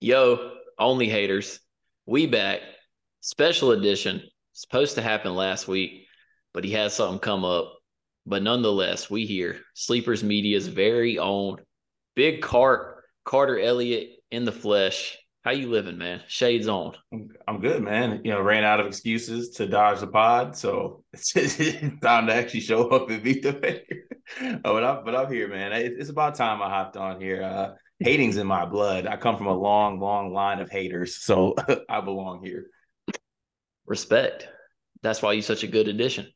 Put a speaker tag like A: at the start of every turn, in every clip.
A: Yo, only haters. We back. Special edition. Supposed to happen last week, but he had something come up. But nonetheless, we here. Sleepers Media's very own Big Cart, Carter Elliott in the flesh. How you living, man? Shades on.
B: I'm good, man. You know, ran out of excuses to dodge the pod, so it's time to actually show up and beat the paper. oh, but I'm, but I'm here, man. It, it's about time I hopped on here. Uh, hating's in my blood. I come from a long, long line of haters, so I belong here.
A: Respect. That's why you're such a good addition.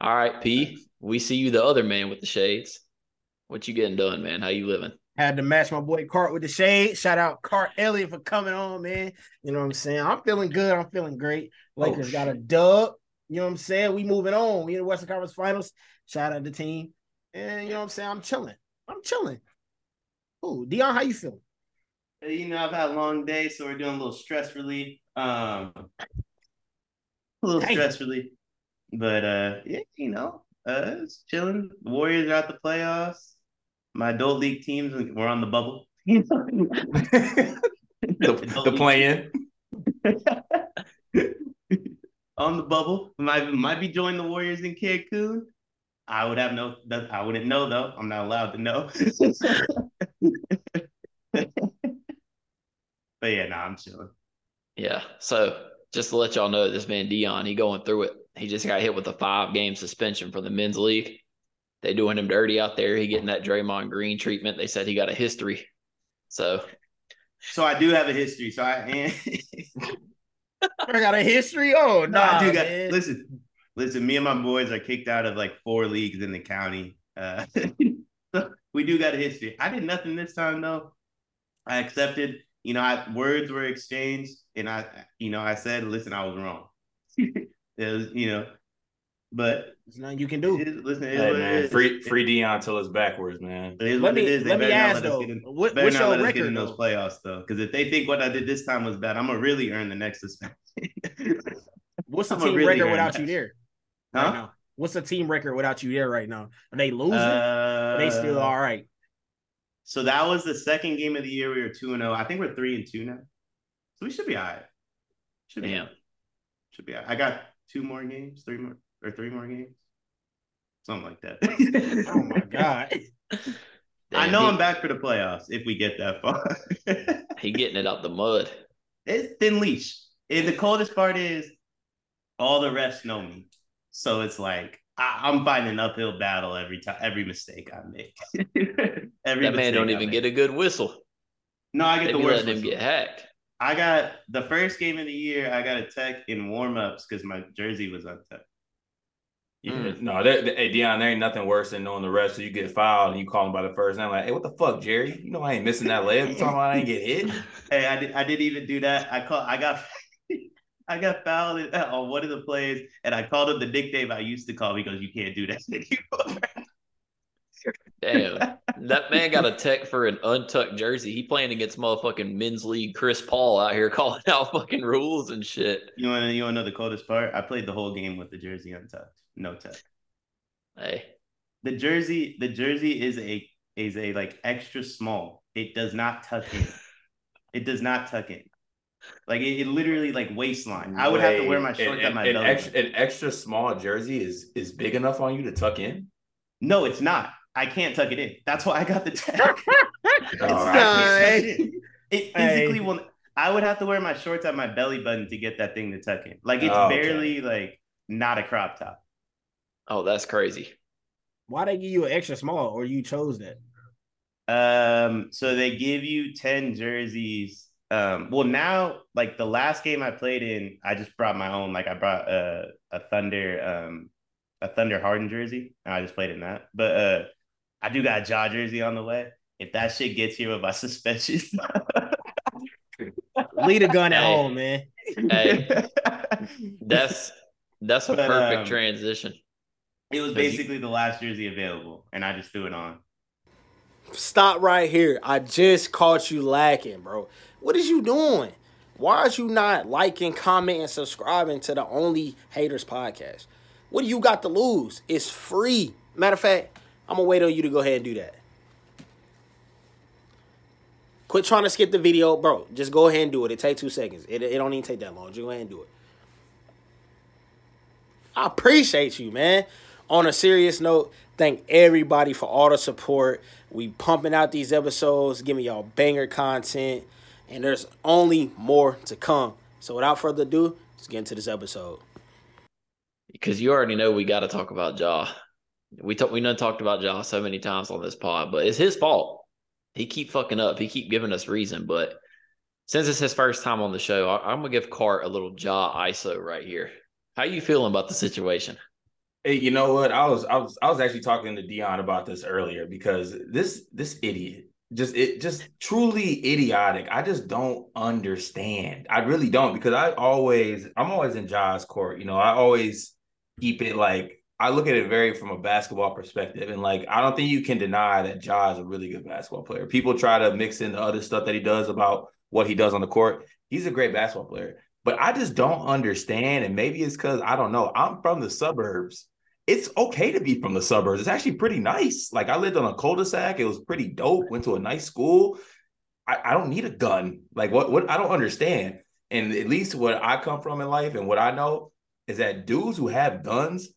A: All right, P. We see you, the other man with the shades. What you getting done, man? How you living?
C: Had to match my boy Cart with the shade. Shout out Cart Elliott for coming on, man. You know what I'm saying? I'm feeling good. I'm feeling great. Lakers
B: Oh,
C: got a dub. You know what I'm saying? We moving on. We in the Western Conference Finals. Shout out the team. And you know what I'm saying? I'm chilling. I'm chilling. Ooh, Dion, how you feeling?
D: Uh, you know, I've had a long day, so we're doing a little stress relief. Um, a little
C: Dang.
D: stress relief, but uh, yeah, you know, uh, it's chilling. The Warriors are out the playoffs. My adult league teams, we're on the bubble. You know,
B: The,
D: Adult
B: the
D: league
B: plan.
D: on the bubble. Might might be joining the Warriors in Cancun. I would have no. that- I wouldn't know though. I'm not allowed to know. but yeah, nah, I'm chilling.
A: Yeah. So just to let y'all know, this man Dion, he going through it. He just got hit with a five game suspension from the men's league. They doing him dirty out there. He getting that Draymond Green treatment. They said he got a history. So
D: So I do have a history. So I and.
C: I got a history. Oh,
D: No,
C: nah,
D: I do got
C: man.
D: listen, listen. Me and my boys are kicked out of like four leagues in the county. Uh, so we do got a history. I did nothing this time though. I accepted. You know, I, words were exchanged, and I, you know, I said, "Listen, I was wrong." it was, you know, but
C: There's nothing you can do.
D: it is, listen, it is
B: Hey,
D: what it
B: man,
D: is.
B: free free Dion till it's backwards, man.
D: It is
C: Let
D: what it
C: me
D: is. They
C: let me
D: better not
C: ask
D: let us
C: though.
D: get in-
C: What,
D: better
C: what's
D: not let
C: your
D: us get in
C: record?
D: those
C: though?
D: playoffs though, because if they think what I did this time was bad, I'm gonna really earn the next suspension.
C: What's the
D: I'm a
C: team
D: really
C: record
D: good
C: without
D: match.
C: you there?
D: Huh?
C: Right now? What's the team record without you there right now? Are they losing?
D: Uh,
C: they still all right.
D: So that was the second game of the year. We were two and zero. I think we're three and two now. So we should be all right. Should be.
A: damn.
D: Should be. All right. I got two more games, three more or three more games, something like that.
C: Oh my god.
D: I
A: damn,
D: know
A: he,
D: I'm back for the playoffs if we get that far.
A: He getting it out the mud.
D: it's thin leash, and the coldest part is all the refs know me, so it's like. I- I'm fighting an uphill battle every time, every mistake I make. every
A: that man don't even get a good whistle.
D: No, I
A: They
D: get
A: be
D: the worst.
A: letting him
D: whistle.
A: get hacked.
D: I got the first game of the year. I got a tech in warm ups because my jersey was untucked.
B: You-
A: Mm.
B: No, there, there- hey Dion, there ain't nothing worse than knowing the rest. So you get fouled and you call him by the first name, like, hey, what the fuck, Jerry? You know I ain't missing that layup. You talking about I ain't get hit?
D: Hey, I did. I didn't even do that. I call. I got. I got fouled in- uh, on one of the plays, and I called him the nickname I used to call because you can't do that anymore.
A: Damn. that man got a tech for an untucked jersey. He playing against motherfucking men's league Chris Paul out here calling out fucking rules and shit.
D: You want to you want to know the coldest part? I played the whole game with the jersey untucked, no tuck.
A: Hey.
D: The jersey, the jersey is a is a like extra small. It does not tuck in. It does not tuck in. Like it, it literally like waistline. I would have to wear my
B: Wait,
D: shorts
B: an,
D: at my
B: an
D: belly. button.
B: extra, an extra small jersey is is big enough on you to tuck in.
D: No, it's not. I can't tuck it in. That's why I got the tag.
B: It's
C: not.
D: it
C: Hey.
D: physically will. I would have to wear my shorts at my belly button to get that thing to tuck in. Like it's
B: Oh, okay.
D: barely like not a crop top.
A: Oh, that's crazy.
C: Why they give you an extra small or you chose that?
D: Um, so they give you ten jerseys. Um, well now, like the last game I played in, I just brought my own. Like I brought a a Thunder, um, a Thunder Harden jersey, and I just played in that. But uh, I do got a Jaw jersey on the way. If that shit gets here with my suspensions,
C: Leave the gun at
A: Hey.
C: home, man.
A: Hey, that's that's a
D: But,
A: perfect
D: um,
A: transition.
D: It was
A: So you-
D: basically the last jersey available, and I just threw it on.
C: Stop right here. I just caught you lacking, bro. What is you doing? Why are you not liking, commenting, subscribing to the Only Haters podcast? What do you got to lose? It's free. Matter of fact, I'm gonna wait on you to go ahead and do that.
E: Quit trying to skip the video, bro. Just go ahead and do it. It take two seconds. It, it don't even take that long. Just go ahead and do it. I appreciate you, man. On a serious note, thank everybody for all the support. We pumping out these episodes, giving y'all banger content, and there's only more to come. So without further ado, let's get into this episode.
A: because you already know we got to talk about Jaw. We talk, we done talked about Jaw so many times on this pod, but it's his fault. He keep fucking up. He keep giving us reason, but since it's his first time on the show, I, I'm gonna give Cart a little Jaw ISO right here. How you feeling about the situation?
B: Hey, you know what? I was I was I was actually talking to Dion about this earlier because this this idiot just it just truly idiotic. I just don't understand. I really don't because I always I'm always in Jaws court. You know, I always keep it like I look at it very from a basketball perspective, and like I don't think you can deny that Jaws is a really good basketball player. People try to mix in the other stuff that he does about what he does on the court. He's a great basketball player. But I just don't understand. And maybe it's because I don't know. I'm from the suburbs it's okay to be from the suburbs. It's actually pretty nice. Like I lived on a cul-de-sac. It was pretty dope. Went to a nice school. I, I don't need a gun. Like what what I don't understand. And at least what I come from in life and what I know is that dudes who have guns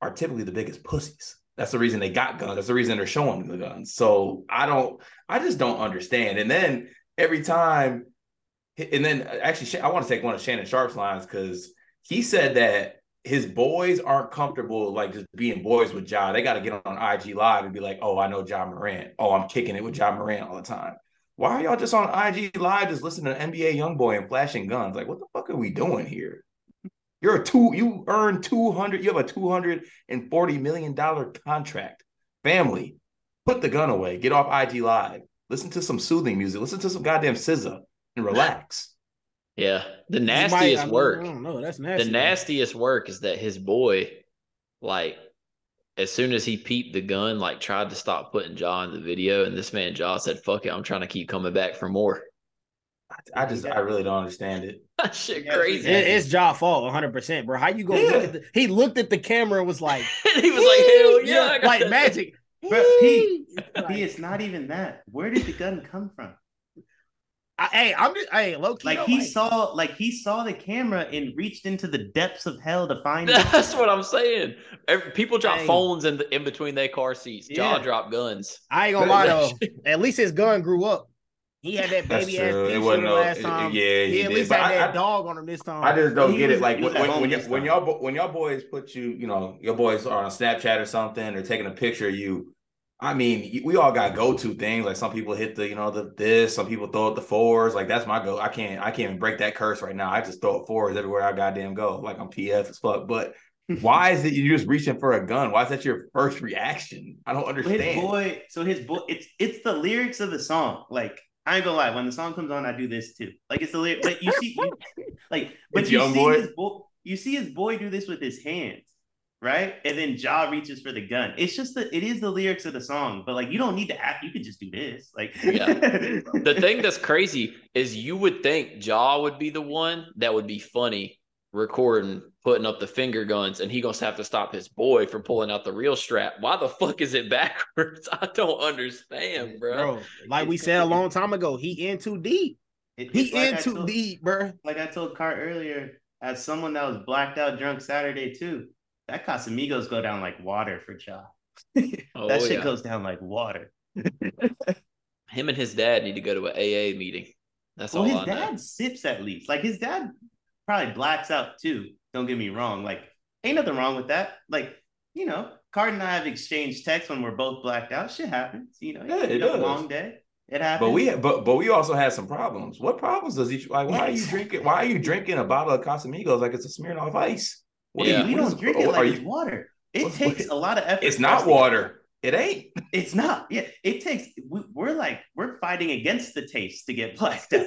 B: are typically the biggest pussies. That's the reason they got guns. That's the reason they're showing the guns. So I don't I just don't understand. And then every time and then actually Sha- I want to take one of Shannon Sharp's lines because he said that his boys aren't comfortable like just being boys with Ja. They got to get on IG Live and be like, "Oh, I know John Morant. Oh, I'm kicking it with John Morant all the time." Why are y'all just on IG Live just listening to NBA YoungBoy and flashing guns? Like, what the fuck are we doing here? You're a two. You earn two hundred. You have a two hundred and forty million dollar contract. Family, put the gun away. Get off IG Live. Listen to some soothing music. Listen to some goddamn SZA and relax.
A: Yeah, the
E: You might-
A: nastiest
E: I mean,
A: work.
E: I don't know. That's nasty.
A: the nastiest work is that his boy, like, as soon as he peeped the gun, like, tried to stop putting Jaw in the video, and this man Jaw said, "Fuck it, I'm trying to keep coming back for more."
B: I just, I really don't understand it.
A: That shit
D: Yeah,
A: crazy.
E: It- it's Ja fault, 100, percent bro. How you gonna
B: Yeah.
E: look at the, He looked at the camera and was like,
A: and he was like, "Hell yeah!" I got
E: like
A: that."
E: magic.
D: But Pete,
E: Like-
D: Pete, it's not even that. Where did the gun come from?
E: I, hey, I'm just hey, low key.
D: Like
E: though,
D: he saw, like he saw the camera and reached into the depths of hell to find it.
A: That's what I'm saying. Every- people drop
D: Dang.
A: phones in the in between their car seats. Jaw
D: Yeah.
A: drop guns.
E: I ain't gonna lie though. At least his gun grew up. He had that
B: That's
E: baby ass
B: true. It
E: picture
B: wasn't no-
E: last
B: it-
E: time.
B: yeah, he
E: he, at
B: did.
E: least
B: But
E: had
B: I-
E: that
B: I-
E: dog on him this time.
B: I just don't
D: He
B: get
D: was-
B: it. Like
D: he was
B: when,
D: at
B: when,
D: home
B: when, y-
D: this
B: when
D: time.
B: y'all bo- when y'all boys put you, you know, your boys are on Snapchat or something or taking a picture of you. I mean, y- we all got go to things. Like some people hit the, you know, the this. Some people throw up the fours. Like that's my go. I can't I can't even break that curse right now. I just throw up fours everywhere I goddamn go. Like I'm PF as fuck. But why is it you're just reaching for a gun? Why is that your first reaction? I don't
D: Well,
B: understand.
D: his boy so his boy it's it's the lyrics of the song like i ain't gonna lie when the song comes on i do this too like it's the lyric but you see you, like but
B: It's
D: you
B: young
D: see
B: boy.
D: his boy you see his boy do this with his hands right and then jaw reaches for the gun it's just the it is the lyrics of the song but like you don't need to act you could just do this like
A: Yeah. The thing that's crazy is you would think Jaw would be the one that would be funny recording, putting up the finger guns, and he gonna have to stop his boy from pulling out the real strap. Why the fuck is it backwards? I don't understand, bro.
E: bro, like we said a long time ago, he in too deep.
D: It- it's
E: He
D: like
E: in
D: I
E: too
D: told-
E: deep, bro.
D: like i told Carr earlier as someone that was blacked out drunk saturday too that Casamigos go down like water for Jaw.
A: Oh,
D: that shit
A: yeah.
D: goes down like water.
A: Him and his dad need to go to an AA meeting. That's
D: well,
A: all
D: his
A: I
D: dad
A: know.
D: sips at least. Like his dad probably blacks out too. Don't get me wrong. Like ain't nothing wrong with that. Like you know, Card and I have exchanged texts when we're both blacked out. Shit happens. You know,
B: Yeah,
D: you
B: it
D: have
B: does.
D: a long day. It happens.
B: But we but but we also had some problems. What problems does each like? Why are you drinking? Why are you drinking a bottle of Casamigos like it's a Smirnoff Ice? What
A: Yeah.
B: are
D: we
B: you, what is-
D: don't drink it
B: are
D: like
B: you-
D: it's water. It
B: What-
D: takes a lot of effort.
B: It's
D: for us
B: not
D: to-
B: water. It ain't.
D: It's not. Yeah, it takes. We, we're like we're fighting against the taste to get blacked out.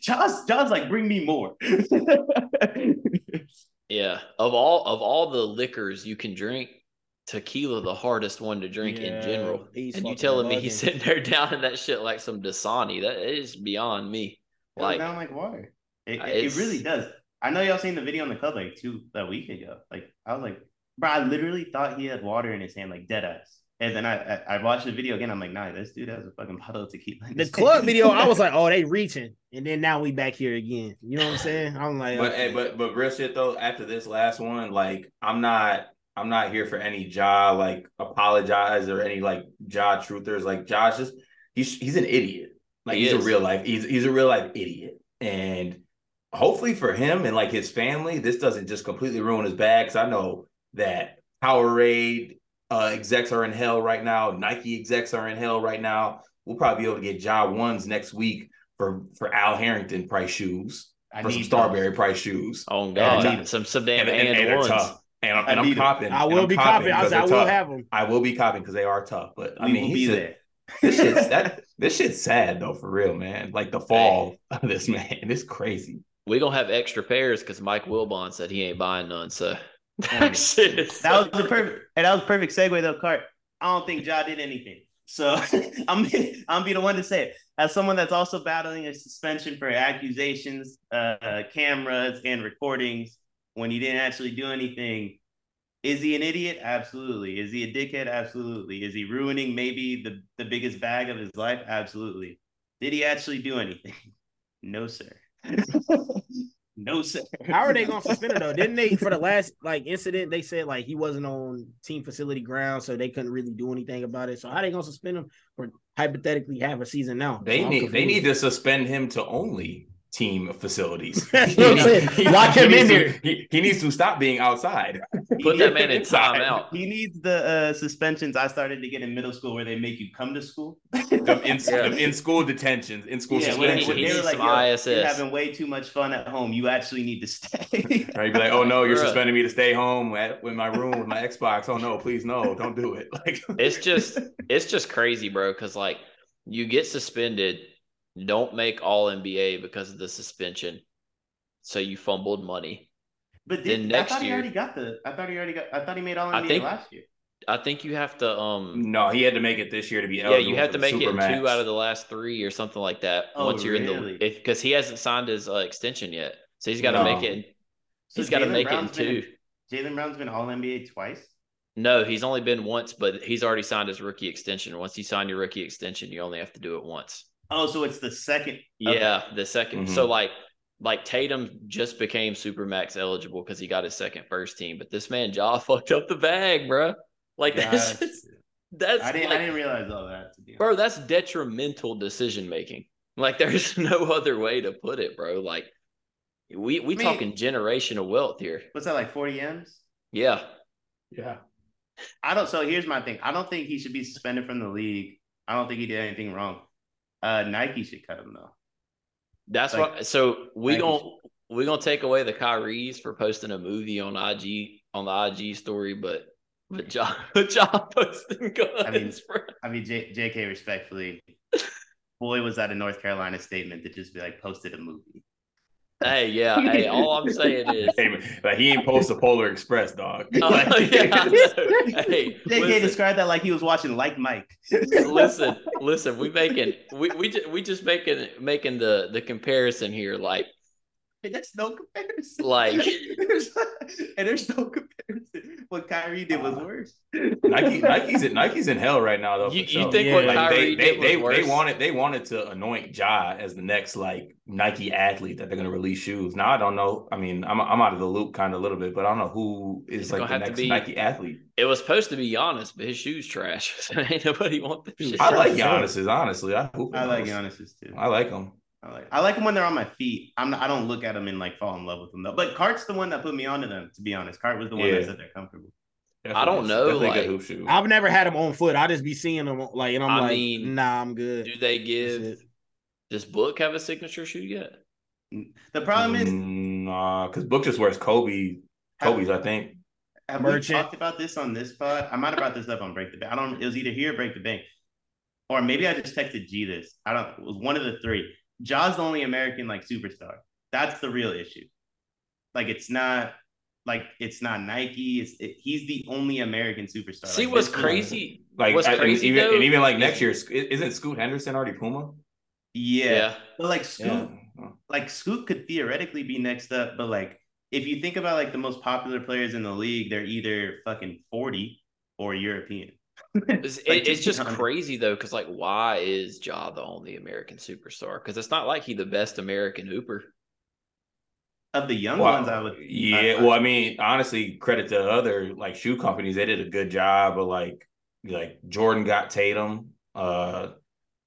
D: John's John's like bring me more.
A: Yeah. Of all of all the liquors you can drink, tequila the hardest one to drink in general. and you telling me he's sitting there down in that shit like some Dasani? That is beyond me.
D: It goes
A: Like
D: down like water. It,
A: Uh,
D: it, it
A: it's-
D: really does. I know y'all seen the video in the club like two a week ago. Like I was like, bro, I literally thought he had water in his hand, like dead ass. And then I, I I watched the video again. I'm like, nah, this dude has a fucking bottle of tequila. in
E: The
D: his
E: club
D: hand.
E: video, I was like, oh, they reaching, and then now we back here again. You know what I'm saying? I'm like,
B: But
E: okay.
B: hey, but but real shit though. After this last one, like I'm not I'm not here for any jaw like apologize or any like jaw truthers. Like Josh just he's he's an idiot. Like
A: He
B: he's
A: is.
B: a real life he's he's a real life idiot. And hopefully for him and like his family, this doesn't just completely ruin his bag. Cause I know that Powerade uh, execs are in hell right now. Nike execs are in hell right now. We'll probably be able to get John ones next week for for Al Harrington price shoes
D: I
B: for some
D: need
B: Starberry price shoes.
A: Oh
B: I
A: God,
B: need it.
A: some some damn
B: And,
A: and,
B: and, and they're
A: ones.
B: tough. And I'm,
D: I
B: and I'm
D: need it.
B: copping.
E: I
B: and
E: will
B: I'm
E: be copping. I was like, I
B: because
E: will
B: they're tough.
E: have them.
B: I will be copping because they are tough. But I
D: We
B: mean,
D: will be
B: he's a-
D: there.
B: this shit's that this shit's sad though, for real, man. Like the fall of this man, it's crazy.
A: We gonna have extra pairs because Mike Wilbon said he ain't buying none. So
D: Damn.
A: that shit. is-
D: That was the perfect and that was a perfect segue though, Cart. I don't think Ja did anything. So I'm I'm be the one to say it. As someone that's also battling a suspension for accusations, uh, uh, cameras and recordings when he didn't actually do anything. Is he an idiot? Absolutely. Is he a dickhead? Absolutely. Is he ruining maybe the, the biggest bag of his life? Absolutely. Did he actually do anything? No, sir. no, sir.
E: How are they gonna suspend him though? Didn't they for the last like incident? They said like he wasn't on team facility ground, so they couldn't really do anything about it. So how they gonna suspend him for hypothetically half a season now?
B: They
E: So I'm
B: need they need
E: confused.
B: to suspend him to only team facilities.
E: That's what I'm saying. Lock him
B: he
E: in
B: needs to-
E: there.
B: He, he needs to stop being outside.
A: Put that man in timeout.
D: He needs the uh, suspensions I started to get in middle school where they make you come to school.
B: Them in,
A: Yeah.
B: them in school detentions, in school
D: Yeah, when-
A: He,
D: when
A: he
B: suspensions.
D: they were
A: needs
D: like,
A: some
D: yo,
A: ISS.
D: You're having way too much fun at home. You actually need to stay.
B: Right? You'd be like, oh no, you're
A: Bruh.
B: suspending me to stay home at, with my room with my Xbox. Oh no, please no, don't do it. Like
A: it's just it's just crazy, bro. Because like you get suspended, don't make All NBA because of the suspension. So you fumbled money.
D: but did,
A: Then
D: I
A: next
D: thought he
A: year-
D: already got the. I thought he already got. I thought he made all
A: I
D: NBA
A: think-
D: last year.
A: I think you have to um
B: no, he had to make it this year to be
A: yeah
B: eligible.
A: you have to
B: for the
A: make
B: Supermax.
A: it two out of the last three or something like that
D: Oh,
A: once you're
D: really?
A: in the because he hasn't signed his uh, extension yet so he's got to
B: No.
A: make it
D: So
A: he's got to
D: Jaylen
A: make
D: Brown's
A: it in
D: been-
A: two
D: Jalen Brown's been all NBA twice.
A: no he's only been once but he's already signed his rookie extension once you sign your rookie extension you only have to do it once
D: Oh, so it's the second. okay.
A: yeah the 2nd so
D: Mm-hmm.
A: like like Tatum just became Supermax eligible because he got his second first team but this man Jaw fucked up the bag bruh like that's
D: Gotcha.
A: that's
D: I didn't.
A: like-
D: I didn't realize all that. To be honest.
A: bro that's detrimental decision making like there's no other way to put it bro like we we
D: I mean-
A: talking generational wealth here
D: What's that like? Forty m's.
A: yeah
B: yeah.
D: I don't. So here's my thing. I don't think he should be suspended from the league. I don't think he did anything wrong. Uh, Nike should cut him though.
A: that's
D: Like-
A: why so we
D: like-
A: gonna we gonna take away the Kyrie's for posting a movie on IG on the IG story but but John John posting guns
D: I mean-
A: bro.
D: I mean, J- J.K. respectfully, boy was that a North Carolina statement that just be like posted a movie.
A: hey yeah hey all I'm saying is
B: Hey, man, like he ain't post the Polar Express, dog.
A: Oh,
B: Like,
A: yeah, I know. hey,
D: J.K.
A: listen.
D: described that like he was watching Like Mike.
A: listen, listen, we making we we just we just making making the the comparison here. Like
D: That's no comparison.
A: Like-
D: There's- and there's no comparison. What Kyrie did was worse.
B: Nike, Nike's in Nike's in hell right now though.
A: you,
B: for
A: you
B: sure.
A: think
E: Yeah.
A: what
B: like
A: Kyrie
B: they they,
A: did
B: they,
A: was
B: they
A: worse?
B: wanted they wanted to anoint Ja as the next like Nike athlete that they're gonna release shoes. Now I don't know. I mean, I'm I'm out of the loop kind of a little bit, but I don't know who is
A: It's
B: like
A: gonna have
B: the
A: to
B: next
A: be-
B: Nike athlete.
A: It was supposed to be Giannis, but his shoes trash. So ain't nobody want that shit.
B: I like
E: Sure.
B: Giannis's honestly. I, hope
D: I like
B: Giannis.
D: Giannis's too.
B: I like him.
D: I like, I like them when they're on my feet. I'm not, I don't look at them and like fall in love with them though. But Cart's the one that put me onto them. To be honest, Cart was the one
B: Yeah.
D: that said they're comfortable.
A: I don't know,
B: Definitely a good
A: like-
B: hoop shoe.
E: I've never had him on foot. I just be seeing him like, and I'm
A: I
E: like,
A: mean,
E: nah, I'm good.
A: Do they give
E: That's it.
A: does Book have a signature shoe yet?
D: The problem is,
B: Mm, nah, because Book just wears Kobe. Kobe's, I think.
D: Have
E: Merchant.
D: we talked about this on this pod? I might have brought this up on Break the Bank. I don't. It was either here or Break the Bank, or maybe I just texted G this. I don't. It was one of the three. Jaws the only American like superstar. That's the real issue. Like it's not. Like it's not Nike. It's it, he's the only American superstar.
A: See
D: Like,
A: what's
D: this was-
A: crazy?
B: Like
A: what's
B: I- and
A: crazy
B: even,
A: though?
B: and even like next year, Sc- isn't Scoot Henderson already Puma?
D: yeah.
A: yeah.
D: but like Scoot,
B: Yeah.
D: like Scoot could theoretically be next up, but like if you think about like the most popular players in the league, they're either fucking forty or European.
A: It's, it- it's just crazy though, because like, why is Ja the only American superstar? Because it's not like he the best American hooper.
D: Of the young
B: Well,
D: ones, I would.
B: yeah. well, I mean, honestly, credit to other like shoe companies. They did a good job of like like Jordan got Tatum. Uh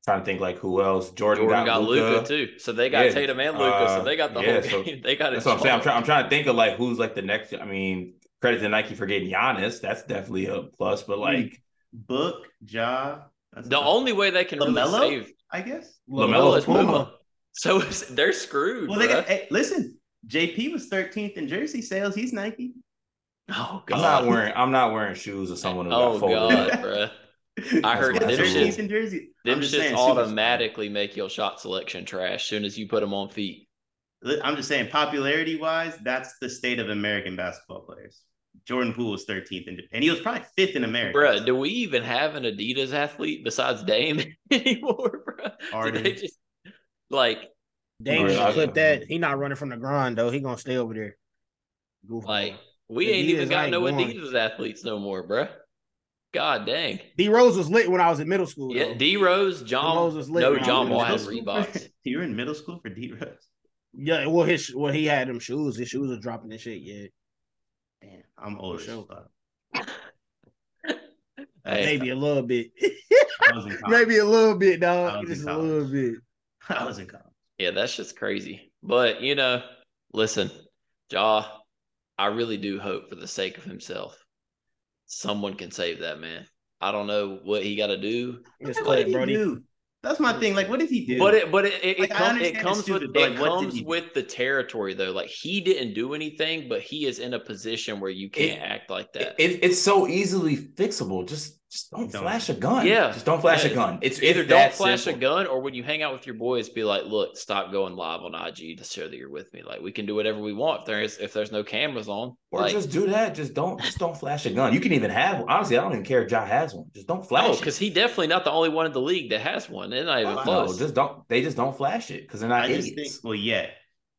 B: trying to think like who else. Jordan,
A: Jordan got, Luca.
B: Luca
A: too, so they got
B: Yeah,
A: Tatum and Luca,
B: uh,
A: so they got the
B: yeah, so
A: whole game. they got it.
B: That's what I'm saying. I'm,
A: solved.
B: try- I'm trying to think of like who's like the next. I mean, credit to Nike for getting Giannis. That's definitely a plus. But like
D: Book Ja. that's
A: The
D: not-
A: only way they can really
D: LaMelo?
A: save
D: I guess.
A: Lamelo
B: LaMelo
A: is
B: Puma.
A: Puma. So it's, they're screwed.
D: Well, they
A: bruh.
D: got. Hey, listen, JP was 13th in jersey sales. He's Nike.
A: oh
B: I'm
A: god.
B: not wearing. I'm not wearing shoes of someone who
A: oh
B: got folded.
A: god, bruh. I heard
B: them
D: thirteenth
B: shits-
D: in jersey. I'm
A: Them
D: just
A: shits
D: saying, super-
A: automatically make your shot selection trash soon as you put them on feet.
D: I'm just saying, popularity wise, that's the state of American basketball players. Jordan Poole was 13th in, and he was probably fifth in America.
A: Bruh, do we even have an Adidas athlete besides Dame anymore, bruh? Do they
D: Harden.
A: just like
E: Dang,
B: Yeah, I-
E: should clip that. He not running from the grind though. He gonna stay over there. Goofy.
A: like we ain't
E: Adidas
A: even got
E: ain't
A: no
E: going.
A: Adidas athletes no more, bruh. God dang.
E: D Rose was lit when I was in middle school.
A: Yeah,
E: Yeah,
A: D Rose, John
E: Rose was lit
A: no
E: when I was
A: John
E: in
A: Wall
E: middle
A: has
D: school.
A: Reeboks.
D: you were in middle school for D Rose.
E: yeah. Well, his well he had them shoes. His shoes was dropping and shit. Yeah,
D: Damn, I'm old
E: For
D: as
E: sure.
D: fuck.
A: Hey,
E: maybe a little bit.
D: I was in college.
E: maybe a little bit,
D: I
E: dog.
D: was
E: Just
D: in
E: a little
D: college.
E: bit.
D: I was in college.
A: Yeah, that's just crazy. But you know, listen, Ja, I really do hope for the sake of himself, someone can save that man. I don't know what he got to do,
E: Just
D: what
E: clip,
D: did he
E: Brody.
D: do? That's my thing. Like, what did he do?
A: but it but it it,
D: Like,
A: it,
D: I
A: come- it
D: understand it's
A: comes
D: stupid,
A: with
D: but,
A: it
D: like, what did
A: comes
D: he do?
A: with the territory though. Like he didn't do anything, but he is in a position where you can't
B: It-
A: act like that.
B: It, it- it's so easily fixable. Just just don't,
D: Don't.
B: flash a gun.
A: Yeah.
B: just don't flash
A: Yeah.
B: a gun. It's
A: Either
B: it's
A: don't
B: that
A: flash
B: simple.
A: a gun, or when you hang out with your boys, be like, "Look, stop going live on IG to show that you're with me. Like we can do whatever we want if there's if there's no cameras on.
B: Or
A: like,
B: just do that. Just don't just don't flash a gun. You can even have one. Honestly, I don't even care if Ja has one. Just don't flash
A: Oh,
B: it.
A: because he definitely not the only one in the league that has one. They're not even
D: Oh, no,
A: close.
B: just don't. They just don't flash it because they're not
D: I just think,
B: idiots.
D: well, yeah,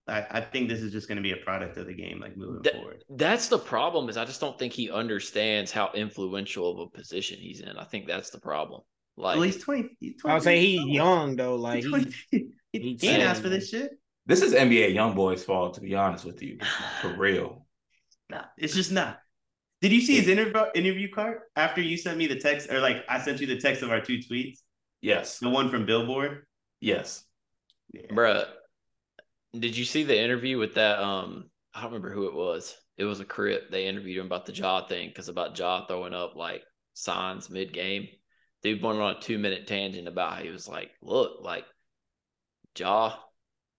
D: I, I think this is just going to be a product of the game, like moving
A: That-
D: forward.
A: that's the problem. Is I just don't think he understands how influential of a position he's in. I think that's the problem. Like,
D: well, he's 20. He's 20
E: I would say he young though. Like
D: He's
E: he,
D: 23. he,
E: he
D: can't ask
E: chilling,
D: for this shit.
B: this is NBA young boys' fault. To be honest with you, for real.
D: Nah, it's just not. Did you see his interview interview card after you sent me the text, or like I sent you the text of our two tweets,
B: Yes,
D: the one from Billboard?
B: yes.
D: Yeah.
A: bruh, did you see the interview with that? Um, I don't remember who it was. It was a crip. They interviewed him about the jaw thing because about jaw throwing up like signs mid game. Dude went on a two minute tangent about how he was like, look, like Jaw,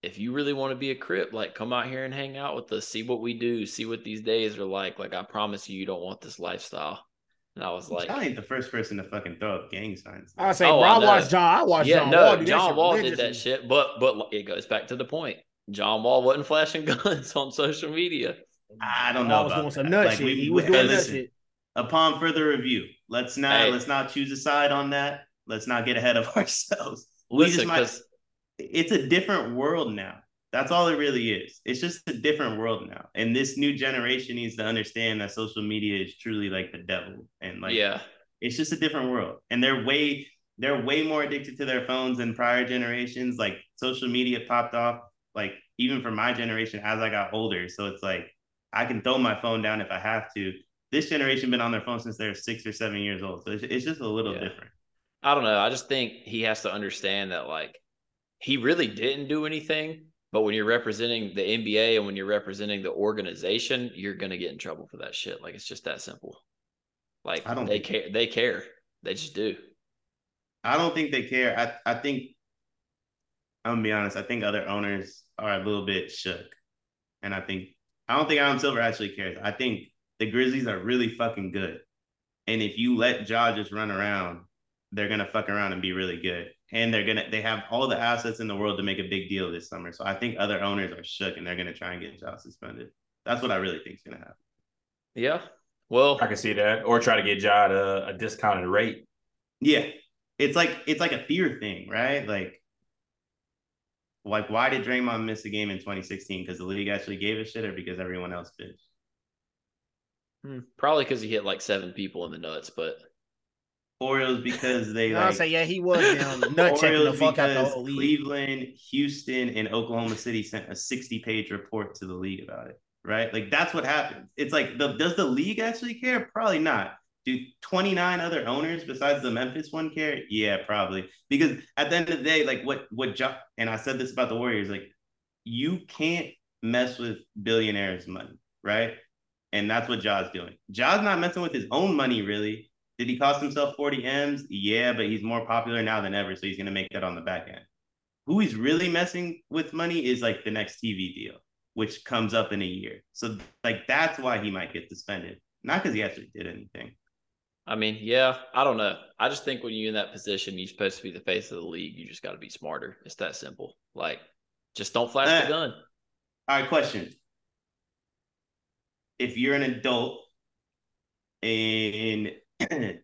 A: if you really want to be a crip, like come out here and hang out with us, see what we do, see what these days are like. Like I promise you, you don't want this lifestyle. And I was like,
D: I ain't the first person to fucking throw up gang signs.
E: I would say,
A: Oh,
E: bro,
A: I
E: I
A: know.
E: watched John. I watched
A: yeah,
E: John
A: no,
E: Wall. do that
A: John
E: shit
A: Wall did that
E: religiously.
A: shit, but but like, it goes back to the point. John Wall wasn't flashing guns on social media.
D: I don't
E: Wall
D: know
E: was
D: about
E: doing some
D: that.
E: nut
D: Like,
E: shit.
D: we-
E: he was
D: we-
E: doing
D: hey,
E: that
D: listen.
E: shit.
D: Upon further review, let's not
A: Hey.
D: let's not choose a side on that. Let's not get ahead of ourselves. We just
A: Listen,
D: might-
A: because
D: it's a different world now. That's all it really is. It's just a different world now. And this new generation needs to understand that social media is truly like the devil. And like
A: yeah,
D: it's just a different world. And they're way they're way more addicted to their phones than prior generations. Like social media popped off, like even for my generation as I got older. So it's like I can throw my phone down if I have to. This generation been on their phone since they're six or seven years old. So it's, it's just a little
A: Yeah.
D: different.
A: I don't know. I just think he has to understand that like he really didn't do anything. But when you're representing the NBA and when you're representing the organization, you're gonna get in trouble for that shit. Like it's just that simple. Like
D: I don't
A: they
D: think-
A: care. They care. They just do.
D: I don't think they care. I, I think I'm gonna be honest, I think other owners are a little bit shook. And I think I don't think Adam Silver actually cares. I think the Grizzlies are really fucking good. And if you let Ja just run around, they're gonna fuck around and be really good. And they're gonna they have all the assets in the world to make a big deal this summer. So I think other owners are shook and they're gonna try and get Ja suspended. That's what I really think is gonna happen.
A: Yeah. Well,
B: I can see that. Or try to get Ja at a, a discounted rate.
D: Yeah. It's like it's like a fear thing, right? Like like why did Draymond miss a game in 2016? Because the league actually gave a shit or because everyone else did?
A: hmm, probably because he hit like seven people in the nuts, but
D: Orioles because they
C: No, I
D: like
C: say, yeah, he was down. Nut checking the
D: Orioles
C: fuck out the
D: because
C: whole league.
D: Cleveland, Houston, and Oklahoma City sent a 60 page report to the league about it, right? Like that's what happens. It's like, the, does the league actually care? Probably not. Do 29 other owners besides the Memphis one care? Yeah, probably. Because at the end of the day, like what, what, jo- and I said this about the Warriors, like you can't mess with billionaires' money, right? And that's what Ja's doing. Ja's not messing with his own money, really. Did he cost himself 40 M's? Yeah, but he's more popular now than ever, so he's going to make that on the back end. Who he's really messing with money is like the next TV deal, which comes up in a year. So, like, that's why he might get suspended, not because he actually did anything.
A: I mean, yeah, I don't know. I just think when you're in that position, you're supposed to be the face of the league. You just got to be smarter. It's that simple. Like, just don't flash
D: Eh.
A: the gun.
D: All right, question. If you're an adult and and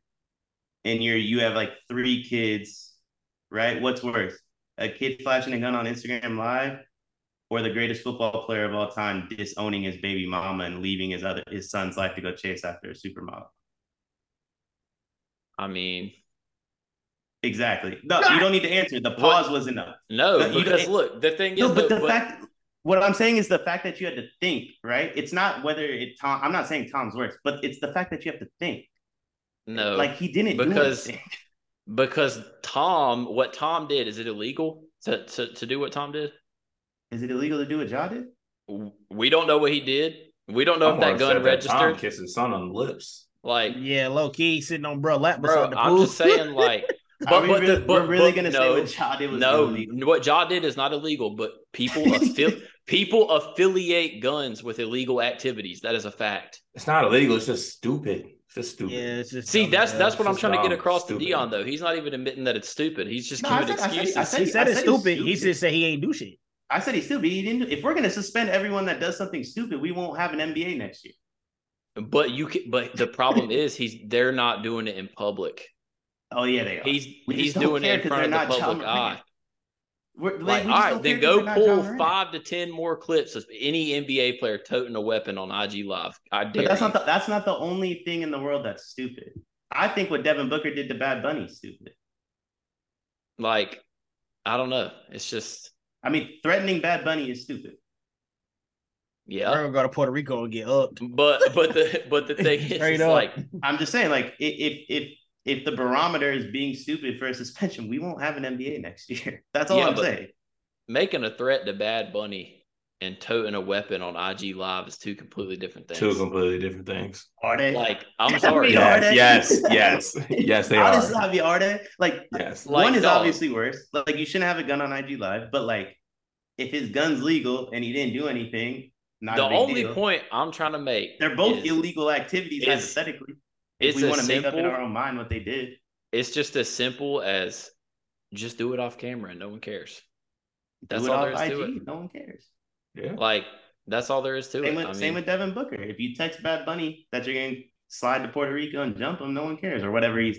D: you're you have like three kids, right? What's worse? A kid flashing a gun on Instagram live or the greatest football player of all time disowning his baby mama and leaving his other his son's life to go chase after a supermodel.
A: I mean,
D: Exactly. No, you don't need to answer. The pause was enough.
A: no,
D: But you-
A: because look, the thing is,
D: No, but
A: though,
D: the fact what I'm saying is the fact that you had to think, right? It's not whether it Tom I'm not saying Tom's works, but it's the fact that you have to think.
A: no,
D: like he didn't do
A: because-
D: anything.
A: because Tom, what Tom did, is it illegal to, to, to do what Tom did?
D: Is it illegal to do what Ja did?
A: W- We don't know what he did. We don't know
B: I'm
A: if
B: more
A: that gun
B: upset that Tom
A: registered.
B: kissed his son on the lips.
A: like,
C: Yeah, low key sitting on bro lap beside
A: bro,
C: the
A: I'm
C: pool.
A: just saying, like, but,
D: Are we
A: but
D: really,
A: the,
D: we're
A: but-
D: really
A: but
D: gonna
A: no,
D: say what Ja did was
A: no,
D: illegal.
A: what Ja did is not illegal, but people affi- people affiliate guns with illegal activities. That is a fact.
B: It's not illegal. It's just stupid. It's just stupid.
C: yeah, it's just
A: See,
C: dumb,
A: that's
C: yeah.
A: that's what I'm
B: just
A: trying to get
B: dumb,
A: across to
B: stupid.
A: Dion though. He's not even admitting that it's stupid. He's just
D: No, I
A: giving
D: said- I said- I
A: excuses.
D: said-
C: He said
D: I
C: it's
D: said
C: stupid.
D: it's
C: He
D: stupid.
C: just said he ain't do shit.
D: I said he's stupid. He didn't do, if we're gonna suspend everyone that does something stupid, we won't have an NBA next year.
A: but you can, but the problem is he's they're not doing it in public.
D: Oh yeah, they are.
A: He's
D: We just
A: he's
D: don't
A: doing it
D: care
A: in
D: 'cause
A: front of the
D: they're not Ja
A: public
D: Morant.
A: eye.
D: We're,
A: Like, all right, then go pull five to ten more clips of any NBA player toting a weapon on IG Live. I dare
D: But that's
A: you.
D: not the, that's not the only thing in the world that's stupid. I think what Devin Booker did to Bad Bunny is stupid.
A: like I don't know. It's just
D: I mean, threatening Bad Bunny is stupid.
A: yeah.
C: Bro, go to Puerto Rico and get up.
A: But but the but the thing is,
C: Straight
A: it's
C: up.
A: like
D: I'm just saying, like, i- if if if the barometer is being stupid for a suspension, we won't have an NBA next year. That's all
A: Yeah,
D: I'm
A: but-
D: saying.
A: making a threat to Bad Bunny and toting a weapon on IG Live is two completely different things.
B: Two completely different things.
D: Are they?
A: Like
D: I
A: I'm sorry,
D: mean, are
B: Yes,
D: they?
B: yes, yes, yes. They
D: Honestly,
B: are.
D: Javi, are they? Like,
B: Yes.
A: Like,
D: one is
A: dog.
D: obviously worse. Like, you shouldn't have a gun on IG Live, but like, if his gun's legal and he didn't do anything, not
A: the
D: a big
A: only
D: deal.
A: point I'm trying to make
D: They're both
A: is
D: illegal activities,
A: is-
D: hypothetically. If
A: it's
D: we
A: a
D: want to make up in
A: simple-
D: our own mind what they did.
A: it's just as simple as just do it off camera and no one cares. That's
D: do it
A: all there
D: off
A: is
D: IG.
A: to
D: No one cares.
B: Yeah.
A: Like that's all there is to
D: Same
A: it.
D: with,
A: I mean,
D: same with Devin Booker. If you text Bad Bunny that you're going to slide to Puerto Rico and jump him, no one cares. Or whatever he's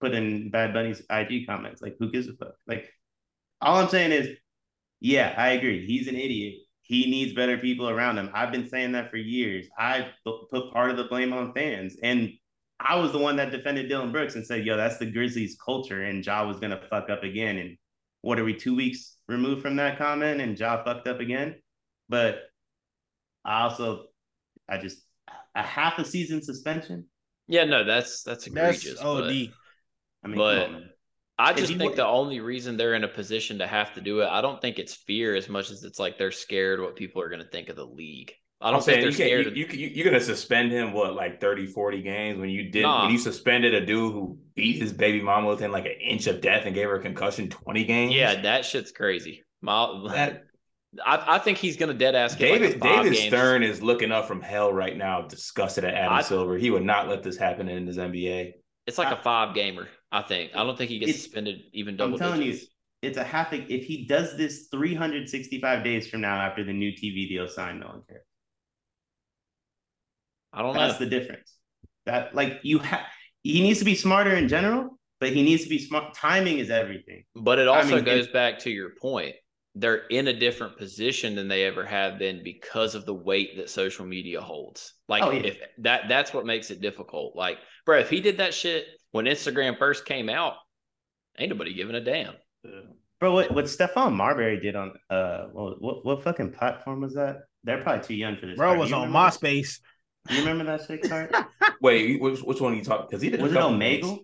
D: put in Bad Bunny's IG comments. Like, who gives a fuck? Like, all I'm saying is, yeah, I agree. He's an idiot. He needs better people around him. I've been saying that for years. I bu- put part of the blame on fans. And I was the one that defended Dylan Brooks and said, yo, that's the Grizzlies culture. And Ja was going to fuck up again. And what are we, two weeks removed from that comment? And Ja fucked up again. But I also, I just, a half a season suspension.
A: yeah, no, that's that's
C: That's oh,
A: egregious.
C: OD.
A: but-
D: I mean,
A: But-
D: come on, man.
A: I
D: If
A: just
D: you
A: think
D: were-
A: the only reason they're in a position to have to do it, I don't think it's fear as much as it's like they're scared what people are going to think of the league. I
B: I'm
A: don't think
B: saying
A: they're
B: you
A: scared.
B: can't,
A: of,
B: you, you, you, are gonna suspend him what like 30, 40 games when you did
A: Nah.
B: when you suspended a dude who beat his baby mama within like an inch of death and gave her a concussion twenty games.
A: yeah, that shit's crazy. My,
B: That-
A: I, I think he's going to dead ass. get, like, a
B: David
A: five
B: David
A: games.
B: Stern is looking up from hell right now, disgusted at Adam
A: I-
B: Silver. He would not let this happen in his NBA.
A: It's like a five gamer. I think. I don't think he gets
D: It's-
A: suspended even double.
D: I'm telling
A: digits.
D: you, it's a half. A, if he does this 365 days from now after the new TV deal signed, no one cares.
A: I don't know.
D: That's the difference. That like you have. He needs to be smarter in general, but he needs to be smart. Timing is everything.
A: But it
D: I
A: also
D: mean,
A: goes back to your point. They're in a different position than they ever have been because of the weight that social media holds. Like
D: Oh, yeah.
A: if that that's what makes it difficult. Like, bro, if he did that shit when Instagram first came out, ain't nobody giving a damn.
D: Bro, what what Stephon Marbury did on uh what what, what fucking platform was that? They're probably too young for this.
C: Bro
D: part.
C: was
D: You
C: on
D: remember-
C: MySpace.
D: You remember that shit, Clark?
B: Wait, which, which one are you talking? Because he did. a
D: was it
B: couple
D: Omegle?
B: things.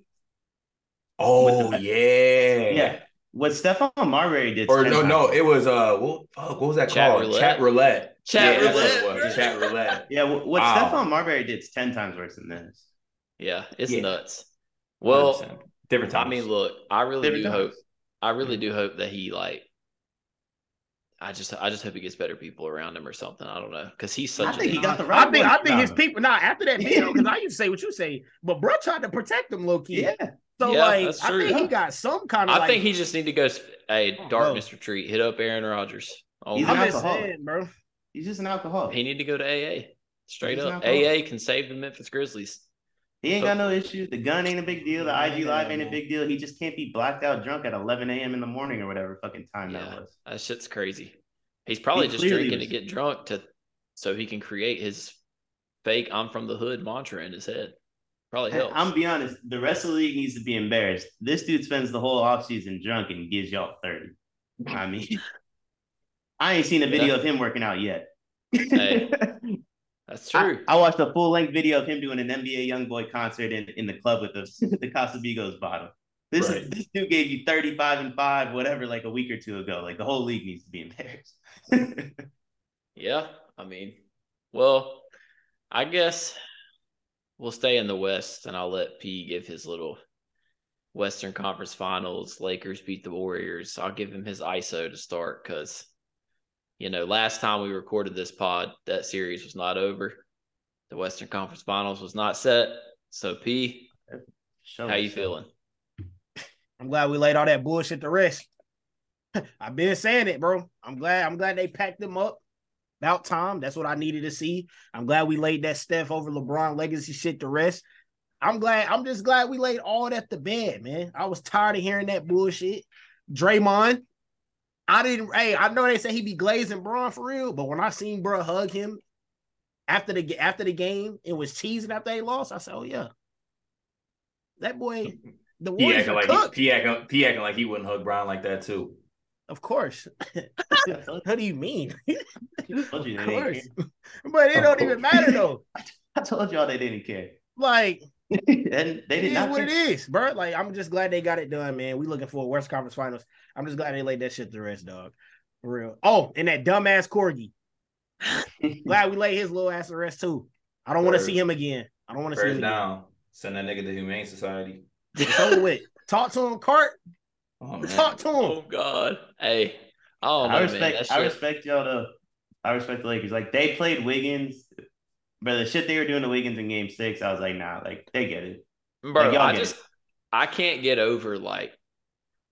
B: Oh
D: With
B: yeah,
D: Yeah. What Stephon Marbury did.
B: Or
D: to
B: no,
D: Kendrick-
B: no, it was uh, what, fuck, what was that
A: Chat
B: called?
A: roulette.
B: Chat roulette.
A: Chat
B: yeah,
A: roulette.
B: That's what it was. Chat roulette.
D: Yeah, what, what
B: Wow.
D: Stephon Marbury did is ten times worse than this.
A: Yeah, it's
B: Yeah.
A: nuts. Well,
B: 100%. different
A: I
B: times.
A: mean, look, I really
D: Different
A: do
D: times.
A: hope. I
D: Mm-hmm.
A: really do hope that he like. I just, I just hope he gets better people around him or something. I don't know because he's such.
D: think
A: an
D: he
A: idiot.
D: got the
C: I
D: right
C: think
D: one.
C: I think his
D: Nah.
C: people. Nah, after that video, because I used to say what you say, but bro tried to protect him low key.
D: Yeah.
C: So
A: Yeah,
C: like,
A: that's
C: I
A: true.
C: think he got some kind of.
A: I
C: like,
A: think he just need to go. sp- Hey,
C: Oh,
A: darkness retreat. Hit up Aaron Rodgers. Oh,
D: He's
A: my-
D: an
C: I'm just
D: alcoholic.
C: saying, bro.
D: He's just an alcoholic.
A: he need to go to AA. Straight
D: He's
A: up,
D: not wrong.
A: AA can save the Memphis Grizzlies.
D: He ain't got no issues. The gun ain't a big deal. The IG live ain't a big deal. He just can't be blacked out drunk at 11 a.m. in the morning or whatever fucking time
A: Yeah.
D: that was.
A: That shit's crazy. He's probably
D: He
A: just
D: clearly
A: drinking to
D: was-
A: get drunk to, so he can create his fake "I'm from the hood" mantra in his head. Probably
D: And
A: helps.
D: I'm be honest. The rest of the league needs to be embarrassed. This dude spends the whole offseason drunk and gives y'all 30. I mean, I ain't seen a video of him working out yet.
A: Hey, That's true.
D: I, I watched a full length video of him doing an NBA YoungBoy concert in, in the club with the the Casamigos bottle. This
B: Right.
D: is, this dude gave you thirty five and five, whatever, like a week or two ago. Like the whole league needs to be embarrassed.
A: Yeah, I mean, well, I guess we'll stay in the West, and I'll let P give his little Western Conference Finals. Lakers beat the Warriors. I'll give him his ISO to start because, you know, last time we recorded this pod, that series was not over. The Western Conference Finals was not set. So P,
D: Show
A: how you
D: us.
A: feeling?
C: I'm glad we laid all that bullshit to rest. I've been saying it, bro. I'm glad. I'm glad they packed them up. About time. That's what I needed to see. I'm glad we laid that Steph over LeBron legacy shit to rest. I'm glad. I'm just glad we laid all that to bed, man. I was tired of hearing that bullshit. Draymond, I didn't. Hey, I know they say he be glazing Braun for real, but when I seen bro hug him after the ga- after the game and was cheesing after they lost, I said, "Oh yeah, that boy." The
B: He
C: Warriors
B: acting
C: are
B: like
C: cooked.
B: he, he acting he acting like he wouldn't hug Brian like that too.
C: Of course. what do you mean?
D: I told you
C: of
D: they didn't
C: course.
D: care.
C: But it don't even matter though.
D: I told y'all they didn't care,
C: Like
D: and they
C: it
D: did
C: is
D: not.
C: what
D: Care.
C: it is, bro. Like I'm just glad they got it done, man. We looking for a West Conference Finals. I'm just glad they laid that shit to rest, dog. For real. Oh, and that dumbass Corgi. Glad we laid his little ass to rest too. I don't want to
B: Bird.
C: see him again. I don't want to see
B: First
C: him again.
B: down, send that nigga to Humane Society.
C: It's over with. Talk to him, Cart.
B: Oh, man.
C: Talk to him.
A: Oh God, hey, I don't know, Oh,
D: I
A: man.
D: respect.
A: That
D: I
A: shit-
D: respect y'all though. I respect the Lakers. Like they played Wiggins, but the shit they were doing to Wiggins in Game Six, I was like, nah, like they get it.
A: Bro,
D: Like, y'all
A: I
D: get
A: just I can't get over like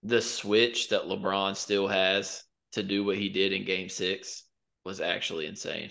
A: the switch that LeBron still has to do what he did in game six was actually insane.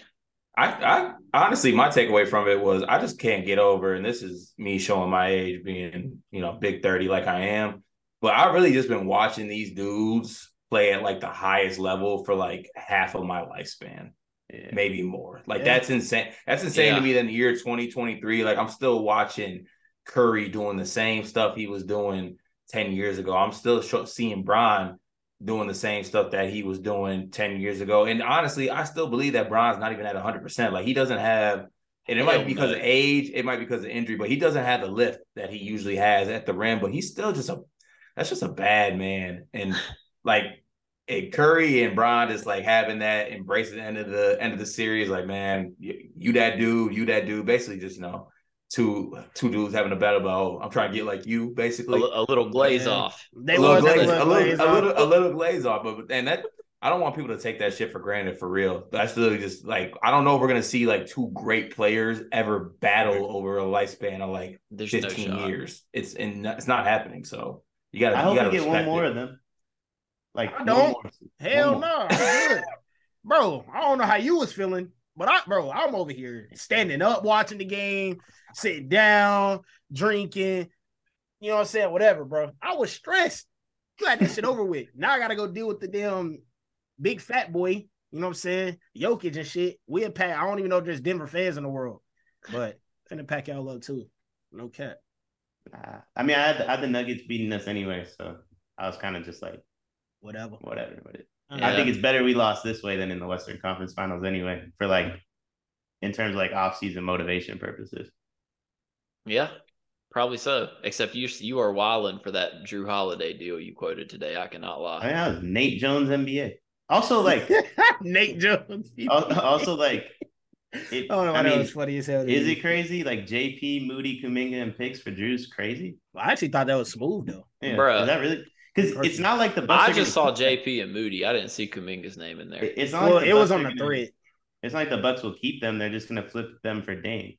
B: I, I honestly, my takeaway from it was I just can't get over, and this is me showing my age, being you know big thirty like I am, but I've really just been watching these dudes play at like the highest level for like half of my lifespan,
D: Yeah.
B: maybe more. Like
C: Yeah.
B: that's insane. That's insane
A: Yeah.
B: to me. That in the year twenty twenty three, like I'm still watching Curry doing the same stuff he was doing ten years ago. I'm still sho- seeing Bron doing the same stuff that he was doing 10 years ago. And honestly, I still believe that Bron's not even at 100%. Like he doesn't have, and it might
A: Hell
B: be because
A: no.
B: of age, it might be because of injury, but he doesn't have the lift that he usually has at the rim. But he's still just a, that's just a bad man. And like, and Curry and Bron just like having that embrace at the end of the end of the series. Like, man, you, you that dude, you that dude. Basically, just you know, two two dudes having a battle. About oh, I'm trying to get like
A: A,
B: you. Basically,
A: li- a little glaze
C: Yeah.
A: off.
C: They
B: a little
C: was- they
B: glaze,
C: was
B: a little,
C: glazed
B: a
C: off.
B: little, a little glaze off. But and that, I don't want people to take that shit for granted for real. That's literally just like I don't know if we're gonna see like two great players ever battle over a lifespan of like
A: There's
B: fifteen
A: no shot.
B: years. It's and it's not happening. So you gotta,
D: I
B: you
D: hope
B: gotta
D: we get one
B: respect
D: more
B: it.
D: of them. Like
C: I
D: one
C: don't.
D: more.
C: Hell
B: One more.
C: no, I'm good. bro. I don't know how you was feeling, but I, bro, I'm over here standing up, watching the game, sitting down, drinking. You know what I'm saying? Whatever, bro. I was stressed. Glad that shit over with. Now I gotta go deal with the damn big fat boy. You know what I'm saying? Jokic and shit. We pack. I don't even know if there's Denver fans in the world, but finna pack y'all up too. No cap.
D: Nah. I mean, I had, I had the Nuggets beating us anyway, so I was kind of just like
C: Whatever.
D: whatever. But it, I
A: Yeah.
D: think it's better we lost this way than in the Western Conference Finals anyway. For like, in terms of like off-season motivation purposes.
A: Yeah, probably so. Except you you are wilding for that Drew Holiday deal you quoted today. I cannot
D: I mean,
A: lie.
D: I was Nate Jones NBA. Also, like,
C: Nate Jones.
D: al- also like, Uh, it,
C: oh no,
D: I mean,
C: was funny as hell. to
D: is
C: me.
D: it crazy? Like JP, Moody, Kuminga, and picks for Drew's crazy.
C: I actually thought that was smooth though.
D: Yeah,
A: Bruh.
D: is that really? Because it's not like the Bucks.
A: I
D: are
A: just
D: gonna-
A: saw JP and Moody. I didn't see Kuminga's name in there.
D: It- It's not.
C: Well,
D: like
C: it was
D: Bucks
C: on
D: are
C: the
D: gonna-
C: thread.
D: It's not like the Bucks will keep them. They're just gonna flip them for Dame.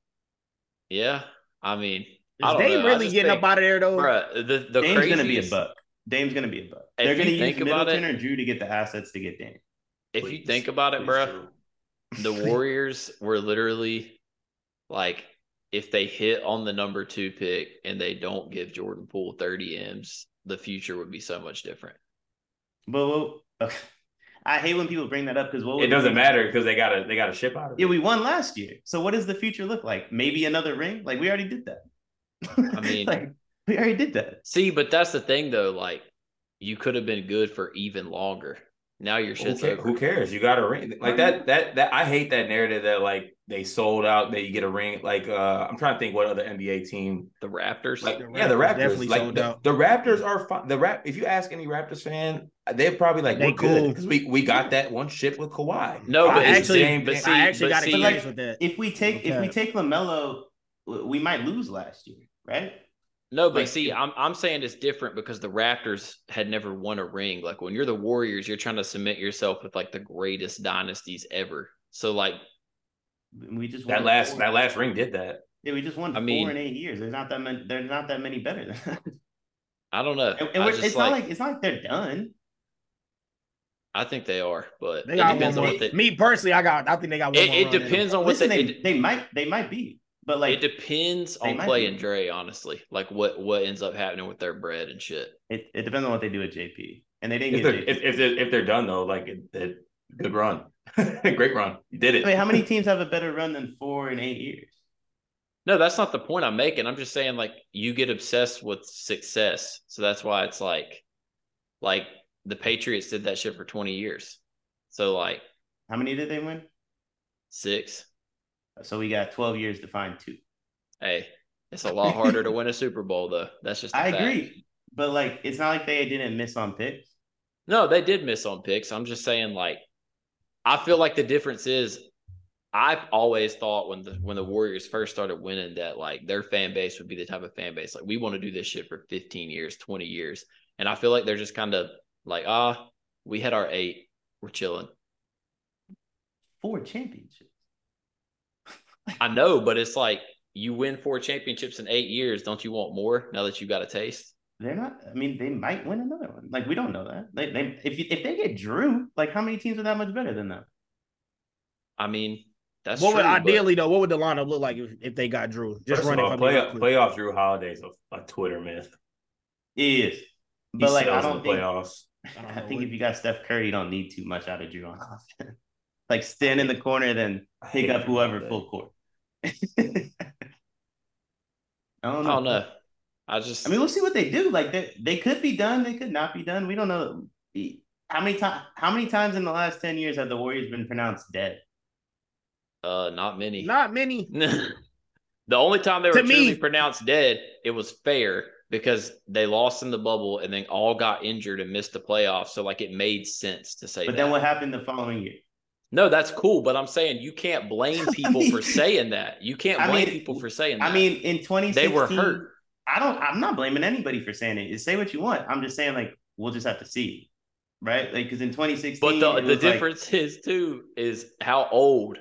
A: Yeah, I mean, I
C: Is
A: don't
C: they
A: know. I
C: really
A: just
C: getting
A: think-
C: up out of there though?
A: Bruh, the the
D: Dame's gonna be a
A: craziest-
D: buck. Dame's gonna be a buck.
A: If
D: They're
A: you
D: gonna use
A: think about
D: Middleton or Drew to get the assets to get Dame.
A: If you
B: Please,
A: think about it,
B: please
A: bruh,
B: do.
A: the Warriors were literally like if they hit on the number two pick and they don't give Jordan Poole 30 M's, the future would be so much different.
D: But well, okay. I hate when people bring that up because what
B: It
D: would-
B: doesn't matter because they got to they got to ship out of it.
D: Yeah, we won last year. So what does the future look like? Maybe another ring? Like we already did that. I
A: mean-
D: like we already did that.
A: See, but that's the thing though, like you could have been good for even longer. Now your
B: who,
A: shit's
B: ca-
A: over.
B: who cares? You got a ring. Like that that that I hate that narrative that like they sold out that you get a ring. Like uh I'm trying to think what other NBA team
A: The Raptors.
B: like
C: The
B: yeah, the
C: Raptors
B: Raptors.
C: definitely
B: like
C: sold
B: the,
C: out.
B: the Raptors are fine. The rap if you ask any Raptors fan, uh, they're probably like
C: They
B: we're good
C: cool.
B: because we, we got that one ship with Kawhi.
A: no,
C: I
A: but it's
C: actually-
A: the same
B: but
A: thing.
B: see-
C: I actually
A: but
C: got
A: see,
C: experience with that.
D: If we take if
C: Okay.
D: we take LaMelo, w- we might lose last year, right?
A: No, but
D: Like-
A: see, I'm I'm saying it's different because the Raptors had never won a ring. Like when you're the Warriors, you're trying to cement yourself with like the greatest dynasties ever. So like
D: We just
B: That
D: won
B: last
D: four.
B: that last ring did that.
D: yeah, we just won
A: I
D: four
A: mean-
D: in eight years. There's not that many there's not that many better than us.
A: I don't know.
D: And, and
A: I
D: we're,
A: just
D: it's not like it's not like they're done.
A: I think they are, but
C: They
A: it
C: got
A: depends
C: one
A: on
C: more.
A: what they.
C: Me personally, I got. I think they got one more.
A: It, it
C: run in them.
A: depends on what
D: Listen,
A: they.
D: they,
A: It,
D: they might they might be, but like
A: it depends
D: they
A: on
D: might
A: Clay
D: be.
A: and Dre, honestly. Like what what ends up happening with their bread and shit.
D: it, it depends on what they do with JP. And they didn't
B: If
D: get
B: they're
D: JP.
B: if if they're, if they're done though, like it, it- good run, great run, you did it.
D: I mean, how many teams have a better run than four in eight years?
A: No, that's not the point I'm making. I'm just saying like you get obsessed with success, so that's why it's like, like the Patriots did that shit for 20 years. So like
D: How many did they win?
A: six.
D: So we got 12 years to find two.
A: Hey, it's a lot harder to win a Super Bowl though. That's just. a
D: I
A: fact.
D: agree. But like it's not like they didn't miss on picks.
A: No, they did miss on picks. I'm just saying, like, I feel like the difference is, I've always thought when the when the Warriors first started winning that like their fan base would be the type of fan base like we want to do this shit for 15 years, 20 years, and I feel like they're just kind of like, ah, we had our eight, we're chilling.
D: Four championships.
A: I know, but it's like you win four championships in eight years. Don't you want more now that you got a taste?
D: They're not, I mean, they might win another one. Like, we don't know that. Like, they, if you, if they get Drew, like, how many teams are that much better than them?
A: I mean, that's
C: what
A: true,
C: would
A: but-
C: ideally though? What would the lineup look like if, if they got Drew? Just
B: First
C: run
B: of
C: it
B: all,
C: for me. real
B: playoff,
C: quick.
B: playoff Drew Holiday's a, a Twitter myth.
D: It is.
B: He
D: But, like, I
B: sells in
D: don't
B: the
D: think,
B: playoffs.
C: I don't
D: I
C: know
D: think
C: what-
D: if you got Steph Curry, you don't need too much out of Drew on offense. like, stand in the corner, then
B: I hate
D: pick up
B: Drew
D: whoever
B: Holiday.
D: full court. I
A: I
D: don't know.
A: don't know. I just,
D: I mean, we'll see what they do. Like they, they could be done, they could not be done. We don't know E, how many times. How many times in the last ten years have the Warriors been pronounced dead?
A: uh, not many.
C: Not many.
A: the only time they were
C: To me-
A: truly pronounced dead, it was fair because they lost in the bubble and then all got injured and missed the playoffs. So like it made sense to say
D: But
A: that.
D: then what happened the following year?
A: no, that's cool, but I'm saying you can't blame people
D: mean-
A: for saying that. You can't
D: I
A: blame
D: mean-
A: people for saying that.
D: I mean, in twenty
A: they were hurt.
D: I don't. I'm not blaming anybody for saying it. Say what you want. I'm just saying like we'll just have to see, right? Like because in 2016,
A: But
D: it
A: the,
D: was
A: the
D: like-
A: difference is too is how old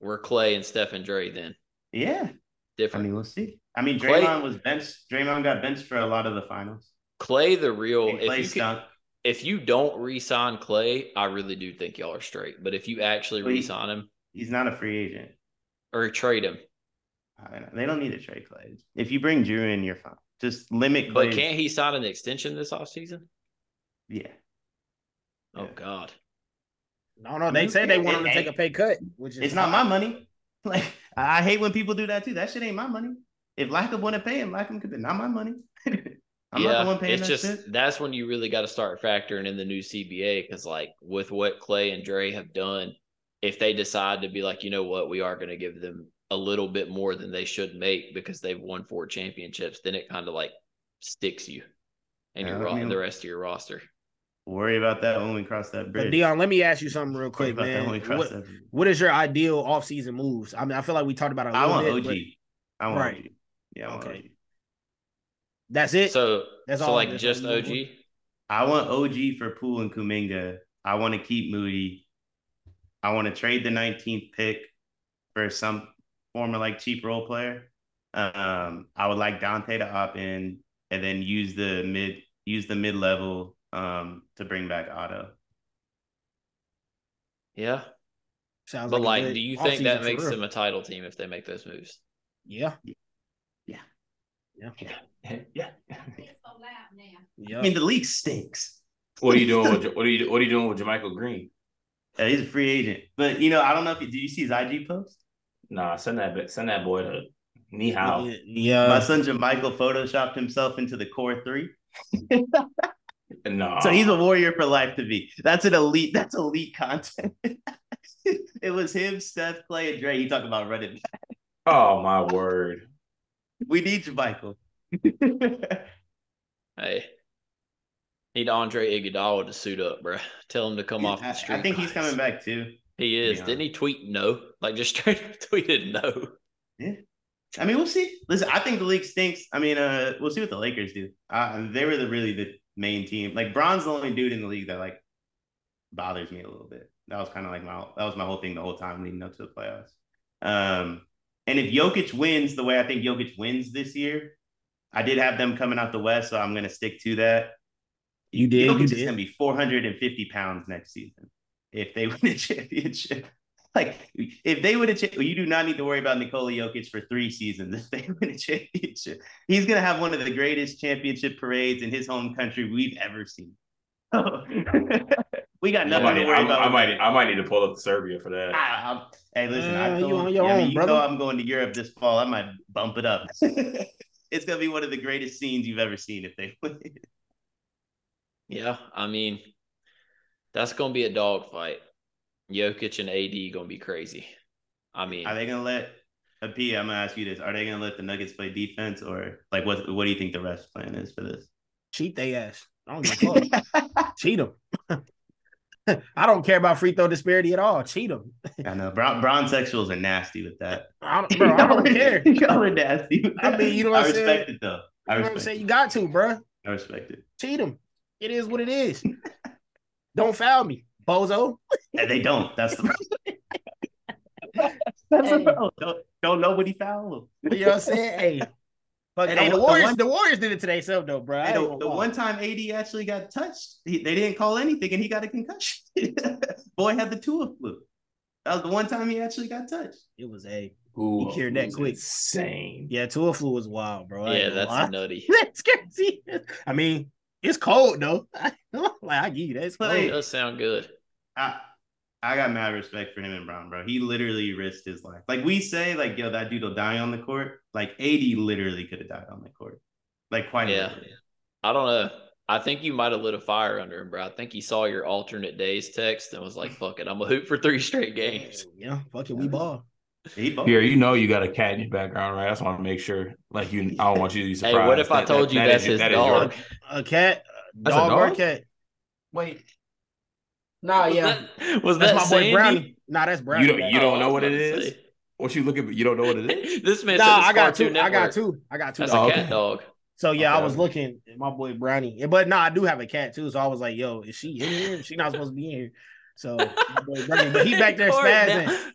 A: were Clay and Steph and Dre then?
D: yeah. I
A: Different.
D: mean, we'll see. I mean,
A: Clay-
D: Draymond was benched. Draymond got benched for a lot of the finals.
A: Clay the real
D: And Clay
A: if you, could-
D: stunk.
A: if you don't re-sign Clay, I really do think y'all are straight. But if you actually
D: Well, he-
A: re-sign him
D: He's not a free agent.
A: or trade him,
D: I don't know. They don't need to trade Clay. If you bring Drew in, you're fine. Just limit Clay.
A: But can't he sign an extension this offseason?
D: yeah.
A: Oh
D: Yeah.
A: God.
C: No, no. They said they want him to
D: It
C: take a
D: ain't-
C: pay cut, which is
D: It's not my money. Like I hate when people do that too. That shit ain't my money. If Lackum want to pay him, Lackum could be not my money. I'm not the
A: yeah,
D: one paying
A: it's
D: that
A: just
D: shit.
A: that's when you really got to start factoring in the new CBA because, like, with what Clay and Dre have done, if they decide to be like, you know what, we are going to give them a little bit more than they should make because they've won four championships, then it kind of like sticks you and
D: Yeah,
A: your
D: I
A: ro-
D: mean-
A: the rest of your roster.
D: Worry about that when we cross
C: But
D: that bridge.
C: Dion, let me ask you something real
D: Worry
C: quick,
D: about that when we
C: man.
D: cross
C: What,
D: that bridge.
C: what is your ideal offseason moves? I mean, I feel like we talked about it. a
D: I
C: little
D: want
C: bit,
D: OG.
C: but
D: I want
C: Right.
D: OG. Yeah, I want
C: Okay.
D: OG.
C: That's it.
A: So,
C: That's
A: so
C: all
A: like
C: that's
A: just
C: all you
A: OG.
C: want.
D: I want OG for Poole and Kuminga. I want to keep Moody. I want to trade the 19th pick for some former like cheap role player. Um, I would like Dante to opt in and then use the mid use the mid level um to bring back Otto.
A: Yeah,
C: Sounds
A: but
C: a
A: like,
C: good
A: do you think
C: offseason
A: that
C: for
A: makes
C: real.
A: them a title team if they make those moves?
C: Yeah.
D: Yeah.
F: It's so loud now.
C: Yeah.
D: I mean the league stinks.
B: What are you doing with what are you what are you doing with Jermichael Green?
D: Uh, he's a free agent. But you know, I don't know if you did you see his IG post?
B: Nah, send that ba- send that boy to Ni Hao.
D: My
C: yeah.
D: son Jermichael photoshopped himself into the core three.
B: Nah.
D: So he's a
A: Oh.
D: warrior for life to be. That's an elite. That's elite content. it was him, Steph, Clay, and Dre. You talk about running back.
B: oh my word.
D: We need you, Michael.
A: Hey, need Andre Iguodala to suit up, bro. Tell him to come off
D: I,
A: the street.
D: I think he's coming back too.
A: He is.
B: Yeah.
A: Didn't he tweet no? Like just straight up tweeted no.
D: I mean, we'll see. Listen, I think the league stinks. I mean, uh, we'll see what the Lakers do. Uh, they were the really the main team. Like Bron's the only dude in the league that like bothers me a little bit. That was kind of like my that was my whole thing the whole time leading up to the playoffs. Um, and if Jokic wins the way I think Jokic wins this year, I did have them coming out the West, so I'm gonna stick to that.
C: You did,
D: Jokic
C: you
D: is
C: did.
D: gonna be 450 pounds next season if they win the championship. Like if they win a championship, you do not need to worry about Nikola Jokic for three seasons. If they win a championship, he's gonna have one of the greatest championship parades in his home country we've ever seen. we got
B: I
D: nothing
B: might,
D: to
B: need,
D: worry
B: I,
D: about.
B: I might I might need to pull up to Serbia for that.
D: I- I'm- hey, listen,
C: Uh,
D: I
C: you
D: told,
C: on
D: you,
C: your
D: I mean,
C: own,
D: you
C: brother.
D: know I'm going to Europe this fall. I might bump it up. it's gonna be one of the greatest scenes you've ever seen if they win.
A: Yeah, I mean, that's gonna be a dogfight. Jokic and AD gonna be crazy. I mean,
D: Are they gonna let uh, P? I'm gonna ask you this: Are they gonna let the Nuggets play defense, or like what? What do you think the refs plan is for this?
C: Cheat they ass. I don't give a fuck. Cheat them. I don't care about free throw disparity at all. Cheat them.
D: I know Brown, Brown sexuals are nasty with that.
C: I don't, bro, I don't care. You
D: Y'all are nasty. with
C: I mean, you know what
D: I
C: I'm saying?
D: respect it though. I
C: know what I'm
D: respect.
C: saying?
D: it.
C: You got to, bro.
D: I respect it.
C: Cheat them. It is what it is. don't foul me, bozo.
D: And they don't. That's the problem. That's the problem. Don't, don't nobody foul them.
C: You know what I'm saying? Hey. But
D: And
C: hey,
D: the-
C: the,
D: the
C: Warriors,
D: one-
C: the Warriors did it today, so though, bro. I
D: Hey,
C: ain't
D: the,
C: gonna
D: the
C: lie.
D: one time AD actually got touched, he, they didn't call anything, and he got a concussion. Boy had the Tua flu. That was the one time he actually got touched.
C: it was a
B: Ooh,
C: You cured that
B: was
C: quick.
B: Insane.
C: yeah. Tua flu was wild, bro. I ain't
A: yeah,
C: gonna
A: that's
C: lie.
A: nutty.
C: that's crazy. I mean, it's cold though. like I give you that. It's cold.
A: Oh, It
D: Hey.
A: does sound good.
D: I I got mad respect for him and Brown, bro. He literally risked his life. Like we say, like yo, that dude will die on the court. Like AD literally could have died on the court. Like quite
A: Yeah.
D: literally.
A: I don't know. I think you might have lit a fire under him, bro. I think he saw your alternate days text and was like, "Fuck it, I'm gonna hoop for three straight games."
C: Yeah, fuck it, we ball.
D: He balled.
B: Pierre, you know you got a cat in your background, right? I just want to make sure. Like you, I don't want you to be
A: Hey,
B: surprised.
A: what if I
B: That-
A: told
B: that-
A: you
B: that
A: that's
B: is your-
A: his
B: that is your-
A: dog?
C: A cat, a
B: That's a
C: dog, or a
B: dog?
C: cat.
B: Wait,
C: Nah,
A: was
C: Oh, yeah,
A: that, was
C: that's
A: that
C: my boy
A: Sandy? Oh,
C: Brownie. Nah, that's Brownie.
B: You don't- you
A: I
B: know
A: was
B: what it
A: about to
B: is? what you looking? at? You don't know what it is.
A: say. This man said
C: Nah,
A: it's
C: I got two.
A: Cartoon
C: I got
A: Network.
C: two. I got two.
A: That's
C: dogs.
B: Oh,
A: a
B: okay.
A: cat dog.
C: So yeah, I
B: Okay.
C: was looking at my boy Brownie, but nah, I do have a cat too. So I was like, yo, is she in here? She not supposed to be in here. So my boy Brownie, but he back there
A: Or
C: spazzing.
A: now-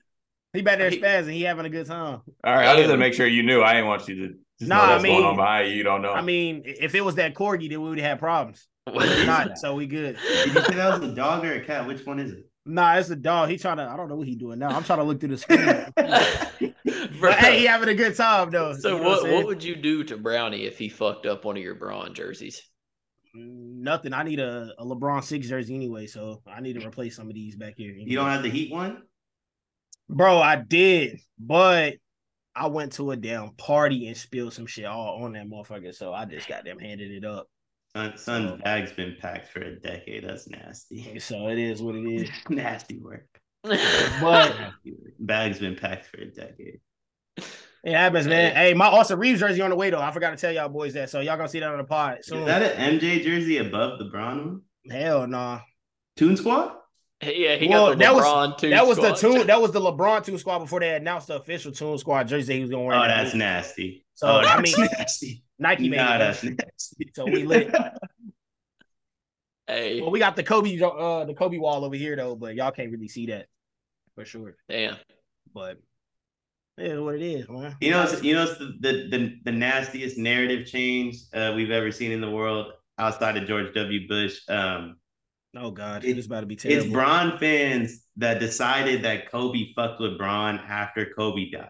C: He back there
A: He-
C: spazzing. He having a good time.
B: All right, I just
A: Damn.
B: to make sure you knew. I didn't want you to just
C: Nah,
B: know that's
C: I mean-
B: going on behind you. You don't know.
C: I mean, if it was that corgi, then we would have had problems. It's not, so we good.
D: Did you say that was a dog or a cat? Which one is it?
C: Nah, it's a dog. He trying to. I don't know what he doing now. I'm trying to look through the screen.
A: Bro.
C: but hey, he having a good time though.
A: So
C: You know
A: what
C: I'm
A: what
C: saying?
A: would you do to Brownie if he fucked up one of your Braun jerseys?
C: Nothing. I need a, a LeBron six jersey anyway, so I need to replace some of these back here.
D: You don't have the Heat one.
C: bro. I did, but I went to a damn party and spilled some shit all on that motherfucker. So I just goddamn handed it up.
D: Son, son's bag's been packed for a decade. That's nasty.
C: So it is what it is.
D: nasty work.
C: But
D: Nasty work. Bag's been packed for a decade.
C: it happens, man. Hey, my Austin Reeves jersey on the way though. I forgot to tell y'all boys that. So y'all gonna see that on the pod soon.
D: Is that an MJ jersey above the Bron one?
C: Hell nah.
D: Toon Squad?
A: yeah, he
C: Well,
A: got the
C: that was-
A: LeBron too.
C: That was the tune. That was the LeBron Toon Squad before they announced the official Toon Squad jersey he was gonna wear.
D: Oh, that's nasty.
C: So
D: oh, that's
C: I mean,
D: nasty.
C: Nike made
D: Nah,
C: it.
D: that's nasty.
C: So we lit.
A: hey,
C: Well, we got the Kobe, uh, the Kobe wall over here though, but y'all can't really see that for sure.
A: damn.
C: But it is what it is, man.
D: You know, you know, it's the, the the the nastiest narrative change uh, we've ever seen in the world outside of George W. Bush. Um,
C: Oh God,
D: It-
C: it's about to be terrible.
D: it's Bron fans that decided that Kobe fucked with Bron after Kobe died.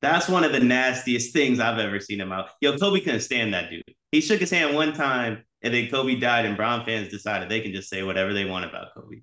D: That's one of the nastiest things I've ever seen him out. Yo, Kobe couldn't stand that dude. He shook his hand one time, and then Kobe died, and Bron fans decided they can just say whatever they want about Kobe.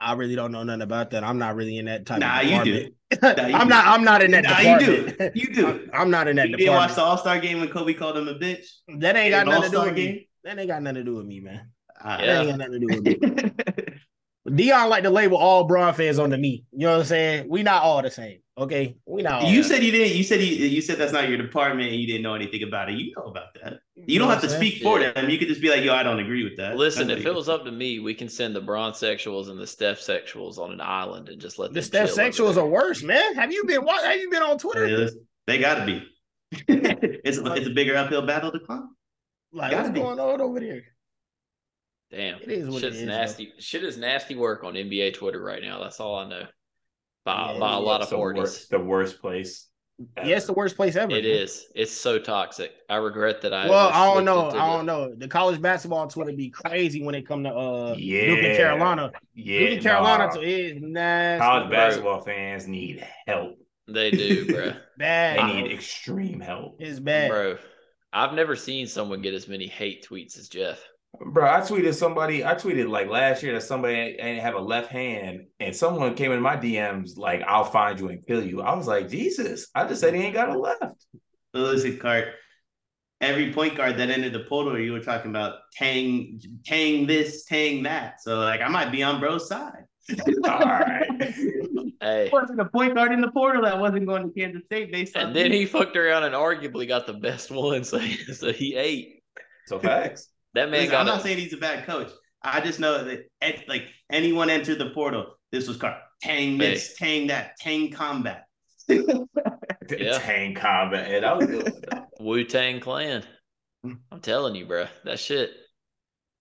C: I really don't know nothing about that. I'm not really in that type.
D: Nah,
C: of
D: you do.
C: department.
D: Nah, you
C: I'm
D: do.
C: not. I'm not in that.
D: Nah, you do.
C: department.
D: You do. it.
C: I'm not in that
D: You didn't watch
C: department.
D: the All Star game when Kobe called him a bitch.
C: That ain't got
D: An
C: nothing to do
D: All-Star
C: with
D: game?
C: me. That ain't got nothing to do with me, man.
D: Ah.
C: That ain't got nothing to do with me. Dion like to label all Braun fans under me. You know what I'm saying? We not all the same. Okay, we not.
A: Oh,
C: All
D: you
C: the
D: said you didn't. You said you, you said that's not your department, and you didn't know anything about it. You know about that.
C: same.
D: You
C: know
D: don't
C: what
D: have to
C: I'm saying?
D: speak for them. You could just be like, "Yo, I don't agree with that."
A: Listen,
D: That's
A: if
D: what
A: it
D: you-
A: was up to me, we can send the bronze sexuals and the Steph sexuals on an island and just let
C: The
A: them.
C: Steph
A: chill over
C: sexuals
A: there.
C: are worse, man. Have you been? wa- Have you been on Twitter?
D: Hey, listen, they got to be. it's a, it's a bigger uphill battle to climb.
C: Like
D: Gotta
C: what's
D: be.
C: going on over there?
A: Damn,
C: It is what it
A: shit's
C: is, though.
A: nasty. Shit is nasty work on NBA Twitter right now. That's all I know. By,
C: Yeah,
A: by a
C: it's
A: lot of
B: the
A: forties,
B: worst, the worst place. ever.
C: Yeah, it's the worst place ever.
A: it is. It's so toxic. I regret that I.
C: Well,
A: ever
C: I don't
A: slipped
C: know.
A: into
C: I
A: the-
C: don't know. The college basketball Twitter be crazy when it come to uh Duke
B: Yeah.
C: and Carolina.
B: Yeah,
C: Duke and Carolina
B: nah.
C: to is nasty.
B: college
C: bro.
B: basketball fans need help.
A: They do, bro.
C: bad.
B: They
C: bro.
B: need extreme help,
C: It's bad.
A: Bro, I've never seen someone get as many hate tweets as Jeff.
B: bro. I tweeted somebody. I tweeted like last year that somebody ain't have a left hand, and someone came in my DMs like, "I'll find you and kill you." I was like, Jesus! I just said he ain't got a left.
D: But listen, Cart. Every point guard that entered the portal, you were talking about tang, tang this, tang that. So like, I might be on bro's side.
B: All right.
A: Hey,
D: Wasn't a point guard in the portal that wasn't going to Kansas State. They
A: and then he fucked around and arguably got the best one, so, so he ate.
B: So facts.
A: That man
D: Listen,
A: got
D: I'm not
A: a-
D: saying he's a bad coach. I just know that ed- like anyone entered the portal, this was Carter. Tang this, tang that, tang combat.
A: Yeah.
B: Tang combat. And I was good.
A: Wu Tang Clan.
B: Hmm.
A: I'm telling you, bro, that shit.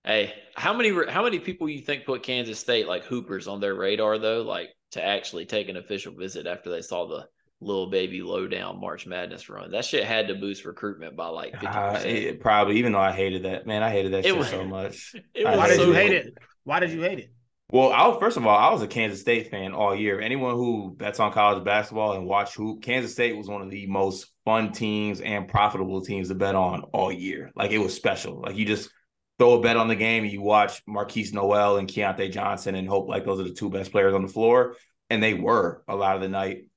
A: Hey, how many how many people you think put Kansas State like hoopers on their radar though, like to actually take an official visit after they saw the little baby lowdown March Madness run? That shit had to boost recruitment by like 50%.
B: Uh, it, probably, even though I hated that man, I hated that
A: It
B: shit
A: was-
B: so much.
A: It
B: I
C: Why did
B: hated
C: you
A: so-
C: hate it? Why did you hate it?
B: Well, I was, first of all, I was a Kansas State fan all year. Anyone who bets on college basketball and watch hoop, Kansas State was one of the most fun teams and profitable teams to bet on all year. Like it was special. Like you just throw a bet on the game and you watch Marquise Noel and Keontae Johnson and hope like those are the two best players on the floor. And they were a lot of the night.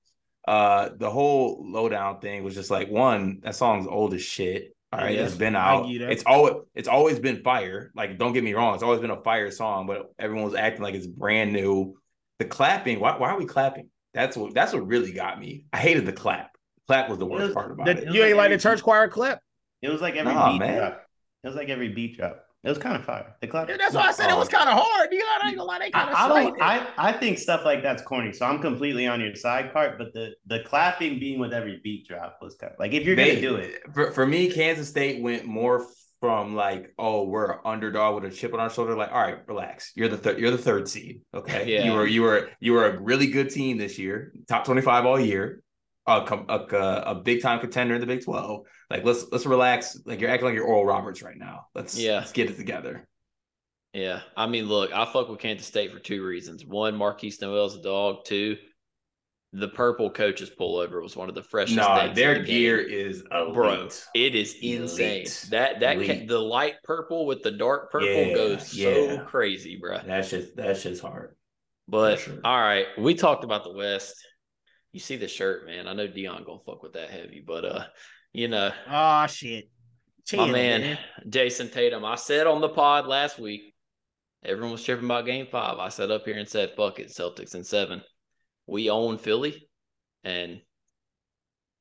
B: Uh, the whole lowdown thing was just like one, that song's old as shit. All right,
C: Yeah.
B: it's been
C: I
B: out.
C: get it.
B: It's always it's always been fire. Like, don't get me wrong, it's always been a fire song, but everyone was acting like it's brand new. The clapping, why, why are we clapping? That's what that's what really got me. I hated the clap. Clap was the worst
D: was-
B: part about
C: The-
B: it.
D: was
C: you ain't
D: like
C: like the
D: every-
C: church choir clip?
D: It was like every
B: Nah,
D: beat
B: man.
D: drop. It was like every beat drop. It was kind of fire. The clock.
C: Yeah, that's why I said it was kind of hard. Dion, I ain't gonna lie, they kind of
D: I, I don't. I, I think stuff like that's corny. So I'm completely on your side, Cart. But the the clapping being with every beat drop was kind of like if you're gonna
B: They-
D: do it,
B: For, for me, Kansas State went more from like, oh, we're an underdog with a chip on our shoulder. Like, all right, relax. You're the third. You're the third seed. Okay.
A: Yeah.
B: You were you were you were a really good team this year. Top twenty five all year. A, com- a, a big time contender in the Big Twelve. Like, let's let's relax. Like, you're acting like you're Oral Roberts right now. Let's
A: Yeah.
B: let's get it together.
A: Yeah, I mean, look, I fuck with Kansas State for two reasons. One, Marquise Noel's a dog. Two, the purple coaches pullover was one of the freshest.
B: nah,
A: things in
B: their
A: the game.
B: gear is elite.
A: bro, it is insane.
B: Elite.
A: That that ca-
B: Elite.
A: the light purple with the dark purple
B: Yeah,
A: goes so
B: yeah.
A: crazy, bro.
B: That's just that's just hard.
A: But
B: sure.
A: all right, we talked about the West. You see the shirt, man. I know Dion gonna fuck with that heavy, but uh, you know,
C: Oh shit. Chill,
A: my man, Jason Tatum. I said on the pod last week, everyone was tripping about game five. I sat up here and said, fuck it, Celtics in seven. We own Philly, and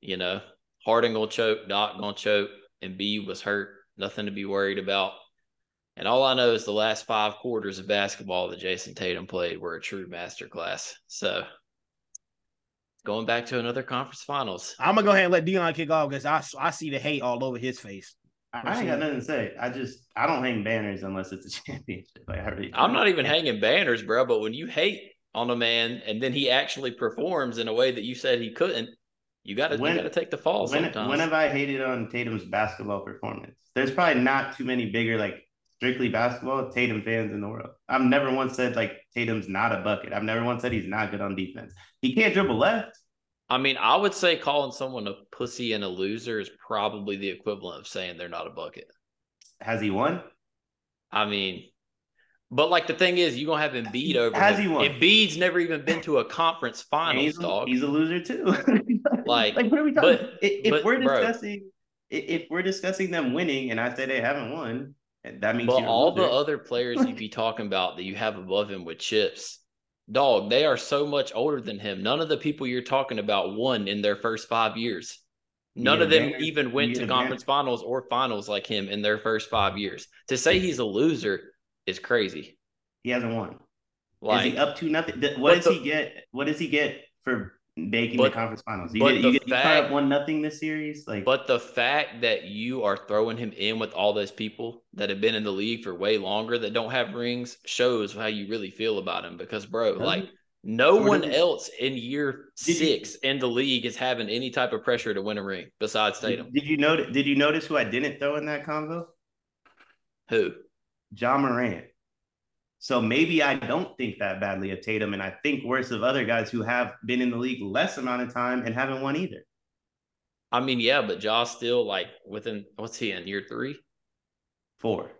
A: you know, Harden gonna choke, Doc gonna choke, and B was hurt. Nothing to be worried about. And all I know is the last five quarters of basketball that Jason Tatum played were a true masterclass. So going back to another conference finals.
C: I'm gonna go ahead and let Dion kick off because I I see the hate all over his face.
D: I ain't got nothing to say. I just I don't hang banners unless it's a championship. Like I really,
A: I'm not even hanging banners, bro. But when you hate on a man and then he actually performs in a way that you said he couldn't, you got to you
D: When-
A: got to take the fall
D: When,
A: sometimes.
D: when have I hated on Tatum's basketball performance? There's probably not too many bigger like strictly basketball Tatum fans in the world. I've never once said like Tatum's not a bucket. I've never once said he's not good on defense. He can't dribble left.
A: I mean, I would say calling someone a pussy and a loser is probably the equivalent of saying they're not a bucket.
D: Has he won?
A: I mean, but like the thing is, you gonna have Embiid over.
D: Has
A: him.
D: he won?
A: Embiid's never even been to a conference
D: And
A: finals,
D: he's, a,
A: dog.
D: he's a loser too.
A: Like,
D: like what are we talking?
A: but-
D: about? if if
A: but,
D: we're
A: bro.
D: discussing, i- if we're discussing them winning, and I say they haven't won, that means
A: But
D: you're a
A: all the
D: loser.
A: other players you be talking about that you have above him with chips, dog, they are so much older than him. None of the people you're talking about won in their first five years.
D: You
A: None
D: get
A: of them
D: advantage-
A: even
D: you
A: went
D: get
A: to
D: advantage.
A: conference finals or finals like him in their first five years. To say he's a loser is crazy.
D: He hasn't won. is
A: Like,
D: he up to nothing? Th-
A: but
D: What does
A: the-
D: he get? What does he get for making
A: But-
D: the conference finals? You
A: but
D: get
A: the
D: you get you start
A: fact-
D: up one nothing this series. Like,
A: but the fact that you are throwing him in with all those people that have been in the league for way longer that don't have rings shows how you really feel about him. Because, bro,
D: Doesn't-
A: like, No
D: Or
A: one
D: do-
A: else in year
D: Did you-
A: six in the league is having any type of pressure to win a ring besides Tatum.
D: did, did you notice? Did you notice who I didn't throw in that convo?
A: Who?
D: John Morant. So maybe I don't think that badly of Tatum, and I think worse of other guys who have been in the league less amount of time and haven't won either.
A: I mean, yeah, but Ja still like within what's he in year three,
D: Four,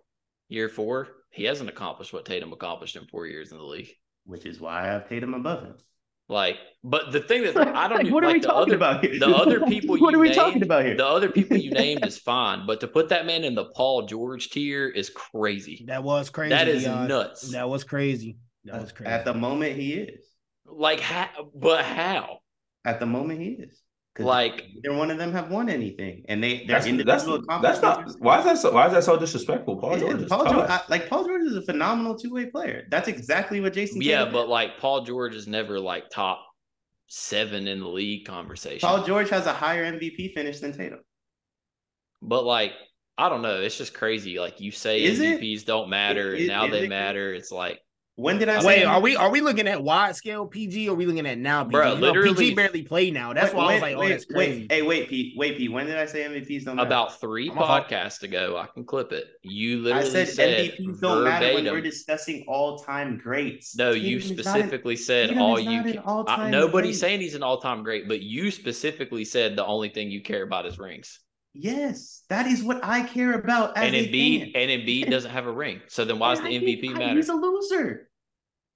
A: year four? He hasn't accomplished what Tatum accomplished in four years in the league.
D: which is why I have Tatum above him.
A: Like, but the thing that I don't
D: Like,
A: even
D: what are
A: like
D: we
A: the other,
D: talking about here?
A: the other people
D: What
A: you
D: are we
A: named-
D: talking about here?
A: The other people you named is fine, but to put that man in the Paul George tier is crazy.
C: That was crazy.
A: that is
C: Dion.
A: nuts.
C: That was crazy. That was crazy.
D: At the moment, he is.
A: Like, how, but how?
D: At the moment, he is. 'Cause
A: Like,
D: neither one of them have won anything, and they their
B: That's, that's,
D: individual
B: that's not
D: accomplishments-
B: why is that so why is that so disrespectful? Paul
D: Yeah,
B: George is
D: Paul
B: tough.
D: George- I- like Paul George is a phenomenal two way player. That's exactly what Jason.
A: Yeah,
D: Tatum
A: but like Paul George is never like top seven in the league conversation.
D: Paul George has a higher MVP finish than Tatum.
A: but like I don't know, it's just crazy. Like you say
D: Is it?
A: MVPs don't matter,
D: Is-
A: and now
D: is
A: they
D: it?
A: matter. It's like
D: When did I?
C: Wait,
D: say
C: are we are we looking at wide scale PG or are we looking at now PG?
A: Bruh,
C: You know,
A: literally-
C: PG barely play now. That's
D: Wait,
C: why I was
D: wait,
C: like, oh,
D: wait,
C: that's crazy.
D: Wait, hey, wait, Pete, wait, Pete. When did I say MVPs don't matter?
A: about 3
C: I'm a hawk.
A: podcasts ago. I can clip it. You
D: I
A: literally
D: said,
A: said,
D: MVPs don't matter when
A: verbatim-
D: we're discussing all time greats.
A: no, you
D: Tatum is not an-
A: specifically said
D: Tatum
A: all
D: is
A: you.
D: not an
A: Can, I,
D: all-time
A: nobody's
D: great.
A: saying he's an all-time great, but you specifically said the only thing you care about is rings.
D: Yes, that is what I care about. As
A: and
D: a
A: Embiid
D: fan.
A: and Embiid doesn't have a ring, so then why does the
D: I
A: MVP
D: think- I-
A: matter?
D: He's a loser.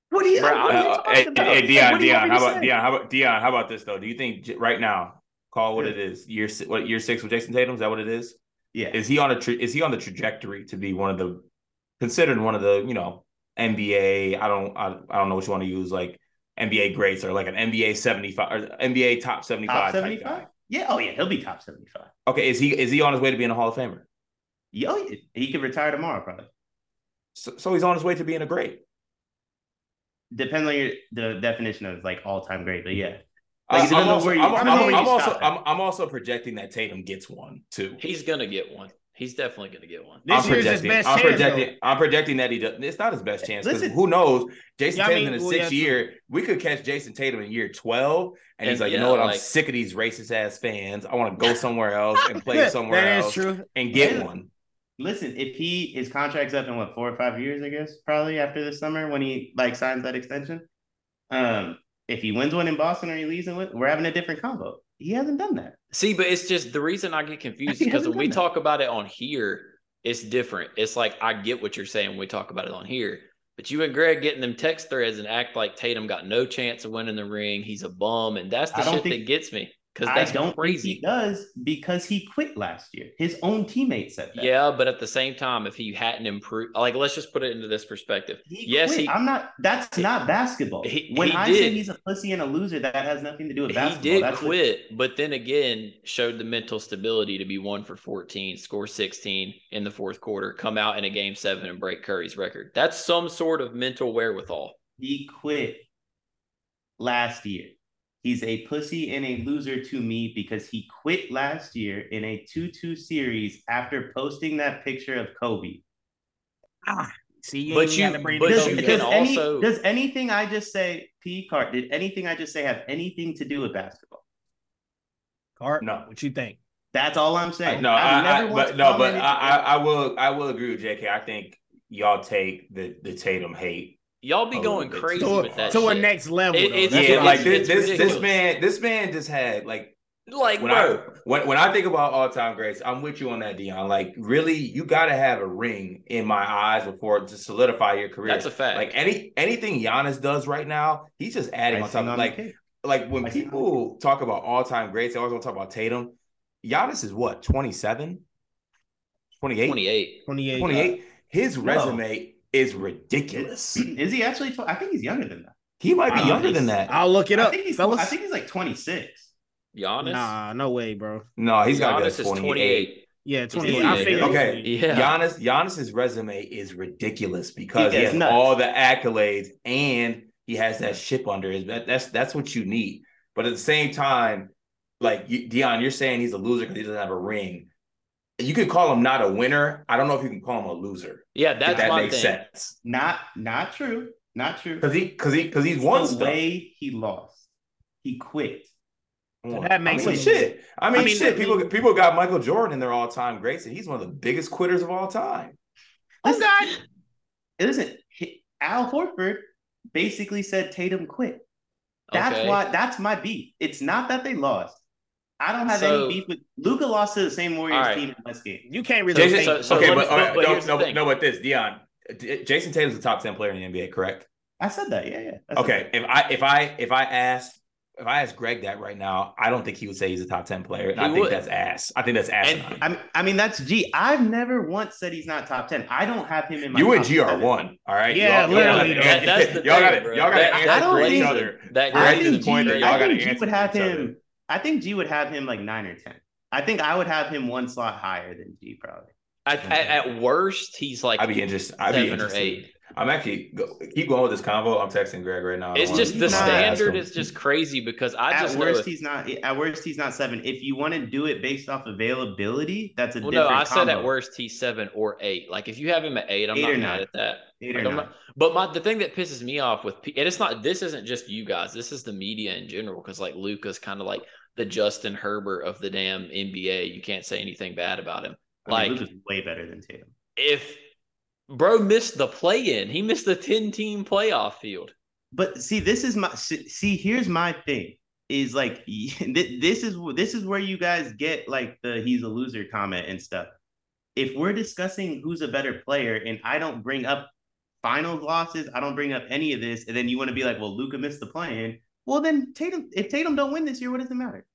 D: What do you?
A: Bro,
D: what are you
B: Uh,
D: talking
B: hey,
D: about?
B: hey, Dion,
D: Like, what do you
B: Dion,
D: want me
B: how
D: to
B: about
D: say?
B: Dion? How about Dion? How about this though? Do you think j- right now, call what it is? Year si- what year six with Jason Tatum? Is that what it is?
D: Yeah,
B: Is he on a tra- is he on the trajectory to be one of the considered one of the you know NBA? I don't I, I don't know what you want to use like NBA greats or like an NBA seventy five or NBA top seventy
D: top
B: five
D: seventy five. Yeah, oh yeah, he'll be top seventy five.
B: Okay, is he is he on his way to being a Hall of Famer?
D: Yo, he could retire tomorrow, probably.
B: So, so he's on his way to being a great.
D: Depends on your the definition of like all time great, but yeah.
B: I-
D: Like, it
B: Uh, I'm
D: depends on
B: also
D: where you-
B: I'm-
D: it
B: I'm
D: depends on where you
B: I'm also-
D: stop at.
B: I'm I'm also projecting that Tatum gets one too.
A: He's gonna get one. He's definitely gonna get one.
C: This
B: I'm
C: year's his
B: projecting.
C: best
B: I'm
C: chance, Eh,
B: projecting. I'm projecting that he does. It's not his best chance. 'cause
D: Listen.
B: who knows? Jason
C: Yeah, I
B: Tatum
C: mean,
B: in his
C: well,
B: sixth
C: yeah, true.
B: year, we could catch Jason Tatum in year twelve, and, he's
A: And
B: like, you
A: yeah,
B: know what? I'm
A: like-
B: sick of these racist ass fans. I want to go somewhere else and play somewhere
C: that is
B: else
C: true.
B: and get
D: Yeah.
B: one.
D: Listen, if he his contract's up in what four or five years, I guess probably after this summer when he like signs that extension. Um, if he wins one in Boston or he leaves one, we're having a different combo. He hasn't done that.
A: See, but it's just the reason I get confused
D: He
A: because
D: hasn't
A: when we
D: done that.
A: talk about it on here, it's different. It's like I get what you're saying when we talk about it on here, But you and Greg getting them text threads and act like Tatum got no chance of winning the ring. He's a bum, and that's the
D: I don't
A: shit
D: think-
A: that gets me because
D: I
A: that's
D: don't
A: crazy.
D: think he does because he quit last year. His own teammate said that.
A: Yeah, but at the same time, if he hadn't improved, like let's just put it into this perspective.
D: He
A: Yes,
D: quit.
A: he-
D: I'm not. That's not basketball.
A: He-
D: when
A: he
D: I say
A: did.
D: he's a pussy and a loser, that has nothing to do with
A: He
D: basketball.
A: did
D: That's what-
A: quit, but then again, showed the mental stability to be one for 14, score 16 in the fourth quarter, come out in a game seven and break Curry's record. That's some sort of mental wherewithal.
D: he quit last year. He's a pussy and a loser to me because he quit last year in a 2-2 series after posting that picture of Kobe.
C: See, you
A: But
C: ain't got
A: you-
C: to bring
A: but
C: the
D: does,
A: you
C: Kobe
A: can
D: does
C: up.
D: any,
A: also-
D: does anything I just say, P card, did anything I just say have anything to do with basketball?
C: Cart,
B: No.
C: What you think?
D: That's all I'm saying.
B: No,
D: I've
B: I, I,
D: once
B: but no, but
D: commented-
B: I, I, I will, I will agree with JK. I think y'all take the the Tatum hate.
A: Y'all be
B: Oh,
A: going
B: that's-
A: crazy
C: To,
A: with that.
C: to a
A: shit.
C: next level.
A: It-
C: though.
A: it's-
C: That's
B: yeah,
C: what
A: what-
B: like
C: I'm-
A: it's-
B: this, this,
A: ridiculous.
B: this man, this man just had like
A: Like,
B: when
A: bro,
B: I when, when I think about all time greats, I'm with you on that, Dion. Like, really, you gotta have a ring in my eyes before to solidify your career.
A: that's a fact.
B: like any anything Giannis does right now, he's just adding on
D: Icing
B: top.
D: on
B: of
D: the
B: Like
D: cake.
B: like when
D: Icing on
B: people talk about all time greats, they always want to talk about Tatum. Giannis is what 27, 28,
A: 28.
C: 28.
B: 28? His
D: No.
B: resume is ridiculous.
D: Is he actually? Tw- I think he's younger than that.
B: He might be
D: Wow,
B: younger
D: he's-
B: than that.
C: I'll look it
D: I
C: up,
D: think he's.
C: fellas.
D: I think he's like 26.
A: Giannis.
C: nah, no way, bro.
B: no, he's got to be
A: Giannis
B: like
A: is
B: 28.
A: 28.
C: Yeah, 28.
A: Yeah,
C: I figured.
B: okay.
A: Yeah.
B: Giannis Giannis's resume is ridiculous because he,
D: It's
B: has
D: nuts.
B: all the accolades and he has that ship under his that, that's that's what you need. But at the same time, like you, Dion, you're saying he's a loser because he doesn't have a ring. You could call him not a winner. I don't know if you can call him a loser.
A: yeah,
B: if
A: that's
B: that
A: my
B: makes
A: thing.
B: sense
D: Not. Not true. Not true.
B: because he because he because he's
D: It's
B: won
D: the
B: stuff.
D: way he lost. He quit.
C: That makes
B: I mean,
C: sense.
B: shit. I mean,
C: I mean,
B: shit.
C: I
B: People people got Michael Jordan in their all time greats, and he's one of the biggest quitters of all time.
C: Oh, God.
D: Listen, he- Al Horford basically said Tatum quit. That's
A: Okay.
D: why. That's my beef. It's not that they lost. I don't have
A: So-
D: any beef with Luca. Lost to the same Warriors
A: All right.
D: team in West game.
C: You can't really
A: Jason-
C: think.
A: so- so-
B: okay,
A: let
B: but,
A: me-
B: all right,
A: but here's
B: no,
A: the
B: no,
A: thing.
B: no, but this, Dion, D- Jason Tatum's a top ten player in the NBA, correct?
D: I said that. Yeah. Yeah. That's
B: Okay, if I if I if I asked if I asked Greg that right now, I don't think he would say he's a top ten player. and
A: He
B: I think
A: would.
B: that's ass. I think that's asinine.
D: I mean, I mean, that's G. I've never once said he's not top ten. I don't have him in my.
B: you and
D: top
B: G are
D: 7.
B: one, all right?
C: Yeah,
B: y'all, y'all gotta
C: literally,
A: That-
B: answer-
A: that's the
B: y'all
A: thing,
B: gotta,
A: bro.
B: y'all gotta
A: That-
B: answer
D: I don't
B: for each
D: think-
B: other.
A: That
B: We're
D: I
B: at
A: Greg
B: the
D: think
A: is
D: G,
B: point that y'all
D: I
B: gotta
D: think G
B: answer
D: would
B: for
D: have
B: each
D: him.
B: other.
D: I think G would have him like nine or ten. I think I would have him one slot higher than G probably.
A: at, at, at worst, he's like
B: I'd be interested. I'd be
A: seven or
B: interested.
A: eight.
B: I'm actually go, keep going with this convo. I'm texting Greg right now. I
A: It's
B: don't wanna-
A: just the
B: I'm not
A: standard
B: asking.
A: is just crazy because I
D: At
A: just know
D: worst,
A: if-
D: he's not. At worst, he's not seven. If you want to do it based off availability, that's a
A: Well, no,
D: different.
A: I said at
D: combo.
A: worst he's seven or eight. Like if you have him at eight, I'm
D: Eight
A: not
D: or
A: mad
D: nine.
A: at that.
D: Eight
A: Like,
D: or
A: I'm
D: nine.
A: not- but my the thing that pisses me off with P- and it's not this isn't just you guys. This is the media in general because like Luca's kind of like the Justin Herbert of the damn NBA. You can't say anything bad about him.
D: I mean,
A: Like
D: Luka's way better than Tatum.
A: if bro missed the play in, he missed the ten team playoff field.
D: but see this is my see see, here's my thing is like thi- this is this is where you guys get like the he's a loser comment and stuff if we're discussing who's a better player and i don't bring up finals losses i don't bring up any of this and then you want to be like well luca missed the plan well then tatum if tatum don't win this year what does it matter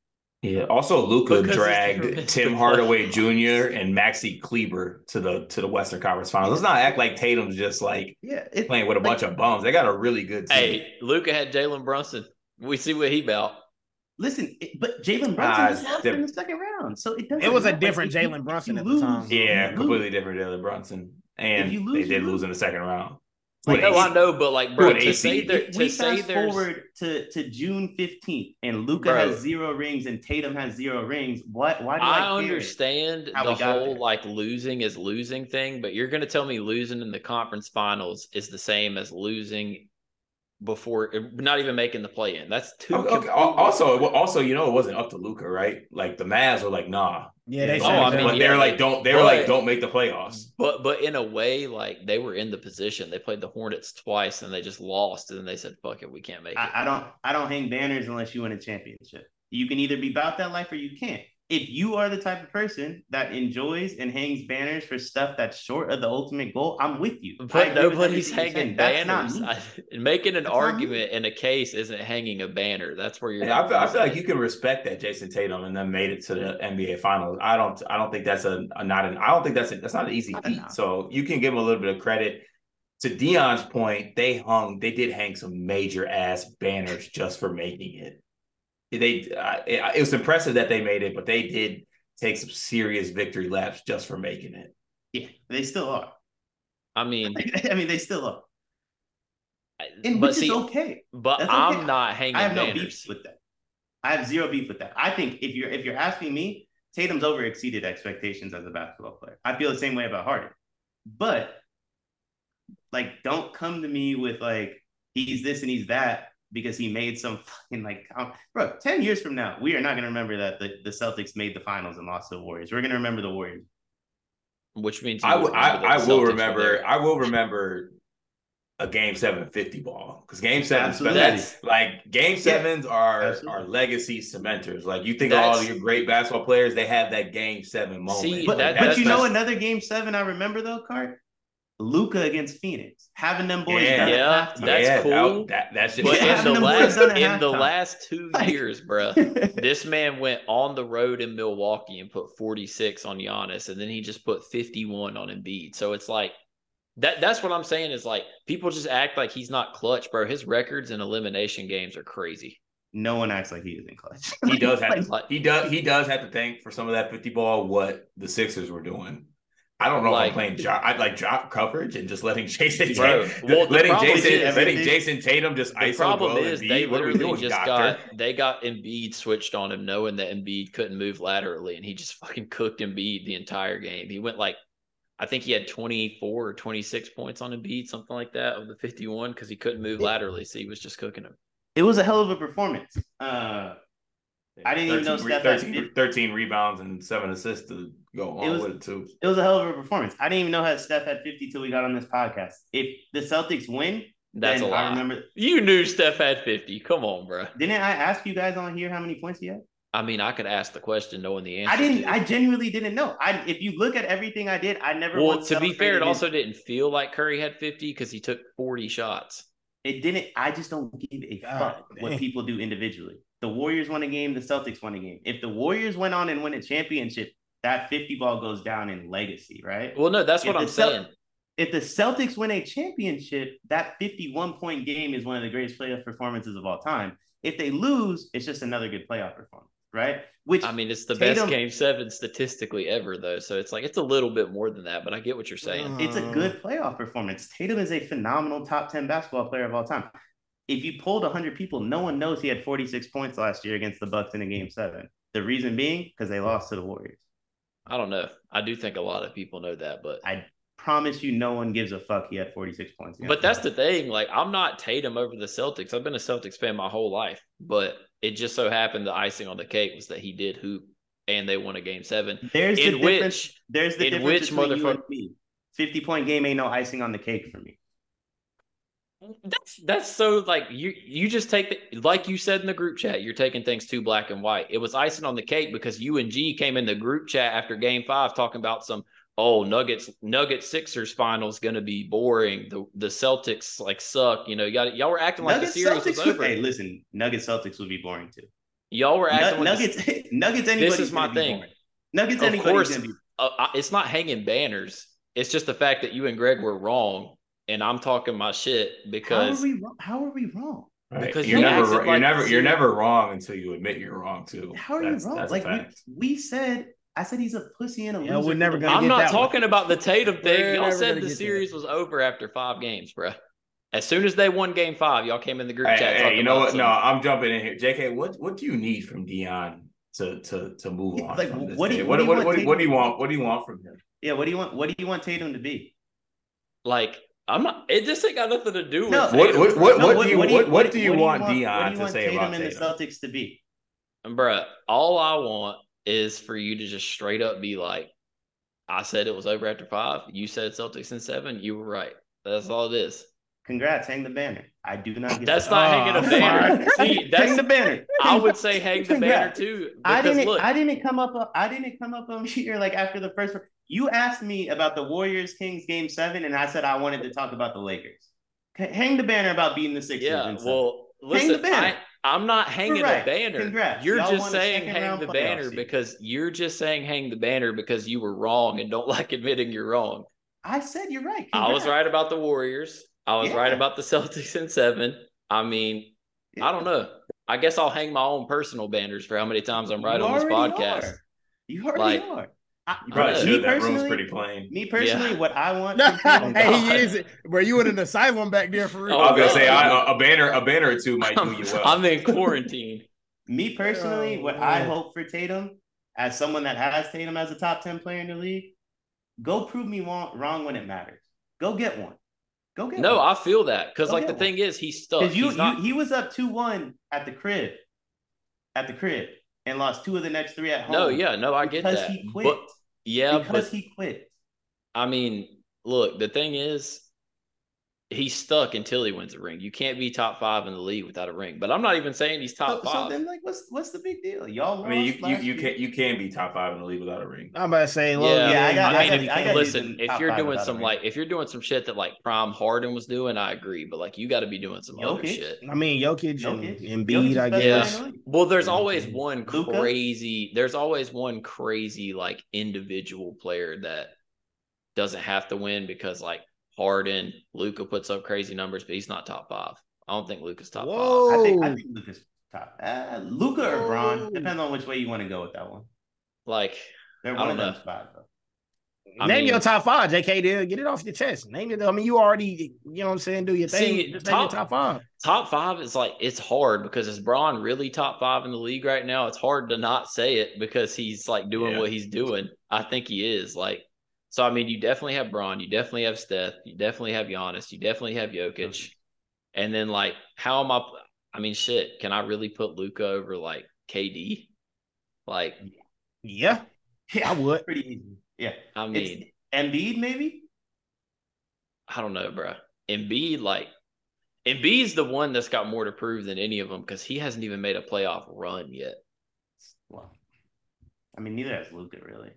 B: Yeah. Also, Luca
A: Because it's
B: dragged
A: different.
B: Tim Hardaway Jr. and Maxi Kleber to the to the Western Conference Finals. Let's not act like Tatum's just like
D: yeah it,
B: playing with a bunch of bums. They got a really good team.
A: Hey, Luca had Jalen Brunson. We see what he about.
D: listen it- but jalen brunson
B: Ah,
D: just
B: it's
D: lost in
B: different.
D: the second round so it doesn't
C: It was a
D: matter.
C: different
D: If you-
C: Jalen
D: if
C: Brunson
D: you
C: at the time.
D: lose,
B: yeah,
D: you
B: completely
D: lose.
B: different than the Brunson, and
D: If you lose,
B: they did
D: you
B: lose
D: lose.
B: in the second round.
D: Like,
A: no, I know, but like, bro,
B: Dude,
A: to
B: AC
A: say there,
D: If we
A: to say
D: fast
A: there's
D: forward to, to June fifteenth, and Luca
A: Bro.
D: has zero rings, and Tatum has zero rings. What? Why do I,
A: I,
D: care?
A: understand
D: how
A: the
D: we got
A: whole
D: there.
A: like losing is losing thing, but you're going to tell me losing in the conference finals is the same as losing before eh, not even making the play in. That's two.
B: Okay, okay.
A: completely-
B: Al- Also, well, also, you know, it wasn't up to Luca, right? Like the Mavs were like, nah.
C: Yeah, they
A: Oh,
C: should have
A: I mean,
C: done
B: but
C: it.
B: they were
A: yeah,
B: like,
A: like,
B: don't. They were like,
A: but-
B: don't make the playoffs.
A: but but in a way, like they were in the position. They played the Hornets twice and they just lost, and then they said, "Fuck it, we can't make it."
D: I, I don't. I don't hang banners unless you win a championship. You can either be about that life or you can't. if you are the type of person that enjoys and hangs banners for stuff that's short of the ultimate goal, I'm with you. I
A: But
D: agree with
A: nobody's
D: everything you're
A: hanging
D: saying. That's not
A: banners.
D: me.
A: I, making an
D: That's not me.
A: argument in a case isn't hanging a banner. That's where you're.
B: Yeah, I feel, I feel like you can respect that Jason Tatum and then made it to the NBA Finals. I don't I don't think that's a, a not an I don't think that's a, that's not an easy feat. So you can give him a little bit of credit. To Dion's point, they hung they did hang some major ass banners just for making it. They I, it, it was impressive that they made it, but they did take some serious victory laps just for making it.
D: Yeah, they still are.
A: I mean,
D: I mean, they still are.
A: I-
D: And
A: but
D: which
A: see,
D: is okay.
A: but
D: That's
A: I'm
D: okay.
A: not hanging
D: I have no
A: banners.
D: beef with that. I have zero beef with that. I think if you're if you're asking me, Tatum's over exceeded expectations as a basketball player. I feel the same way about Harden. But like don't come to me with like he's this and he's that because he made some fucking like com- bro, 10 years from now, we are not gonna remember that the, the Celtics made the finals and lost to the Warriors. We're gonna remember the Warriors.
A: which means
B: I
A: you
B: will. I,
A: that
B: I
A: the Celtics
B: will
A: were
B: remember.
A: there.
B: I will remember a game seven fifty ball because game seven.
D: Absolutely.
B: That's like game sevens are
D: Absolutely.
B: are legacy cementers. Like you think of all
A: That's-
B: your great basketball players, they have that game seven moment.
A: See,
D: But,
A: that-
D: but
A: that's
D: you know
A: not-
D: another game seven I remember though, Cart? Luca against Phoenix. Having them boys
B: Yeah.
D: done at
A: Yeah,
D: halftime.
A: that's
B: Yeah, that-
A: cool.
B: That, that shit.
A: But
D: Yeah,
A: in the
D: them boys
A: last
D: done at
A: in the
D: halftime.
A: last two
D: Like-
A: years, bruh, this man went on the road in Milwaukee and put 46 on Giannis, and then he just put 51 on Embiid. So it's like that. That's what I'm saying is like people just act like he's not clutch, bro. His records in elimination games are crazy.
D: no one acts like he is in clutch.
B: he does have to,
A: Like-
B: he does he does have to thank for some of that fifty ball what the Sixers were doing. I don't know
A: Like-
B: if I'm playing drop. I'd like drop coverage and just letting Jason
A: Bro,
B: Tatum,
A: well, the
B: letting
A: problem
B: Jason
A: is-
B: letting Jason Tatum just
A: The
B: isolate.
A: problem is they literally just got they got Embiid switched on him, knowing that Embiid couldn't move laterally, and he just fucking cooked Embiid the entire game. He went like, I think he had twenty four or twenty six points on Embiid, something like that, of the fifty one because he couldn't move laterally, so he was just cooking him.
D: it was a hell of a performance. Uh, I didn't even know Steph had
B: 13,
D: 50.
B: 13 rebounds and seven assists to go along
D: It was-
B: with it too.
D: it was a hell of a performance. I didn't even know how Steph had 50 till we got on this podcast. If the Celtics win,
A: That's
D: then
A: a
D: I
A: lot.
D: remember.
A: You knew Steph had fifty. Come on, bro.
D: Didn't I ask you guys on here how many points he had?
A: I mean, I could ask the question knowing the answer.
D: I didn't.
A: to it.
D: I genuinely didn't know. I if you look at everything I did, I never.
A: well,
D: once
A: to be fair,
D: celebrated
A: it also didn't feel like Curry had fifty because he took forty shots.
D: It didn't. I just don't give a
C: God
D: fuck what
C: dang.
D: people do individually. The Warriors won a game. The Celtics won a game. If the Warriors went on and win a championship, that 50 ball goes down in legacy, right?
A: Well, no, that's
D: If
A: what I'm
D: the Cel-
A: saying.
D: if the Celtics win a championship, that 51 point game is one of the greatest playoff performances of all time. If they lose, it's just another good playoff performance, right? Which
A: I mean, it's the best
D: Tatum-
A: game seven statistically ever, though. So it's like it's a little bit more than that, but I get what you're saying.
D: it's a good playoff performance. Tatum is a phenomenal top 10 basketball player of all time. If you polled 100 people, no one knows he had 46 points last year against the Bucks in a game seven. The reason being because they lost to the Warriors.
A: I don't know. I do think a lot of people know that, but
D: I promise you, no one gives a fuck. He had 46 points. against
A: but that's
D: them.
A: the thing. Like, I'm not Tatum over the Celtics. I've been a Celtics fan my whole life, but it just so happened the icing on the cake was that he did hoop and they won a game seven.
D: there's
A: In
D: the difference.
A: which
D: There's the
A: In
D: difference
A: which
D: between you
A: motherfuck-
D: and me. Fifty point game ain't no icing on the cake for me.
A: that's that's so like you you just take the like you said in the group chat you're taking things too black and white it was icing on the cake because you and g came in the group chat after game five talking about some oh nuggets nuggets sixers finals gonna be boring the the celtics like suck you know y'all, y'all were acting like
D: Nuggets
A: the series was
D: Celtics. Would,
A: over
D: hey, listen, Nuggets Celtics would be boring too.
A: y'all were acting
D: Nu-
A: like the-
D: Nuggets Nuggets anybody's
A: this is my
D: gonna be
A: thing
D: boring. Nuggets
A: Of
D: anybody's
A: course.
D: gonna be.
A: uh, I- it's not hanging banners it's just the fact that you and greg were wrong and i'm talking my shit
D: How are
A: because
D: we wrong? How are we wrong?
A: Because
B: you're
A: you
B: never
A: acted
B: you're
A: like-
B: never you're never wrong until you admit you're wrong too.
D: How are
B: That's-
D: you wrong?
B: that's a
D: Like we,
B: fact.
D: we said, I said he's a pussy and a
C: Yeah,
D: loser.
C: we're
D: for
C: never
D: the-
C: gonna
A: I'm
C: get
A: not
C: that one.
A: talking about the Tatum
C: We're
A: thing. Y'all
C: never
A: said
C: gonna
A: the
C: get
A: series was over after five games, bruh. As soon as they won Game Five, y'all came in the group
B: Hey,
A: chat.
B: hey,
A: talking
B: you know
A: about
B: what?
A: some-
B: No, I'm jumping in here. JK, what what do you need from Dion to to to move on?
D: Like,
B: from this
D: what do
B: thing?
D: you-
B: what,
D: what do
B: what,
D: you want
B: what,
D: Tatum
B: what do you
D: to do?
B: want? What do you want from him?
D: Yeah, what do you want? What do you want Tatum to be?
A: like I'm not. It just ain't got nothing to do with.
D: No,
A: Tatum.
B: What what what,
D: No,
B: what do you what, what, do you want Dion
D: what do you
B: to
D: want
B: say
D: Tatum
B: about
D: and the
B: Tatum?
D: Celtics to be?
A: bruh. All I want is for you to just straight up be like, "I said it was over after five. You said Celtics in seven. You were right. That's all it is."
D: Congrats, hang the banner. I do not get
A: That's
D: that.
A: not
C: Oh,
A: hanging a
C: I'm
A: banner.
D: sorry.
A: See, that's
D: hang the banner.
A: I would say hang the banner
D: Congrats.
A: too.
D: I
A: because
D: didn't.
A: look,
D: I didn't come up. I didn't come up on here like after the first. You asked me about the Warriors Kings game seven, and I said I wanted to talk about the Lakers. H- Hang the banner about beating the Sixers.
A: yeah.
D: in seven.
A: Well,
D: Hang the
A: listen, I,
D: banner.
A: I'm not hanging a
D: right.
A: banner.
D: Congrats.
A: You're
D: Y'all
A: just
D: won a
A: saying
D: second
A: hang
D: round
A: the
D: playoff
A: banner
D: seed.
A: because you're just saying hang the banner because you were wrong and don't like admitting you're wrong.
D: I said you're right.
A: I was
D: Congrats.
A: right about the Warriors. I was right
D: Yeah.
A: about the Celtics in seven. I mean, I don't know. I guess I'll hang my own personal banners for how many times I'm right
D: You
A: on this
D: already
A: podcast.
D: Are. You already
A: Like,
D: are. I,
A: Uh,
B: You probably
D: me
B: should. That room's
D: personally-
B: pretty plain.
D: Me personally, what I want.
C: No,
D: from people-
C: hey, he
A: God.
C: is. Bro, you in an asylum back there for real.
A: Oh,
B: I was gonna say
A: God.
B: I, a banner, a banner or two might do you well.
A: I'm in quarantine.
D: Me personally,
C: Oh,
D: what I
C: man.
D: hope for Tatum, as someone that has Tatum as a top 10 player in the league, go prove me wrong, wrong when it matters. Go get one. Go get
A: No,
D: one.
A: I feel that because
D: Oh,
A: like the
D: yeah.
A: thing is, he's stuck.
D: Because you,
A: He's not-
D: you, he was up 2 1 at the crib, at the crib, and lost two of the next three at home.
A: no, yeah, no, I get
D: oh, because
A: that.
D: he quit.
A: But yeah,
D: because
A: but
D: he quit.
A: I mean, look, the thing is, he's stuck until he wins a ring. You can't be top five in the league without a ring. But I'm not even saying he's
D: So,
A: top
D: so
A: five.
D: then, like, what's what's the big deal? Y'all.
B: I mean, you
D: lost
B: you
D: last
B: you
D: week.
B: can you can be top five in the league without a ring.
C: I'm about to say, low.
A: Yeah,
C: yeah,
D: I got-
A: I
D: I
A: mean,
D: got-
A: if-
D: I got
A: listen,
D: using
A: if
D: top
A: you're
D: five
A: doing
D: without a
A: some
D: ring.
A: like if you're doing some shit that like Prime Harden was doing, I agree. But like you got to be doing some other
D: Jokic.
A: shit.
C: I mean, Jokic,
D: Jokic.
C: and
D: Jokic
C: Embiid,
D: is
C: I
D: best player in
C: guess.
D: the league.
A: Well, there's
C: Mhm.
A: always one
D: Luka?
A: crazy. There's always one crazy like individual player that doesn't have to win because like Harden, Luca puts up crazy numbers, but he's not top five. I don't think Luca's top
C: Whoa.
A: five.
D: I think I
C: Oh.
D: think Luca's top. Uh, Luca or Bron,
C: Oh.
D: depending on which way you want to go with that one.
A: Like
D: They're
A: I
D: one
A: don't
D: of
A: know.
D: those five. Though.
A: I
C: Name
A: mean-
C: your top five, JK. Deal. Get it off your chest. Name it. I mean, you already, you know what I'm saying? Do your thing.
A: See,
C: Just name your
A: top-
C: top five.
A: top five is like it's hard because is Braun really top five in the league right now? It's hard to not say it because he's like doing
B: Yeah.
A: what he's doing. I think he is like. So I mean, you definitely have Braun, you definitely have Steph, you definitely have Giannis, you definitely have Jokic, and then like, how am I? I mean, shit, can I really put Luca over like KD? Like,
C: Yeah, I would.
D: pretty easy. Yeah,
A: I
D: it's
A: mean,
D: Embiid maybe.
A: I don't know, bro. Embiid, like, Embiid's the one that's got more to prove than any of them because he hasn't even made a playoff run yet.
D: Well, I mean, neither has Luca really.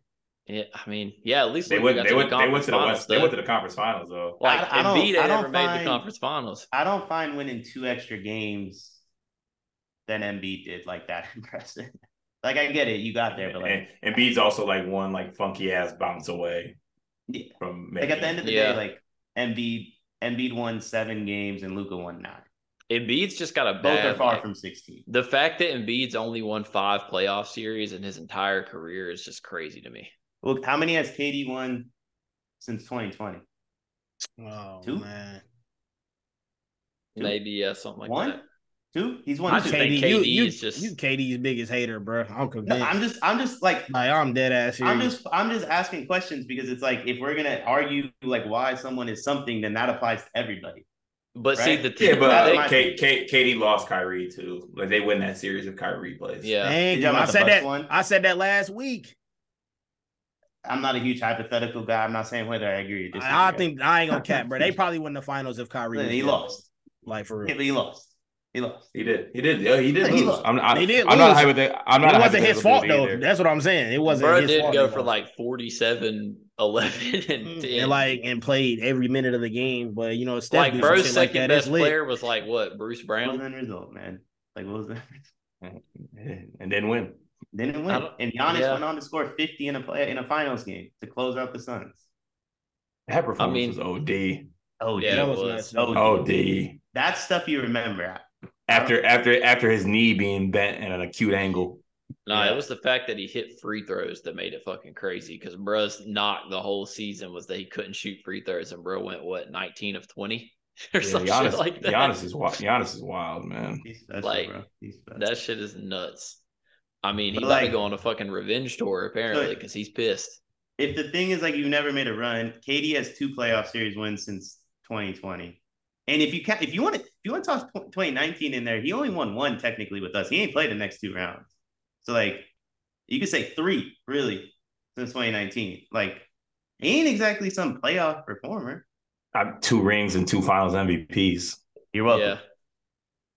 A: Yeah, I mean, yeah, at least
B: They
A: Luka
B: went
A: got
B: they went they went
A: conference
B: to the
A: finals,
B: West. They
A: though.
B: went to the conference finals though.
A: like
D: I- I don't-
A: Embiid ain't
D: I don't
A: never made
D: find-
A: the conference finals.
D: I don't find winning two extra games than Embiid did like that impressive. like I get it, you got there, but
B: And
D: like,
B: and Bede's also like one like funky ass bounce away
D: Yeah.
B: from
D: like at the end of the
A: Yeah.
D: day, like Embiid, Embiid won seven games and Luca won nine.
A: Embiid's just got a
D: Both
A: bad.
D: are far
A: like,
D: from sixteen.
A: the fact that Embiid's only won five playoff series in his entire career is just crazy to me.
D: Well, how many has KD won since 2020?
C: Oh
D: Two?
C: man,
D: Dude.
A: Maybe yeah, something like
D: one,
A: that.
D: two. He's
A: I
D: won
A: just
D: two.
A: think
C: you,
A: KD
C: you,
A: is just-
C: you KD's biggest hater, bro. I'm
D: No,
C: convinced.
D: I'm just, I'm just like,
C: like I'm dead ass here.
D: I'm just, I'm just asking questions because it's like if we're gonna argue like why someone is something, then that applies to everybody.
A: But see
D: Right?
A: the
B: Yeah, but
A: I
B: uh,
D: Out of
A: think-
D: my-
B: K, K, Katie lost Kyrie too. Like they win that series if Kyrie plays.
A: yeah,
C: Thank
D: You
C: you.
D: talking
C: I
D: about the
C: said
D: Bucks
C: that.
D: one?
C: I said that last week.
D: I'm not a huge hypothetical guy. I'm not saying whether I agree or disagree.
C: I, I think I ain't gonna cap, bro. They probably win the finals if Kyrie. was
D: he
C: there.
D: lost.
C: Like for
D: Yeah,
C: real.
D: but he lost. He lost.
B: he did. He did. Yeah, he did
D: He
B: lose.
D: lost.
B: I'm, I,
C: He did
B: I'm not.
C: lose.
B: hypothet- I'm not.
C: it wasn't his
B: hypothetical
C: fault though.
B: either.
C: That's what I'm saying. It wasn't
A: Bro
C: his
A: did
C: fault.
A: go
C: they
A: for
C: lost.
A: like 47, 11, and 10.
C: and like and played every minute of the game. But you know, Steph
A: like
C: do some
A: bro's
C: shit
A: second
C: like that, it's
A: best
C: lit.
A: player was like what Bruce
D: What was
A: Brown.
D: the end result, man? Like what was the
B: and then win.
D: then it
A: I
D: went.
A: don't-
D: And Giannis
A: yeah.
D: went on to score 50 in a play in a finals game to close out the Suns.
B: That performance
A: mean-
B: was OD.
D: Oh
A: Yeah,
C: That
A: it
C: was
A: was.
C: nuts. though.
B: OD.
D: That's stuff you remember.
B: After after after his knee being bent at an acute angle.
A: No,
D: Yeah.
A: it was the fact that he hit free throws that made it fucking crazy. Because Bru's knock the whole season was that he couldn't shoot free throws, and Bro went what nineteen of twenty or
B: Yeah,
A: some
B: Giannis,
A: shit like that.
B: Giannis is wild. Giannis is wild, man.
D: He's special,
A: Like,
D: bro. He's special.
A: that shit is nuts. I mean, he
D: But,
A: got to
D: like-
A: go on a fucking revenge tour apparently because he's pissed.
D: if the thing is like you've never made a run, KD has two playoff series wins since 2020. And if you can, if you want to, if you want to toss tw- 2019 in there, he only won one technically with us. He ain't played the next two rounds, so like you could say three really since 2019. Like he ain't exactly some playoff performer.
B: uh, two rings and two Finals MVPs.
D: You're welcome.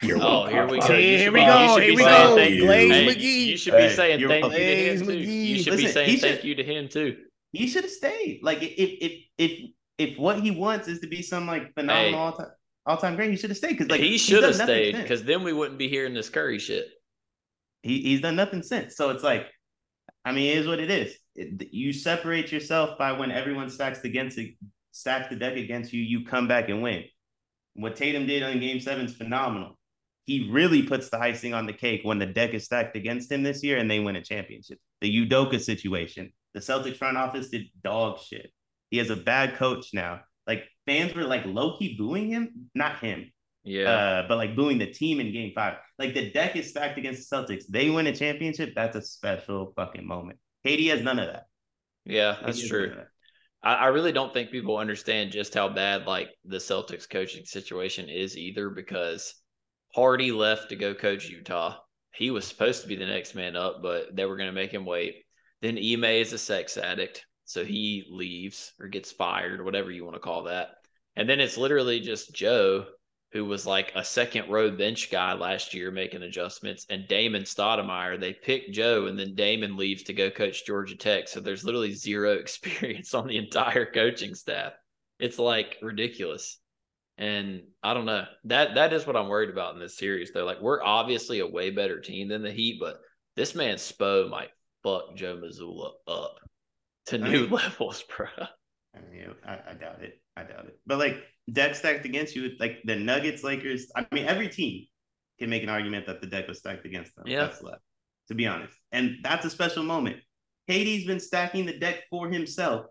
A: Yeah.
B: You're
A: Oh, here we go.
C: Here-
A: You
C: here
A: should
C: we
A: be-
C: go,
A: you should
C: here
A: be
C: we
A: saying
C: go.
A: thank you.
C: Glaze
A: Hey,
C: McGee.
A: You should be
D: Hey,
A: saying
D: you're
A: thank you to
C: Glaze
A: him too. You
C: McGee.
A: should be
D: Listen,
A: saying
D: he
A: thank
D: should-
A: you to him too.
D: He should have stayed. Like if if if if what he wants is to be some like phenomenal
A: Hey.
D: all time all time great, he should have stayed. Because like
A: he
D: he's
A: should
D: done
A: have
D: nothing
A: stayed
D: since.
A: because then we wouldn't be hearing this Curry shit.
D: he, he's done nothing since. So it's like, I mean, it is what it is. It- you separate yourself by when everyone stacks against stacks the deck against you, you come back and win. What Tatum did on game seven is phenomenal. He really puts the icing on the cake when the deck is stacked against him this year and they win a championship. The Udoka situation, the Celtics front office did dog shit. He has a bad coach now. Like fans were like low key booing him, not him,
A: Yeah.
D: uh, but like booing the team in game five. Like the deck is stacked against the Celtics. They win a championship. That's a special fucking moment. KD has none of that.
A: yeah,
D: KD
A: that's
D: has none
A: true.
D: of that.
A: I, I really don't think people understand just how bad like the Celtics coaching situation is either because Hardy left to go coach Utah. He was supposed to be the next man up, but they were going to make him wait. Then Ime is a sex addict, so he leaves or gets fired, whatever you want to call that. And then it's literally just Joe, who was like a second row bench guy last year making adjustments, and Damon Stoudemire. They pick Joe, and then Damon leaves to go coach Georgia Tech. So there's literally zero experience on the entire coaching staff. It's like ridiculous. And I don't know. That that is what I'm worried about in this series, though. Like we're obviously a way better team than the Heat, but this man Spo might fuck Joe Missoula up to
D: I
A: new
D: mean-
A: levels, bro.
D: I, mean, I, I doubt it. I doubt it. But like deck stacked against you, like the Nuggets, Lakers. I mean, every team can make an argument that the deck was stacked against them.
A: Yeah.
D: That's left, to be honest. And that's a special moment. KD's been stacking the deck for himself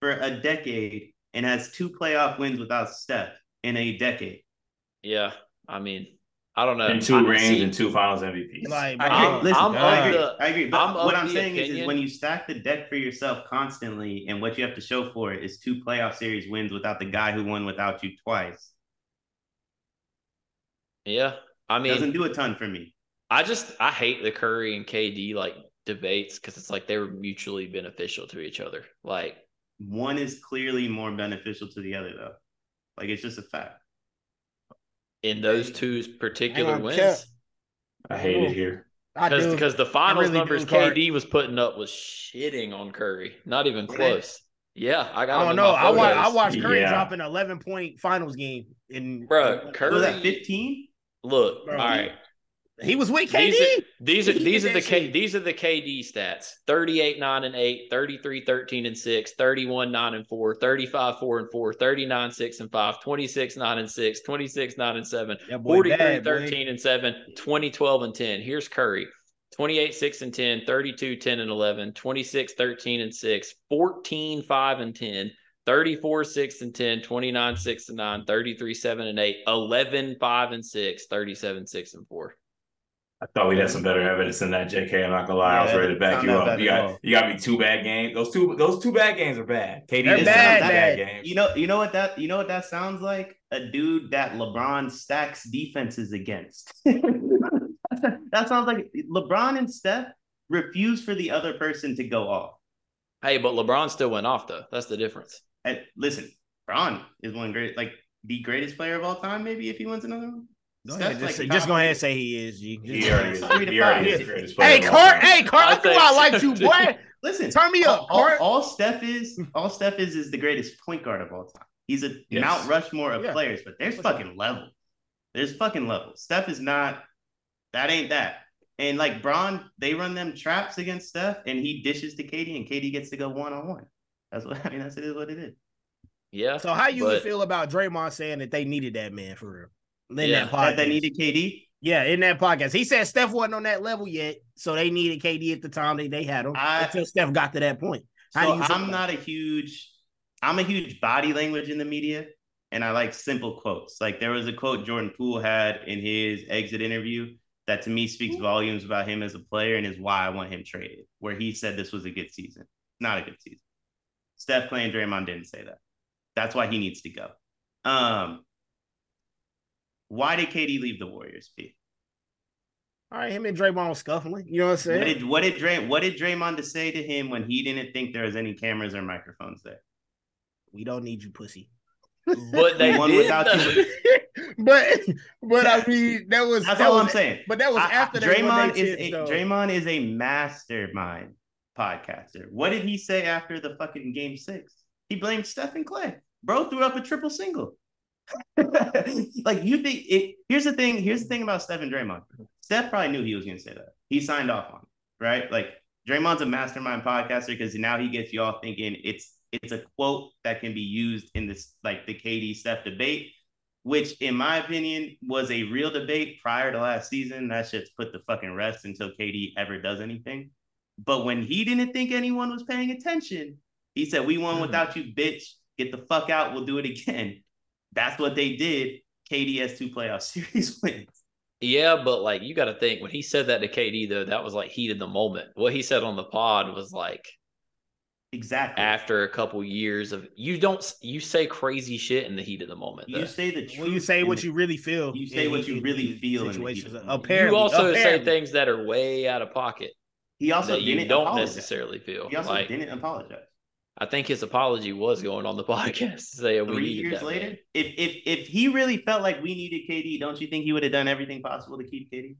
D: for a decade and has two playoff wins without Steph in a decade.
A: Yeah, I mean, I don't know.
B: And two
A: I-
B: rings
A: see,
B: and two Finals MVPs.
C: Like,
D: I
C: bro,
D: agree.
A: I'm-
D: Listen,
A: I'm
D: I
A: of
D: agree.
A: the-
D: I agree. But
A: I'm of
D: what I'm
A: the
D: saying is, is
A: opinion-
D: when you stack the deck for yourself constantly, and what you have to show for it is two playoff series wins without the guy who won without you twice,
A: Yeah, I mean,
D: doesn't do a ton for me.
A: I just I hate the Curry and KD like debates because it's like they were mutually beneficial to each other. Like,
D: One is clearly more beneficial to the other, though. Like it's just a fact.
A: in those two particular
C: on,
A: wins.
C: Cap.
B: I hate it here.
C: I
A: Because
C: do.
A: because the finals
C: really
A: numbers
C: do, Kurt.
A: KD was putting up was shitting on Curry. Not even
D: Really?
A: close. Yeah, I got.
C: I
A: him in
C: don't know.
A: my
C: I watched, I
A: photos.
C: watched Curry
B: Yeah.
C: drop an 11 point finals game. In,
A: Bro,
D: Was that
A: Curry.
D: 15?
A: Look,
C: Bro,
A: all right.
C: He was with KD.
A: These are these are
C: He
A: these
C: did
A: are the
C: that
A: K,
C: shit.
A: these are the KD stats. 38 9 and 8, 33 13 and 6, 31 9 and 4, 35 4 and 4, 39 6 and 5, 26 9 and 6, 26 9 and 7,
C: That boy
A: 43
C: bad, boy.
A: 13 and 7 20 12 and 10 here's curry 28 6 and 10 32 10 and 11 26 13 and 6 14 5 and 10 34 6 and 10 29 6 and 9 33 7 and 8 11 5 and 6 37 6 and 4
B: I thought we had some better evidence than that, JK. I'm not gonna lie. I was
D: Yeah,
B: ready to back
D: it's
B: you
D: not
B: up.
D: bad
B: You
D: at
B: got
D: all.
B: you got me two bad games. Those two those two bad games are bad. KD
C: They're
B: didn't
C: bad,
B: have two
C: bad.
B: games.
D: You know, you know what that you know what that sounds like? A dude that LeBron stacks defenses against. that sounds like LeBron and Steph refuse for the other person to go off.
A: hey but lebron still went off though that's the difference
D: And listen, LeBron is one great, like the greatest player of all time. Maybe if he wins another one,
C: Go
D: Steph's
C: ahead, just,
D: like
C: just go
D: top
C: ahead
D: three.
C: and say he is. G. Just-
B: He already is,
D: Three to
B: he already
D: five.
B: is the greatest player
C: hey,
B: of all time.
C: Carr. Hey, Carr.
A: I
C: I knew
A: think
C: I
A: so,
C: liked you,
A: too.
C: boy.
D: Listen,
C: Turn me
D: all,
C: up, Carr.
D: all, all Steph is, all Steph is, is the greatest point guard of all time. He's a
B: Yes.
D: Mount Rushmore of
C: Yeah.
D: players, but there's
C: What's
D: fucking level. There's fucking level. Steph is not. That ain't that. And like Braun, they run them traps against Steph, and he dishes to Katie, and Katie gets to go one on one. That's what I mean. That's it is what it is.
A: yeah
C: So how you
A: but-
C: feel about Draymond saying that they needed that man for real? In
A: Yeah.
C: that
D: That
C: podcast.
D: they needed KD.
C: yeah, in that podcast. He said Steph wasn't on that level yet, so they needed KD at the time they, they had him
D: I-
C: until Steph got to that point.
D: So
C: How do you feel
D: I'm
C: about
D: not a huge, I'm a huge body language in the media, and I like simple quotes. Like there was a quote Jordan Poole had in his exit interview that to me speaks
C: Mm-hmm.
D: volumes about him as a player and is why I want him traded. Where he said this was a good season, not a good season. Steph Clay and Draymond didn't say that. That's why he needs to go. Um, why did KD leave the Warriors? P?
C: All right, him and Draymond was scuffling. You know what I'm saying?
D: What did what did Dray, what did Draymond to say to him when he didn't think there was any cameras or microphones there?
C: we don't need you, pussy.
A: But they
D: One
A: did
D: without
A: though.
D: you.
C: but but I mean that was
D: That's
C: that
D: all
C: was,
D: I'm saying.
C: But that was
D: I- I-
C: after that one
D: Draymond
C: they
D: is
C: did,
D: a
C: though.
D: Draymond is a mastermind podcaster. What did he say after the fucking game six? He blamed Stephen Clay. Bro threw up a triple single. like you think it here's the thing, here's the thing about Steph and Draymond. Steph probably knew he was gonna say that. He signed off on it, right? Like Draymond's a mastermind podcaster because now he gets y'all thinking it's it's a quote that can be used in this like the KD Steph debate, which in my opinion was a real debate prior to last season. That shit's put the fucking rest until KD ever does anything. But when he didn't think anyone was paying attention, he said, "We
C: Mm-hmm.
D: won without you, bitch. Get the fuck out. We'll do it again." That's what they did. KD has two playoff series wins.
A: Yeah, but like you got to think when he said that to KD though, that was like heat of the moment. What he said on the pod was like
D: Exactly.
A: after a couple years of you don't you say crazy shit in the heat of the moment. Though.
D: you say the truth.
C: When you say
D: in
C: what
D: the-
C: you really feel,
D: You say
C: in-
D: what you
C: in-
D: really
C: in
D: feel in the
C: Situations.
D: heat.
C: Apparently,
A: you also say
C: apparently.
A: things that are way out of pocket
D: he also
A: that you
D: didn't
A: don't
D: apologize.
A: necessarily feel.
D: He also
A: like
D: didn't apologize.
A: I think his apology was going on the podcast to say we
D: Three
A: needed
D: years
A: that
D: later,
A: man.
D: if if if he really felt like we needed KD, don't you think he would have done everything possible to keep KD?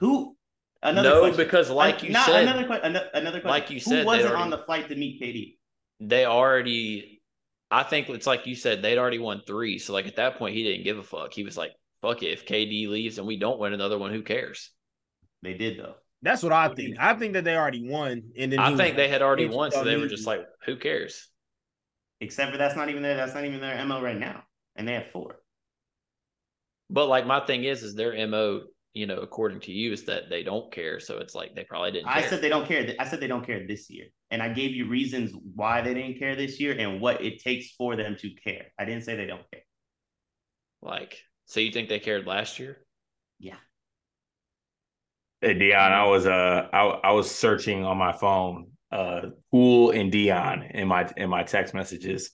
D: Who? Another
A: no,
D: question.
A: because like
D: An-
A: you
D: not-
A: said,
D: another question. Another, question.
A: like you
D: Who
A: said, they
D: wasn't
A: already-
D: on the flight to meet KD?
A: they already. I think it's like you said they'd already won three, so like at that point he didn't give a fuck. He was like, "Fuck it, if KD leaves and we don't win another one, who cares?"
D: They did though.
C: That's what I think. I think that they already won, and then
A: I
C: he-
A: think they had already
C: he was
A: won, so
C: on
A: they were
C: mute.
A: just like, "Who cares?"
D: Except for that's not even their that's not even their mo right now, and they have four.
A: But like my thing is, is their mo, you know, according to you, is that they don't care. So it's like they probably didn't.
D: I
A: care.
D: said they don't care. I said they don't care this year. And I gave you reasons why they didn't care this year and what it takes for them to care. I didn't say they don't care.
A: like, so you think they cared last year?
B: Hey Dion, I was uh I, I was searching on my phone uh pool and Dion in my in my text messages.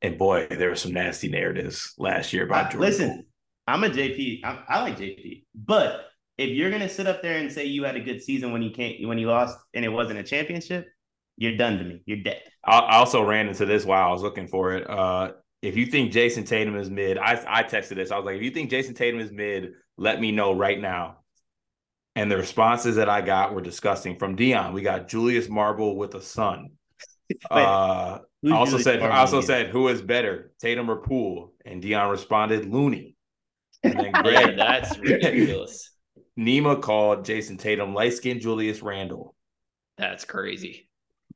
B: And boy, there were some nasty narratives last year about
D: I-
B: Jordan.
D: listen, I'm a JP. I, I like JP. But if you're gonna sit up there and say you had a good season when you can't when you lost and it wasn't a championship, you're done to me. You're dead.
B: I, I also ran into this while I was looking for it. Uh if you think Jason Tatum is mid, I I texted this. I was like, if you think Jason Tatum is mid, let me know right now. And the responses that I got were disgusting. From Dion, we got Julius Marble with a son. Uh
D: Who's
B: I also
D: Julius
B: said,
D: Marble
B: I also
D: again?
B: said, who is better, Tatum or Poole? And Dion responded, Looney. And then
A: Yeah,
B: Greg
A: that's ridiculous.
B: Nima called Jason Tatum light skinned Julius Randle.
A: That's crazy.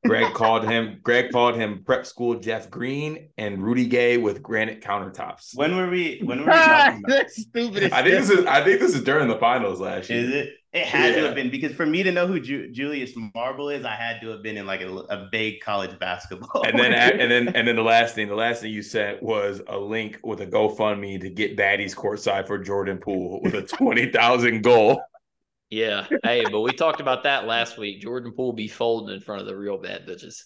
B: Greg called him. Greg called him prep school Jeff Green and Rudy Gay with granite countertops.
D: when were we when were we talking about?
C: That's stupid. as
B: I think
C: hell.
B: this is. I think this is during the finals last year.
D: Is it? It had to
B: Yeah.
D: have been because for me to know who Ju- Julius Marble is, I had to have been in like a, a vague college basketball.
B: And then, and then, and then the last thing, the last thing you sent was a link with a GoFundMe to get baddies courtside for Jordan Poole with a twenty thousand goal.
A: Yeah. Hey, but we talked about that last week. Jordan Poole be folding in front of the real bad bitches.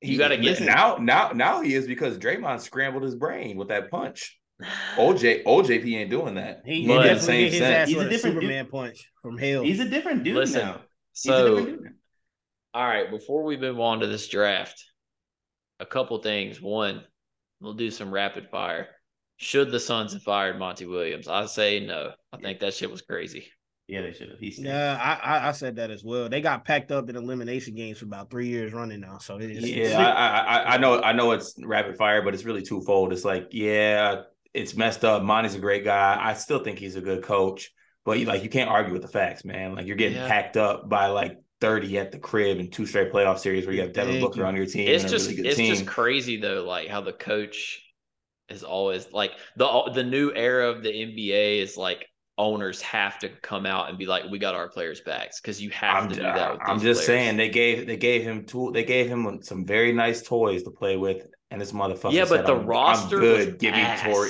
A: You gotta get-
B: listen, now. Now, now he is because Draymond scrambled his brain with that punch. OJ, OJP ain't doing that.
C: He, he
A: But-
B: in the
C: definitely
B: same
C: hit his ass
B: sense.
D: He's a
C: with a
D: different dude.
C: Superman punch from hell.
D: he's a different dude
A: Listen,
D: now. He's a different
A: So,
D: dude now.
A: all right, before we move on to this draft, a couple things. One, we'll do some rapid fire. Should the Suns have fired Monty Williams? I say no. I think that shit was crazy.
D: Yeah, they should have. He's
C: Yeah, I, I I said that as well. They got packed up in elimination games for about three years running now. So it is
B: Yeah, I, I, I- I know, I know it's rapid fire, but it's really twofold. It's like, yeah, it's messed up. Monty's a great guy. I still think he's a good coach, but you, like, you can't argue with the facts, man. Like, you're getting
A: Yeah.
B: packed up by like 30 at the crib in two straight playoff series where you have Devin
C: Thank
B: Booker
C: you.
B: on your team.
A: It's
B: and
A: just
B: a really good
A: it's
B: team.
A: just crazy though, like how the coach is always like the the new era of the NBA is like owners have to come out and be like, we got our players' backs because you have
B: I'm,
A: to do that. With
B: I'm
A: these
B: just
A: players.
B: saying they gave they gave him tool they gave him some very nice toys to play with, and this motherfucker.
A: Yeah, but
B: said,
A: the
B: "I'm- I'm
A: roster
B: good.
A: was
B: Give me
A: ass.
B: Tor-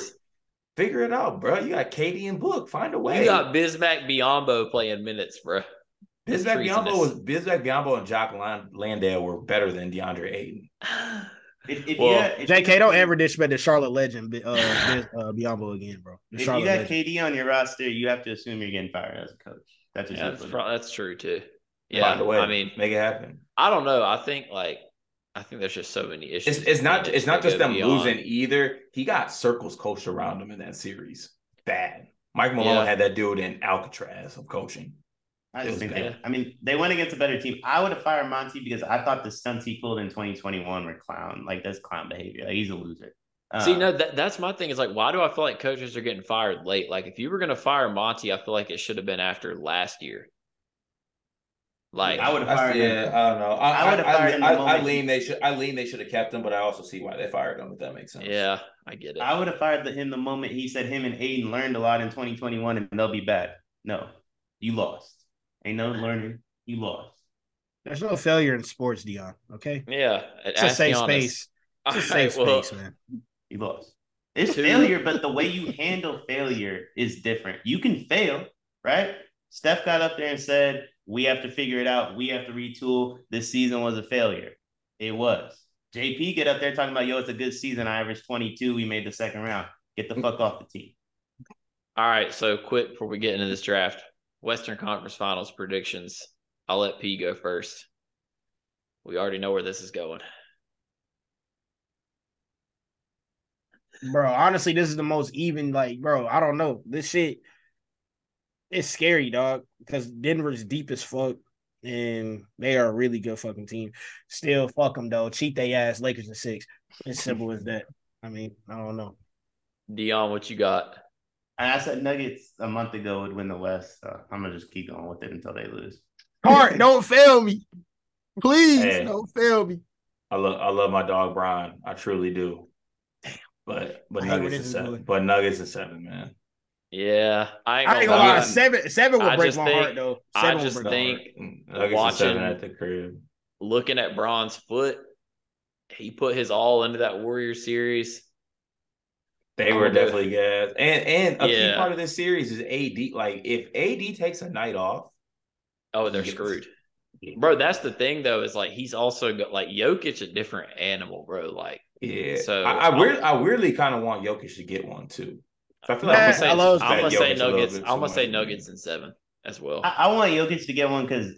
B: Figure it out, bro. You got Katie and Book. Find a way.
A: You got Bismack Biombo playing minutes, bro.
B: Bismack Biombo
A: treasonous.
B: was Bismack Biombo and Jock Lan- Landale were better than DeAndre Ayton.
D: If, if
A: Well,
D: you got, if you
C: JK,
D: got
C: don't
D: K-
C: ever disrespect the Charlotte legend, uh, uh Biombo again, bro. The
D: If you
C: Charlotte
D: got
C: legend.
D: KD on your roster, you have to assume you're getting fired as a coach. That's just
A: Yeah, that's, pro- that's true too. Yeah,
B: Find a way.
A: I mean,
B: make it happen.
A: I don't know. I think like I think there's just so many issues.
B: It's, it's not it's not
A: that
B: just
A: go
B: them
A: beyond-
B: losing either. He got circles coached around him in that series. Bad. Mike Malone
A: Yeah.
B: had that dude in Alcatraz of coaching.
D: I just
B: It was
D: think
A: bad.
D: they, I mean, they went against a better team. I would have fired Monty because I thought the stunts he pulled in 2021 were clown. Like, that's clown behavior. Like, he's a loser. Um,
A: See, no, that, that's my thing. Is like, why do I feel like coaches are getting fired late? Like, if you were going to fire Monty, I feel like it should have been after last year. Like,
D: I would have
B: I,
D: fired him.
B: yeah, I don't know. I,
D: I
B: I,
D: would've
B: I,
D: fired him the
B: I- I
D: moment
B: lean
D: he-
B: they should. I lean they should have kept him, but I also see why they fired him. If that makes sense.
A: yeah, I get it.
D: I would have fired the, him the moment he said him and Aiden learned a lot in 2021 and they'll be back. No, you lost. Ain't no learning. You lost.
C: There's no failure in sports, Dion. Okay,
A: yeah,
C: it's a safe
A: Ask Giannis.
C: space. It's a
A: All
C: safe
A: right, well,
C: space, man.
D: You lost. It's
A: Two.
D: failure, but the way you handle failure is different. You can fail, right? Steph got up there and said, We have to figure it out. We have to retool. This season was a failure. It was. JP get up there talking about, yo, it's a good season. I averaged 22. We made the second round. Get the fuck off the team.
A: All right, so quick before we get into this draft, Western Conference Finals predictions. I'll let P go first. We already know where this is going.
C: bro. Honestly, this is the most even. Like, bro, I don't know. This shit is scary, dog. Because Denver's deep as fuck, and they are a really good fucking team. Still, fuck them though. Cheat they ass Lakers and six. As simple as that. I mean, I don't know.
A: Dion, what you got?
D: And I said Nuggets a month ago would win the West. So I'm going to just keep going with it until they lose.
C: Hart, don't fail me, please.
B: Hey.
C: Don't fail me.
B: I love I love my dog Brian. I truly do. But but
C: I hate when
B: Nuggets
C: this
B: is
C: is
B: seven.
C: going.
B: But Nuggets is seven, man.
A: Yeah, I ain't
C: I
A: gonna,
C: ain't gonna lie.
A: lie.
C: Seven, seven will
A: I
C: break
A: just
C: my
A: think-
C: heart though.
A: I
C: Seven will
A: just
C: break my
A: think-
C: heart.
B: Nuggets is
A: Watching-
B: seven at the crib.
A: Looking at Braun's foot, he put his all into that Warrior series.
B: They
A: I'm
B: were
A: gonna go-
B: definitely gas. And and a
A: Yeah.
B: key part of this series is AD. Like if AD takes a night off,
A: Oh, they're
B: Yes.
A: screwed. Bro, that's the thing though, is like he's also got like Jokic a different animal, bro. Like
B: yeah.
A: Mm, So,
B: So I, I, weird,
A: I'm-
B: I weirdly kind of want Jokic to get one too. So I feel
A: I'm
C: Man, I
A: gonna
B: like
A: say,
C: love
A: I'm gonna
B: that
A: say
B: Jokic a little
A: Nuggets.
B: bit
A: I'm
B: too
A: gonna say
B: much.
A: Nuggets in seven as well.
D: I, I want Jokic to get one because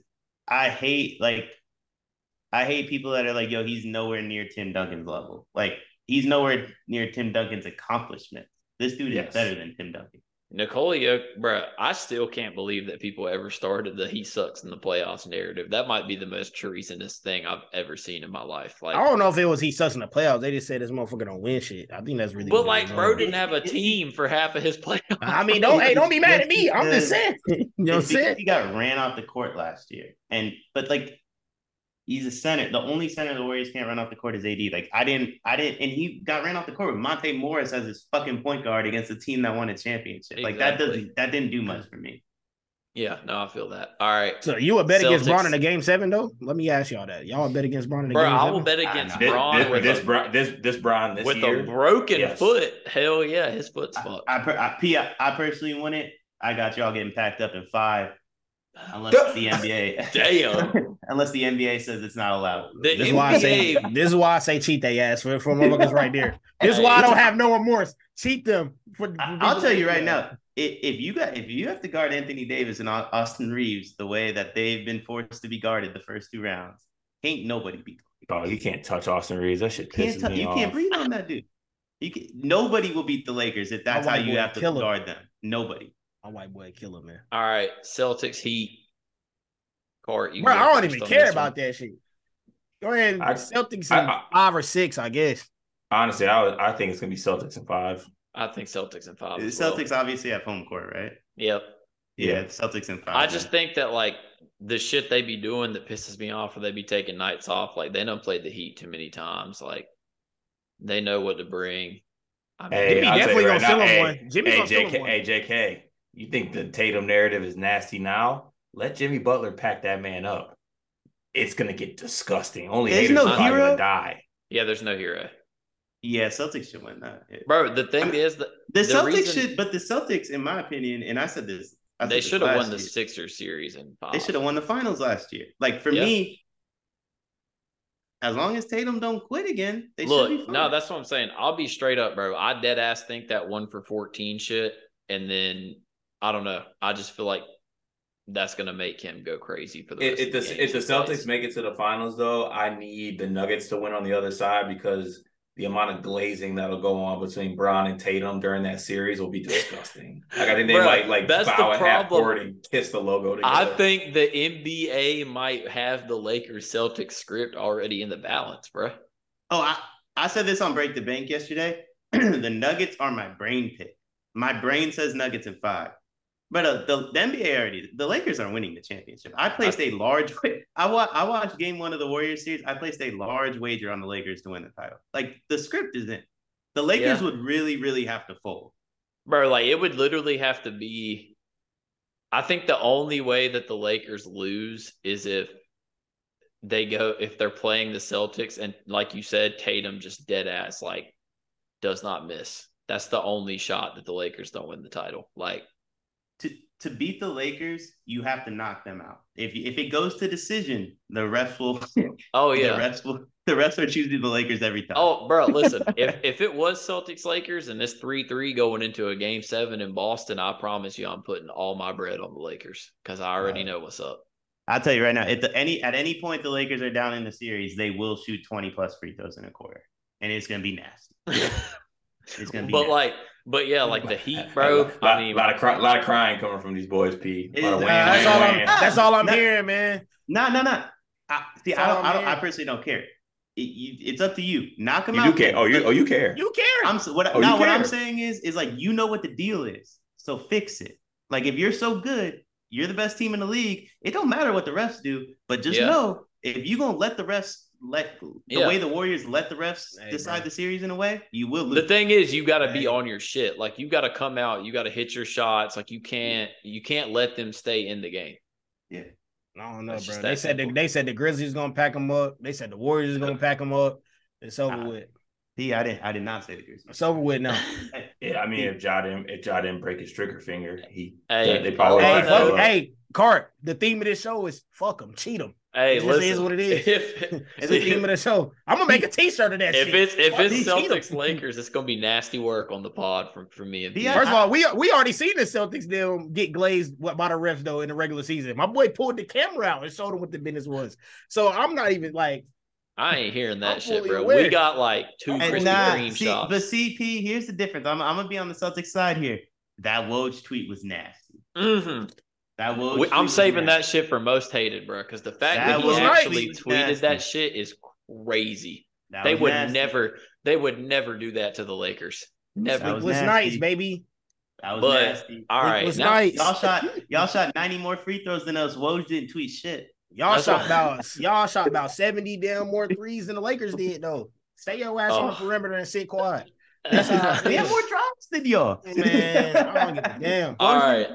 D: I hate like I hate people that are like, yo, he's nowhere near Tim Duncan's level. Like he's nowhere near Tim Duncan's accomplishment. This dude
B: Yes.
D: is better than Tim Duncan.
A: Nikola Jokic, bro, I still can't believe that people ever started the he sucks in the playoffs narrative. That might be the most treasonous thing I've ever seen in my life. Like,
C: I don't know if it was he sucks in the playoffs. They just said this motherfucker don't win shit. I think that's really.
A: but
C: what
A: like,
C: it
A: bro
C: was.
A: didn't have a team for half of his playoffs.
C: I mean, don't hey, don't be mad at me. I'm just saying. You know what I'm
D: It's because
C: saying?
D: He got ran off the court last year. And but like he's a center. The only center the Warriors can't run off the court is AD. Like I didn't I didn't and he got ran off the court with Monte Morris as his fucking point guard against a team that won a championship. Like that
A: Exactly.
D: doesn't that didn't do much for me.
A: Yeah, no, I feel that. All right,
C: So you would bet against
A: Celtics.
C: Braun in a game seven though? Let me ask y'all that. Y'all would bet against Braun in a
A: bro,
C: game
A: I
C: seven?
A: will bet
D: I
A: against
D: know.
A: Braun
B: This,
A: with,
B: this,
A: a,
B: Bron- this, this Brian this
A: with
B: year.
A: a broken
B: Yes.
A: foot. Hell yeah, his foot's
D: I-
A: fucked.
D: I, per- I, P- I, personally won it. I got y'all getting packed up in five, unless the NBA.
A: Damn.
D: unless the NBA says it's not allowed.
A: The
C: This is why I say
A: NBA
C: this is why I say cheat they ass for, for motherfuckers right there. This is why I don't have no remorse. Cheat them. For, for
D: I, I'll
C: people-
D: tell you right now, if, if you got if you have to guard Anthony Davis and Au- Austin Reeves the way that they've been forced to be guarded the first two rounds, ain't nobody beat.
B: Oh, you can't touch Austin Reeves. That shit
D: You can't
B: pisses
D: t-
B: me
D: you
B: off.
D: can't breathe on that dude. You can, nobody will beat the Lakers if that's
C: My
D: how
C: white
D: you
C: boy
D: have to
C: killer.
D: guard them. Nobody.
C: My white boy killer man.
A: All right, Celtics Heat. Court, you
C: Bro,
A: go
C: I don't
A: first
C: even
A: on
C: care
A: this one.
C: about that shit. Go ahead,
B: I-
C: Celtics
B: I-
C: in
B: I-
C: five or six, I guess.
B: Honestly, I would, I think it's gonna be Celtics in five.
A: I think Celtics in five.
D: The
A: as well.
D: Celtics obviously have home court, right?
A: Yep.
D: Yeah,
B: Yeah.
D: Celtics in five.
A: I
D: Oh, man.
A: just think that like the shit they be doing that pisses me off, or they be taking nights off. Like they done played the Heat too many times. Like they know what to bring. I mean,
B: Hey,
C: Jimmy
B: I'll tell
C: definitely
B: you
C: gonna
B: right
C: steal
B: now,
C: him
B: hey,
C: one. Jimmy's
B: Hey
C: gonna steal
B: JK,
C: him one.
B: hey JK, you think the Tatum narrative is nasty now? Let Jimmy Butler pack that man up. It's gonna get disgusting. Only
D: There's
B: haters
D: no
B: are probably
D: hero.
B: gonna die.
A: yeah, there's no hero,
D: yeah, Celtics should win that. Yeah.
A: bro. The thing is that
D: The,
A: The
D: Celtics
A: reason-
D: should, but the Celtics, in my opinion, and I said this, I said
A: they
D: this
A: should have
D: last
A: won the
D: year,
A: Sixers series in five.
D: They should have won the finals last year. Like for
A: Yeah.
D: me, as long as Tatum don't quit again, they should
A: Look,
D: be
A: no,
D: fine.
A: that's what I'm saying. I'll be straight up, bro. I dead ass think that one for 14 shit, and then I don't know. I just feel like that's gonna make him go crazy for the
B: If,
A: rest
B: if
A: of
B: the
A: games
B: if the
A: he plays.
B: Celtics make it to the finals, though, I need the Nuggets to win on the other side because the amount of glazing that'll go on between Braun and Tatum during that series will be disgusting. like I think they
A: Bruh,
B: might like
A: that's the
B: bow at half
A: problem.
B: court and kiss the logo together.
A: I think the NBA might have the Lakers Celtics script already in the balance, bruh.
D: Oh, I, I said this on Break the Bank yesterday. the Nuggets are my brain pick. My brain says Nuggets in five. But uh, the, the NBA already, the Lakers are winning the championship. I placed a large, wa- I, wa- I watched game one of the Warriors series. I placed a large wager on the Lakers to win the title. Like the script is in. The Lakers
A: Yeah.
D: would really, really have to fold.
A: Bro, like it would literally have to be. I think the only way that the Lakers lose is if they go if they're playing the Celtics and like you said, Tatum just dead ass like does not miss. That's the only shot that the Lakers don't win the title. Like
D: To, to beat the Lakers, you have to knock them out. If, if it goes to decision, the refs will,
A: oh
D: the
A: yeah.
D: refs will, the refs are choosing the Lakers every time.
A: Oh, bro, listen. if if it was Celtics Lakers and this three three going into a game seven in Boston, I promise you, I'm putting all my bread on the Lakers because I already
D: Right.
A: know what's up.
D: I'll tell you right now, at the any at any point the Lakers are down in the series, they will shoot 20 plus free throws in a quarter. And it's gonna be nasty. It's gonna be
A: but
D: nasty.
A: like, but yeah, like the Heat, bro.
B: A lot,
A: I mean,
B: lot of cry, lot of crying coming from these boys, P. A lot of
D: It-
B: wham,
D: uh,
C: that's,
B: wham,
C: all I'm,
B: wham.
C: that's all I'm
D: Nah.
C: hearing, man.
D: no, no, no. I, see,
C: That's
D: I
C: all
D: don't,
C: I'm
D: I don't I
C: hearing.
D: personally don't care. It, you, it's up to you. Knock them
B: You
D: out.
B: do care. Oh, you oh you care.
C: You care.
D: I'm s- what
B: Oh,
D: now
B: you
D: what I'm
B: care.
D: saying is is like you know what the deal is. So fix it. Like if you're so good, you're the best team in the league. It don't matter what the refs do, but just
A: Yeah.
D: know if you gonna let the refs let the
A: Yeah.
D: way the Warriors let the refs
C: Hey,
D: decide
C: bro.
D: the series in a way, you will lose.
A: the thing is, you got to be
C: Hey.
A: on your shit. Like, you got to come out. You got to hit your shots. Like, you can't, you can't let them stay in the game.
C: I don't know,
A: That's
C: bro.
A: just
C: They
A: that
C: said the,
A: simple.
C: they said the Grizzlies gonna pack them up. They said the Warriors is gonna pack them up. It's over
D: Nah.
C: with.
D: See, I didn't. I did not say the Grizzlies.
C: It's over with now.
B: Yeah, I mean, if Ja didn't if Ja didn't break his trigger finger, he
A: Hey,
B: they probably
A: all I
C: hey,
B: let that
A: know-
C: fuck,
B: go.
C: hey, Cart. The theme of this show is fuck them, cheat them.
A: Hey,
C: It just
A: listen,
C: is what it is.
A: If,
C: It's the theme of the show. I'm gonna make a T-shirt of that
A: if
C: shit.
A: it's if
C: Fuck these
A: it's
C: Heat 'em.
A: Celtics Lakers, it's gonna be nasty work on the pod from from me and
D: Be
A: Pete.
D: honest,
C: First of all, we we already seen the Celtics them get glazed what by the refs though in the regular season. My boy pulled the camera out and showed him what the business was. So I'm not even like
A: I ain't hearing that
C: I'm
A: shit,
C: fully
A: bro.
C: aware.
A: We got like two
C: And
A: Krispy
D: nah,
A: Kreme
D: see,
A: shops.
D: but CP, here's the difference. I'm, I'm gonna be on the Celtics side here. That Woj tweet was nasty.
A: Mhm.
D: That Woj.
A: We-
D: tweet
A: I'm
D: was
A: saving that
D: nasty.
A: shit for most hated, bro. Because the fact
D: That
A: that, he
D: was
A: actually
D: nasty.
A: tweeted
D: Nasty.
A: that shit is crazy.
D: That
A: they
D: was
A: would
D: nasty.
A: never, they would never do that to the Lakers.
D: That
A: Never.
D: was
C: sleepless
D: nasty.
C: nights, baby.
D: That was
A: But-
D: nasty.
A: All right,
C: Sleepless
A: now,
C: nights.
D: Y'all shot. Y'all shot 90 more free throws than us. Woj didn't tweet shit.
C: Y'all
A: That's
C: shot
A: why-
C: about y'all shot about 70 damn more threes than the Lakers did though. Stay your ass on the
A: Oh.
C: perimeter and sit quiet.
A: that's
C: how I
D: We had more drops than y'all.
C: Man, I don't give a damn.
A: all right.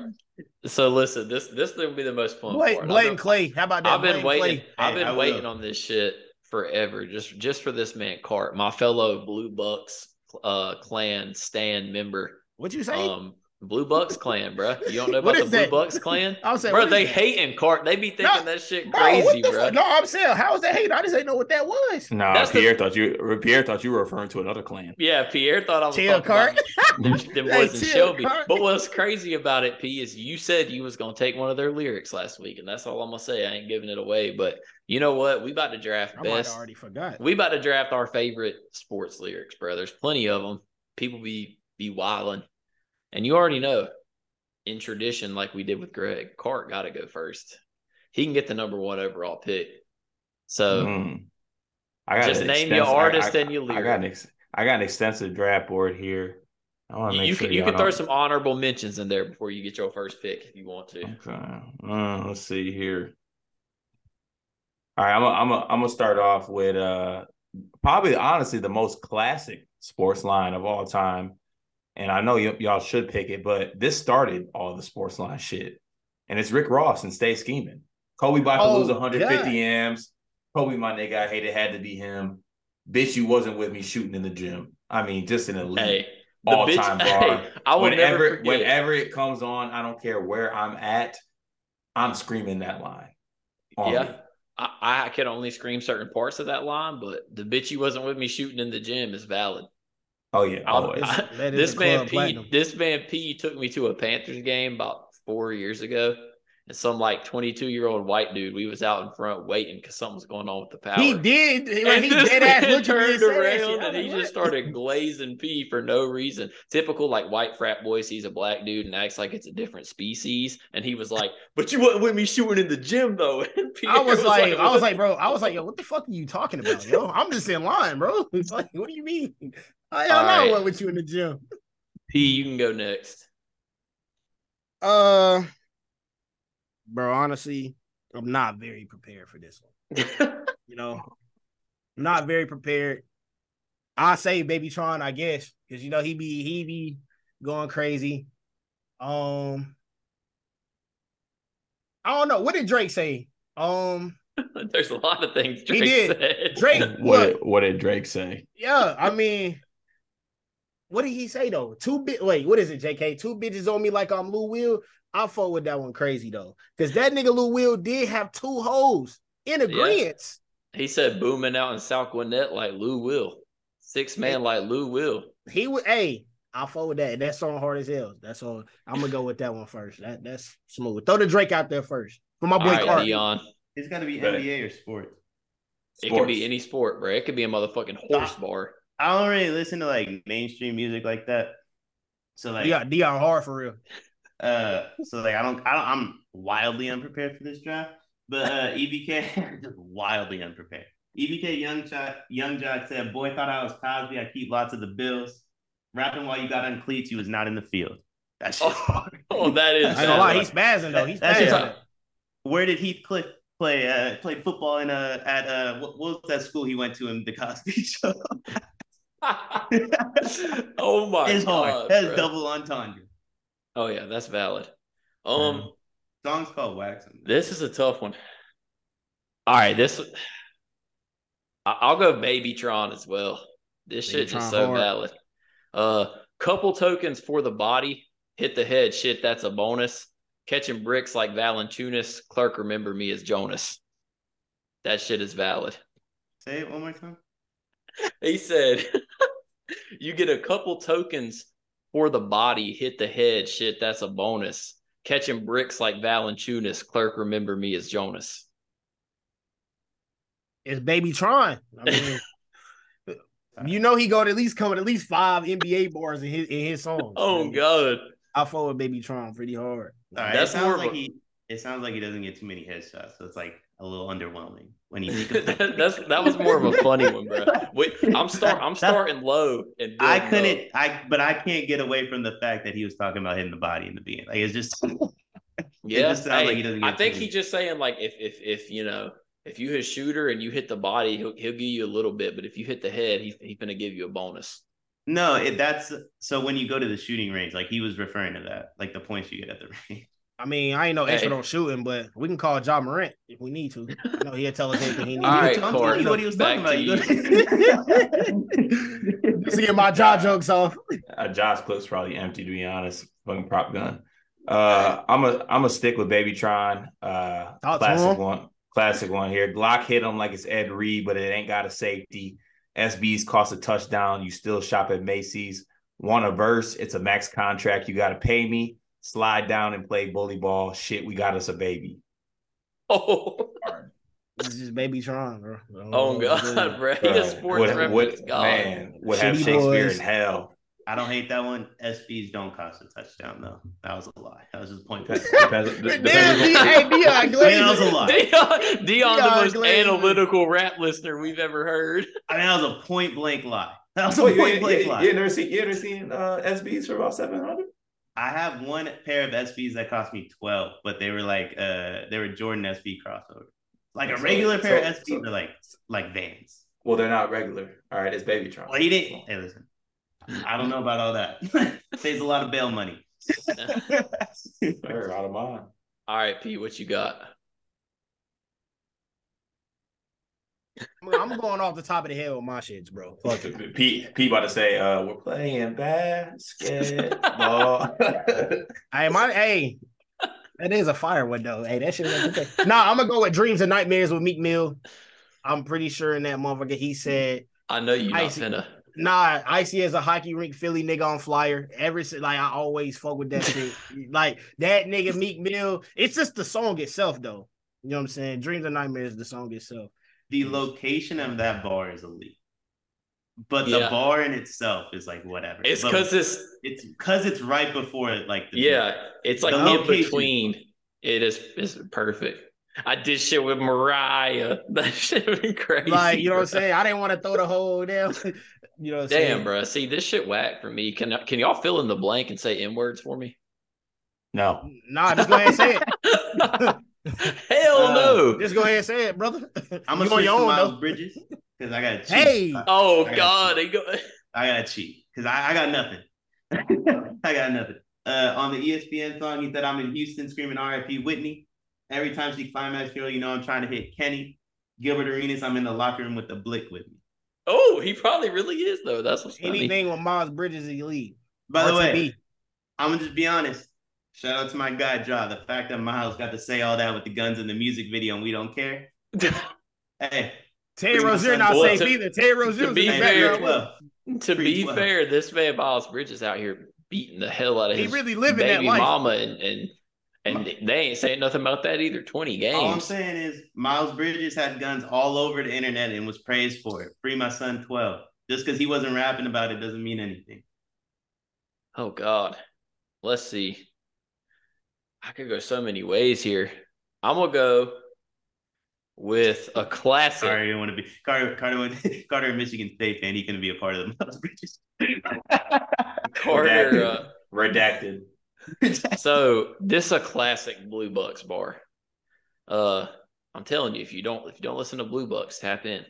A: So listen, this this will be the most fun
C: Blake,
A: part.
C: Blake
A: I've
C: and
A: been-
C: Clay. How about that?
A: I've been
C: Blake and
A: waiting.
C: Clay.
A: I've
D: Hey,
A: been
D: I will.
A: waiting on this shit forever. Just just for this man Cart, my fellow Blue Bucks uh clan stand member.
C: What you say?
A: Um Blue Bucks clan, bruh. You don't know about
C: What
A: the
C: is
A: Blue
C: that?
A: Bucks clan?
C: I was saying,
A: Bro,
C: what is
A: they
C: that?
A: hating Cart. They be thinking
C: No,
A: that shit
C: Bro, what
A: crazy,
C: the
A: bro.
C: fuck? No, I'm saying, how is that hate? I just ain't know what that was.
B: No,
A: That's the-
B: Pierre thought you Pierre thought you were referring to another clan.
A: Yeah, Pierre thought I was
C: Chill,
A: talking about
C: Cart.
A: them, them
C: Hey,
A: boys in
C: chill,
A: Shelby.
C: Cart.
A: But what's crazy about it, P, is you said you was gonna take one of their lyrics last week, and that's all I'm gonna say. I ain't giving it away. But you know what? We about to draft
C: I might have
A: best.
C: already forgot.
A: We about to draft our favorite sports lyrics, bro. There's plenty of them. People be be wilding, and you already know. In tradition, like we did with Greg, Cart got to go first. He can get the number one overall pick. So
B: Mm. I got
A: just
B: an
A: name your
B: extensive- I-
A: artist
B: I,
A: and your
B: I
A: lyric.
B: got an ex, I got an extensive draft board here. I want to
A: you
B: make
A: you
B: sure
A: can you
B: y'all
A: can throw
B: don't-
A: some honorable mentions in there before you get your first pick if you want to.
B: Okay. Uh, let's see here. All right, I'm a, I'm a, I'm gonna start off with uh probably honestly the most classic sports line of all time, and I know y- y'all should pick it, but this started all the sports line shit, and it's Rick Ross and Stay Scheming. Kobe about to
C: Oh,
B: lose 150
C: God.
B: M's. Kobe, my nigga, I hate it had to be him. Bitch, you wasn't with me shooting in the gym. I mean, just an elite
A: Hey, the
B: all
A: bitch-
B: time
A: hey,
B: bar
A: I will
B: whenever
A: never forget.
B: whenever it comes on, I don't care where I'm at, I'm screaming that line. on
A: Yeah.
B: it.
A: I, I can only scream certain parts of that line, but the bitch you wasn't with me shooting in the gym is valid.
B: Oh yeah.
A: I'll-
B: Always.
A: I-
C: That is
A: this
C: a
A: man
C: club
A: P, this man P took me to a Panthers game about four years ago, and some like 22 year old white dude. We was out in front waiting because something was going on with the power.
C: He did. He,
A: And
C: he
A: this
C: dead ass
A: man
C: looked at me
A: turned
C: and said that shit.
A: around
C: I
A: and
C: was
A: he
C: like,
A: just
C: what?
A: started glazing pee for no reason. Typical like white frat boy sees a black dude and acts like it's a different species. And he was like, "But you wasn't with me shooting in the gym though." And Pierre
C: I was like, I was
A: "What?"
C: like, bro, I was like, yo, what the fuck are you talking about, yo? I'm just in line, bro. It's like, what do you mean?
A: All
C: I don't know I
A: right.
C: went with you in the gym.
A: "P, you can go next."
C: Uh, bro, honestly, I'm not very prepared for this one. You know, I'm not very prepared. I say Baby Tron, I guess, because you know he be he be going crazy. Um, I don't know. What did Drake say? Um,
A: There's a lot of things Drake
C: did.
A: said.
C: Drake.
B: What
C: look,
B: did, what did Drake say?
C: Yeah, I mean, what did he say though? Two bit. Wait, what is it, JK? Two bitches on me like I'm Lou Will. I fought with that one crazy though, because that nigga Lou Will did have two hoes in agreement.
A: He said booming out in South Gwinnett like Lou Will, six man like Lou Will.
C: He would. Hey, I fought with that. That song hard as hell. That's all. I'm gonna go with that one first. That that's smooth. Throw the Drake out there first for my
A: All
C: boy
A: right,
C: Clark.
A: Dion.
D: It's got to be
B: Right.
D: NBA or sports.
A: It can
B: Sports.
A: be any sport, bro. It could be a motherfucking horse bar.
D: I don't really listen to like mainstream music like that. So like
C: Yeah, Dion hard for real.
D: Uh, so like I don't, I don't I'm wildly unprepared for this draft, but uh, EBK just wildly unprepared. EBK Young Jock, Young Jock said, "Boy, thought I was Cosby. I keep lots of the bills. Rapping while you got on cleats, you was not in the field. That's just
A: Oh, oh, that is.
C: I ain't gonna lie, he's spazzing though. He's
D: That's
A: just-
C: spazzing.
D: where did Heathcliff play? Uh, played football in uh at uh what, what was that school he went to in the Cosby Show?
A: oh my
D: it's
A: god.
D: hard. That's
A: bro.
D: double entendre.
A: Oh yeah, that's valid. Um,
D: Song's called Waxing.
A: this is a tough one. All right, this I- I'll go Babytron as well. This shit
C: Babytron
A: just so
C: hard.
A: valid. Uh couple tokens for the body. Hit the head. Shit, that's a bonus. Catching bricks like Valanchunas. Clerk remember me as Jonas. That shit is valid.
D: Say it one more time.
A: He said, "You get a couple tokens for the body. Hit the head. Shit, that's a bonus. Catching bricks like Valanchunas. Clerk, remember me as Jonas."
C: It's Baby Tron. I mean, you know he going to at least come with at least five NBA bars in his in his songs.
A: Oh
C: man.
A: God!
C: I fought with Baby Tron pretty hard.
D: All right,
A: That's
D: it sounds
A: more of
D: like
A: a-
D: he. It sounds like he doesn't get too many headshots, so it's like a little underwhelming when he.
A: That- That's that was more of a funny one, bro. Wait, I'm start I'm starting low and
D: I
A: building
D: couldn't.
A: up.
D: I but I can't get away from the fact that he was talking about hitting the body in the beginning. Like it's just.
A: Yeah,
D: just sounds
A: hey,
D: like he doesn't
A: I
D: get
A: think
D: to-
A: he's just saying like if if if you know if you hit shooter and you hit the body, he'll he'll give you a little bit, but if you hit the head, he's he's gonna give you a bonus.
D: no, it, that's so when you go to the shooting range, like he was referring to that, like the points you get at the range.
C: I mean, I ain't no expert
A: Hey.
C: on shooting, but we can call John Morant if we need to. I know he'll tell us anything he needs.
A: All right,
D: I'm
A: Clark,
D: telling you what he was talking
A: back
D: about. You
A: to
D: go-
C: Just to get my jaw jokes off.
B: Uh, Josh clip's probably empty to be honest. Fucking prop gun. Uh, I'm a I'm a stick with Babytron. Uh,
C: Talk to
B: classic
C: him.
B: one, classic one here. Glock hit him like it's Ed Reed, but it ain't got a safety. SBs cost a touchdown. You still shop at Macy's. Want a verse? It's a max contract. You got to pay me. Slide down and play bully ball. Shit, we got us a baby.
A: Oh,
C: It's just Baby Tron, bro.
A: oh God, bro. He a sports
B: Would- would-
A: reference god.
B: man would have
C: Shitty
B: Shakespeare
C: boys.
B: in hell.
D: I don't hate that one. SBs don't cost a touchdown though. That was a lie. That was just point.
B: Depends,
C: Damn,
B: depends- depends
C: D-
B: on-
C: hey, Dion
D: I mean, that was
C: Glazer.
D: a lie.
A: Dion, Dion's the
C: Dion
A: most
C: Glazer.
A: analytical rap listener we've ever heard.
D: I mean, that was a point blank lie. That was a
B: Wait, you
D: point
B: ain't-
D: blank
B: you
D: lie.
B: you ain't never seen you ain't never seen uh, SBs for about seven hundred?
D: I have one pair of SBs that cost me twelve, but they were like uh they were Jordan SB crossover. Like a
B: So-
D: regular pair
B: so-
D: of SBs
B: so-
D: are like like Vans.
B: Well, they're not regular. All right, it's Babytron.
D: Well, he didn't. Hey, listen, I don't know about all that. Saves a lot of bail money.
B: They're out of mine.
A: All right, P, what you got?
C: I'm going off the top of the head with my shits, bro. Fuck it.
B: P P about to say uh, we're playing basketball.
C: Hey, my hey, that is a fire one though. Hey, that shit. was a good thing. Nah, I'm gonna go with dreams and nightmares with Meek Mill. I'm pretty sure in that motherfucker he said
A: I know you're not
C: Icy.
A: finna.
C: Nah, Icy is a hockey rink Philly nigga on flyer. Ever since, like, I always fuck with that shit. Like, that nigga Meek Mill. It's just the song itself, though. You know what I'm saying? Dreams and Nightmares, the song itself.
D: The location of that bar is elite. But the
A: Yeah.
D: bar in itself is like whatever.
A: It's
D: But
A: because it's
D: it's because it's right before like the
A: yeah, it's like
D: The
A: in
D: location.
A: between. It is it's perfect. I did shit with Mariah. That shit been crazy.
C: Like, you know what I'm
A: bro.
C: saying? I didn't want to throw the whole damn. You know what I'm saying?
A: Damn, bro. See, this shit whack for me. Can can y'all fill in the blank and say n words for me?
B: No.
C: Nah, just go ahead and say it.
A: Hell
D: Uh,
A: no.
C: Just go ahead and say it, brother.
D: I'm
C: You on
D: gonna switch
C: your
D: to
C: own,
D: Miles
C: though.
D: Bridges because I gotta cheat.
C: Hey.
D: I,
A: Oh
D: I
A: God,
D: got
A: they go.
D: I gotta cheat because I, I got nothing. I got nothing. Uh, on the ESPN song, he said, "I'm in Houston screaming R.I.P. Whitney." Every time she climax, girl, you know I'm trying to hit Kenny. Gilbert Arenas, I'm in the locker room with the blick with me.
A: Oh, he probably really is though. That's what's funny.
C: Anything with Miles Bridges is elite.
D: By the way,
C: RTB.
D: I'm gonna just be honest. Shout out to my guy Ja. The fact that Miles got to say all that with the guns in the music video and we don't care. hey,
C: Terry
D: Well,
C: Rozier not
A: to-
C: safe either. Terry Rozier
A: to
C: was
A: be
C: in the
D: hey,
A: fair-
C: background.
D: well,
A: to be
D: 312.
A: fair, this man Miles Bridges out here beating the hell out of
C: He
A: his
C: really living that
A: baby
C: life.
A: mama, and and and they ain't saying nothing about that either. Twenty
D: all I'm
A: games.
D: saying is Miles Bridges had guns all over the internet and was praised for it. Free my son 12. Just because he wasn't rapping about it doesn't mean anything.
A: Oh God, let's see. I could go so many ways here. I'm gonna go with a classic.
D: Carter didn't want to be Carter. Carter, went, Carter, a Michigan State fan. He couldn't be a part of the Miles Bridges.
A: Carter, uh,
B: Redacted.
A: so this a classic Blue Bucks bar. Uh, I'm telling you, if you don't if you don't listen to Blue Bucks, tap in.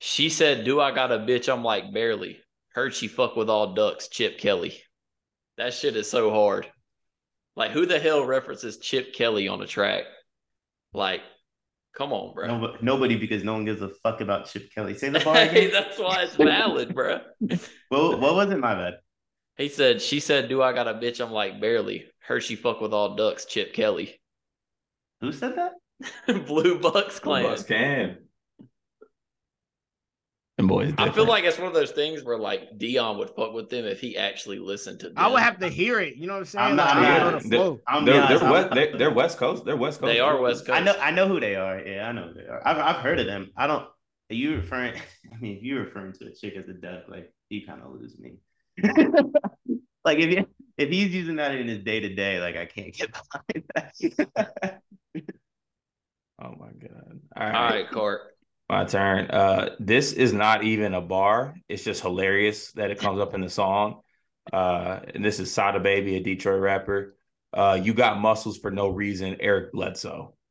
A: She said, "Do I got a bitch?" I'm like, barely. Heard she fuck with all ducks. Chip Kelly. That shit is so hard. Like, who the hell references Chip Kelly on a track? Like, come on, bro.
D: Nobody, nobody, because no one gives a fuck about Chip Kelly. Say the bar
A: hey,
D: again.
A: that's why it's valid, bro.
D: what, what was it? My bad.
A: He said, "She said, do I got a bitch?" I'm like, barely. Heard she fuck with all ducks. Chip Kelly.
D: Who said that?
A: Blue Bucks
B: Who
A: clan.
B: else Can. And boys,
A: I feel like it's one of those things where like Dion would fuck with them if he actually listened to them.
C: I would have to hear it. You know what I'm saying?
D: I'm
C: Like,
D: not-
C: I
B: yeah,
C: don't know the
B: the-
C: flow.
D: I'm
B: they're,
D: honest,
B: they're,
D: I'm-
B: West, they're, they're West Coast. They're West Coast.
A: They are West Coast.
D: I know I know who they are. Yeah, I know who they are. I've I've heard of them. I don't are you referring I mean if you're referring to a chick as a duck, like you kind of lose me. like if you if he's using that in his day to day, like I can't get behind that.
B: Oh my god!
A: All right, Cart.
B: My turn. Uh, this is not even a bar. It's just hilarious that it comes up in the song. Uh, and this is Sada Baby, a Detroit rapper. Uh, you got muscles for no reason, Eric Bledsoe.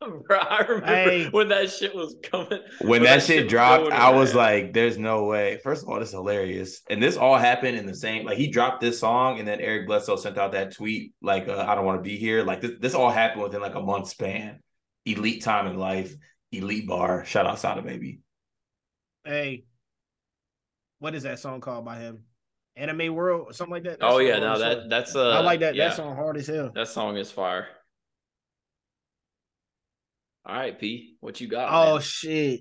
A: Bro, I remember
C: Hey.
A: when that shit was coming.
B: When that, shit, dropped,
A: going
B: I was
A: around.
B: like, "There's no way." First of all, this is hilarious, and this all happened in the same. Like he dropped this song, and then Eric Bledsoe sent out that tweet, like, uh, "I don't want to be here." Like this, this all happened within like a month span. Elite time in life, elite bar. Shout out Sada Baby.
C: Hey, what is that song called by him? Anime World or something like that? That
A: "Oh
C: song
A: yeah,
C: hard
A: no,
C: as hell.
A: that that's uh,
C: I like that.
A: yeah,
C: That song hard as hell.
A: That song is fire." All right, P, what you got?
C: Oh
A: man?
C: shit!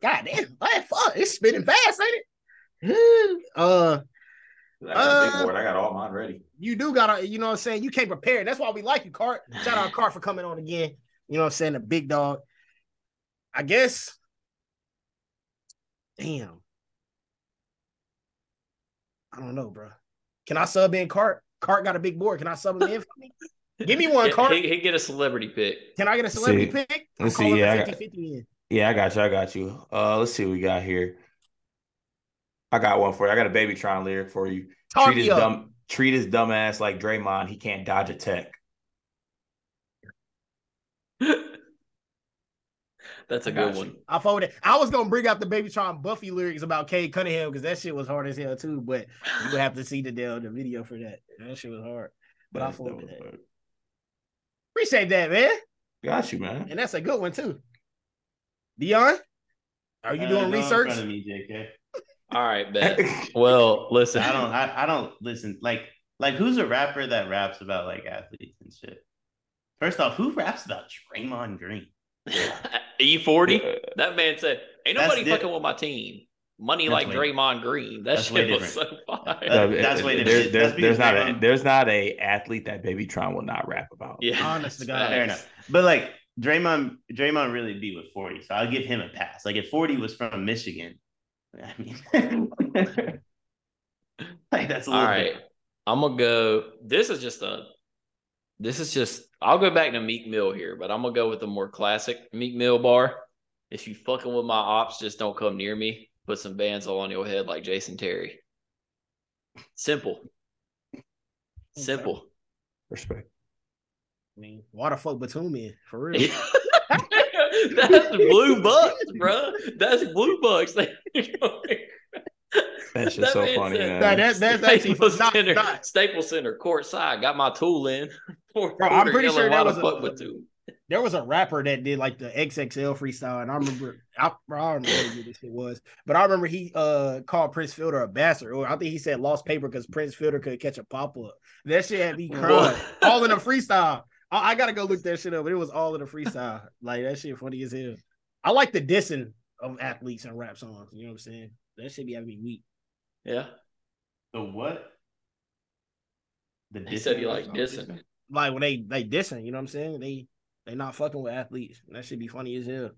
C: God damn! Like, fuck, it's spinning fast, ain't it? uh,
B: I got a big
C: Uh,
B: board. I got all mine ready.
C: you do gotta, you know what I'm saying? You can't prepare. That's why we like you, Cart. Shout out Cart for coming on again. You know what I'm saying? The big dog. I guess. Damn. I don't know, bro. Can I sub in Cart? Cart got a big board. Can I sub him in for me? Give me one,
A: Yeah,
C: Cart.
A: He, he get a celebrity pick.
C: Can I get a celebrity
B: see.
C: pick? I'm
B: Let's see.
C: calling
B: Yeah, I
C: the
B: got-
C: 50-50 in.
B: Yeah, I got you. I got you. Uh, let's see what we got here. I got one for you. I got a Babytron lyric for you.
C: Talk
B: treat his
C: me up.
B: dumb, treat his dumb ass like Draymond. He can't dodge a tech.
A: That's a
B: I
A: good
B: got
A: one.
B: you.
C: I folded. I was gonna bring out the Baby Tron Buffy lyrics about Cade Cunningham because that shit was hard as hell too. But you would have to see the deal, the video for that. That shit was hard. But I
B: That- that
C: folded
B: was
C: that.
B: hard.
C: Appreciate that, man.
B: Got you, man.
C: And that's a good one too. Dion, are you
D: Uh,
C: doing
D: go in
C: research?
D: front of me, JK.
A: All right, bet. Well, listen,
D: I don't I, I don't listen like like who's a rapper that raps about like athletes and shit? First off, who raps about Draymond Green?
A: E E40. That man said, "Ain't
D: That's
A: nobody
D: di-
A: fucking with my team." Money
D: That's
A: like
D: way-
A: Draymond Green. That
D: that's
A: shit
D: way
A: was so fire.
D: Uh, that's what it
B: there's,
D: is.
B: There's,
D: That's
B: there's not
D: because-
B: a, there's not a athlete that Baby Tron will not rap about.
A: yeah,
C: honest to
A: it's
C: God.
D: Fair
A: facts.
D: enough. But like Draymond, Draymond really beat with 40. So I'll give him a pass. Like if 40 was from Michigan, I mean like that's a
A: All
D: little
A: right.
D: different.
A: I'm gonna go. This is just a. This is just. I'll go back to Meek Mill here, but I'm gonna go with the more classic Meek Mill bar. If you fucking with my ops, just don't come near me. Put some bands on your head like Jason Terry. Simple. Simple.
B: Respect.
C: I mean, why the fuck Batum in for real?
A: That's blue bucks, bro. That's blue bucks.
B: That's
A: That
B: just so
A: man
B: funny,
A: said-
B: man.
C: Nah, that- that's actually
A: Staples
C: not,
A: Center,
C: not-
A: Staples Center, court side. Got my tool in. Fourth
C: Bro, I'm
A: quarter,
C: pretty sure
A: yelling, why
C: that
A: the
C: was a-
A: fuck with two.
C: There was a rapper that did like the XXL freestyle, and I remember, I, bro, I don't remember who this shit was, but I remember he uh called Prince Fielder a bastard, or I think he said lost paper because Prince Fielder could catch a pop up. That shit had me crying. all in a freestyle. I, I gotta go look that shit up. It was all in a freestyle. like that shit funny as hell. I like the dissing of athletes and rap songs. You know what I'm saying? That should be having me weak.
A: Yeah,
D: The what? The
A: he said he
D: or
A: liked
D: something?
A: dissing.
C: Like when they they dissing, you know what I'm saying? They they not fucking with athletes. That should be funny as hell.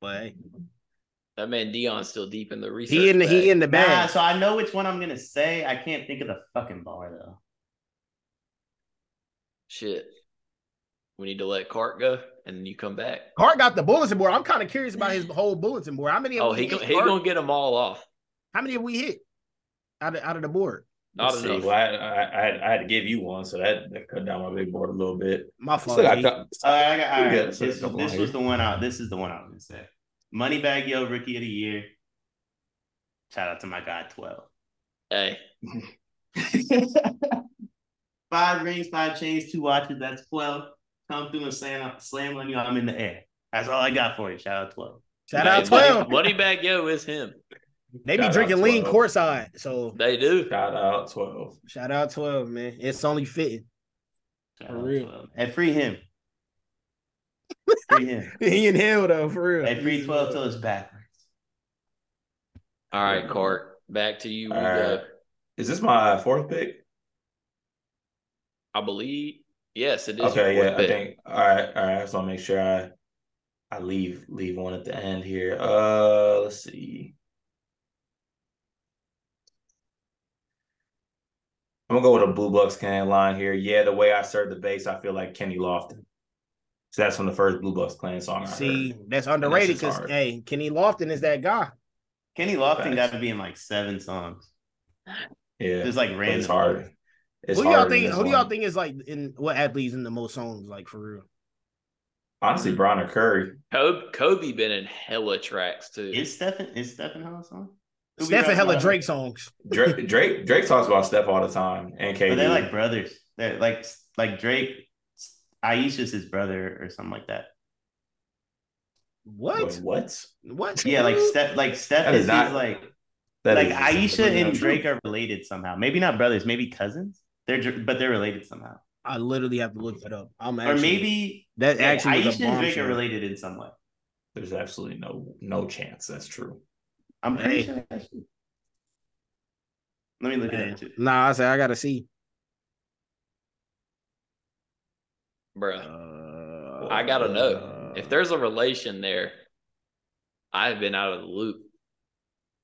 C: But hey,
A: That man Dion's still deep in the research.
C: he in the he
A: bag.
C: in the
D: Nah,
C: bag.
D: so I know which one I'm gonna say. I can't think of the fucking bar though.
A: shit. We need to let Cart go, and then you come back.
C: Hart got the bulletin board. I'm kind of curious about his whole bulletin board. How many? Of
A: Oh,
C: we
A: he
C: hit,
A: gonna, he
C: Hart?
A: gonna get them all off.
C: How many have we hit out of out of the board?
A: Not
B: Let's see.
A: enough.
B: Well, I, I, I, had, I had to give you one, so that, that cut down my big board a little bit.
C: My
B: Still
C: fault.
B: got
C: G.
B: time.
D: All right, I got, all
B: We
D: right.
B: got
D: This,
B: a
D: this
B: couple on
D: was
B: here.
D: the one I this is the one I was gonna say. Moneybag Yo Rookie of the Year. Shout out to my guy 12.
A: Hey,
D: five rings, five chains, two watches. That's twelve. Come through and slam, slam on you. I'm in the air. That's all I got for you. Shout out twelve.
C: Shout
A: hey,
C: out twelve.
A: Money Moneybag Yo is him.
C: They be
B: Shout out
C: drinking lean
B: 12.
C: courtside. So
A: They do.
B: Shout out 12.
C: shout out twelve, man. It's only fitting.
D: Shout
C: For
D: out
C: real.
D: 12. And free him. free him.
C: He in hell though, for real.
D: And free twelve till it's backwards.
A: All right, Cart, back to you. We
B: All
A: go.
B: right. Is this my fourth pick?
A: I believe. Yes, it is.
B: Okay,
A: your
B: yeah,
A: fourth
B: I
A: pick.
B: think all right, all right. So I'll make sure I I leave leave one at the end here. Uh let's see. I'm gonna go with a blue bucks clan line here. Yeah, the way I serve the bass, I feel like Kenny Lofton. So that's from the first Blue Bucks Clan song I
C: See,
B: heard.
C: that's underrated
B: That's just
C: because
B: hard.
C: hey, Kenny Lofton is that guy.
D: Kenny Lofton
B: Facts.
D: got to be in like seven songs.
B: Yeah,
D: Just like
B: but
D: random.
B: it's hard. It's
C: who do y'all
B: harder than
C: think?
B: this
C: Who do y'all
B: one.
C: think is like in what athletes in the most songs? Like for real,
B: Honestly, Bron or Curry.
A: Kobe, Kobe been in hella tracks too.
D: Is Stephen is Stephen Hall a song? Who we
C: Stephen
D: rapping
C: hella
D: about?
C: Drake songs.
B: Drake, Drake Drake talks about Steph all the time and KD.
D: But they're like brothers. They're like like Drake. Aisha's his brother or something like that.
C: What?
B: Wait, what?
C: What?
D: Yeah, like Steph. Like Steph
B: That
D: is,
B: is not-
D: his, like
B: That
D: like
B: is-
D: Aisha
B: that's not
D: and
B: true.
D: Drake are related somehow. Maybe not brothers, maybe cousins. They're dr- but they're related somehow.
C: I literally have to look that up. I'm actually,
D: or maybe
C: that
D: yeah,
C: actually was
D: Aisha
C: a
D: and Drake are
C: bombshell.
D: related in some way.
B: There's absolutely no no chance that's true.
D: I'm pretty
C: Hey.
D: sure. That's true. Let me look at
C: Yeah.
D: that. too.
C: Nah, I say I gotta see.
A: Bruh.
D: Uh,
A: I gotta know. If there's a relation there, I've been out of the loop.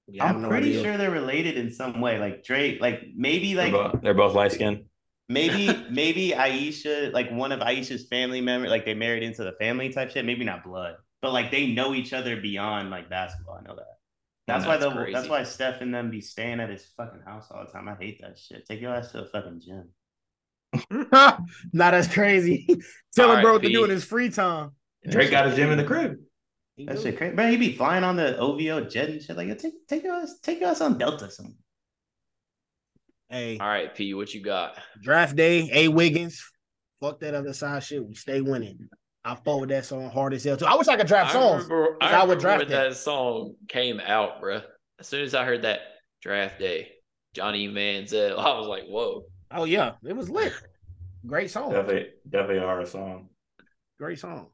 C: Yeah, I have
D: I'm
C: no
D: pretty
C: idea.
D: sure they're related in some way. Like Drake, like maybe like
B: they're, both, they're both light skinned.
D: maybe maybe Aisha, like one of Aisha's family members, like they married into the family type shit. Maybe not blood, but like they know each other beyond like basketball. I know that. That's
A: Man,
D: why
A: that's
D: the
A: crazy.
D: that's why Steph and them be staying at his fucking house all the time. I hate that shit. Take your ass to a fucking gym.
C: nah, that's crazy. Tell him bro what to
A: R.I.P.
C: do in his free time.
B: Drake got a gym in the crib.
C: He
D: That
C: do.
D: shit crazy, bro. He be flying on the OVO jet and shit. Like, yo, take take your ass take your ass on Delta somewhere.
C: Hey,
A: All right, P, what you got?
C: draft day, A Wiggins. Fuck that other side shit. We stay winning. I fought with that song hard as hell too. I wish I could draft songs.
A: remember, I
C: 'cause I would
A: remember
C: draft
A: when
C: that.
A: that song came out, bruh. As soon as I heard that draft day, Johnny Manziel, I was like, whoa.
C: Oh yeah, it was lit. Great song.
B: Definitely, definitely a hard song.
C: Great song.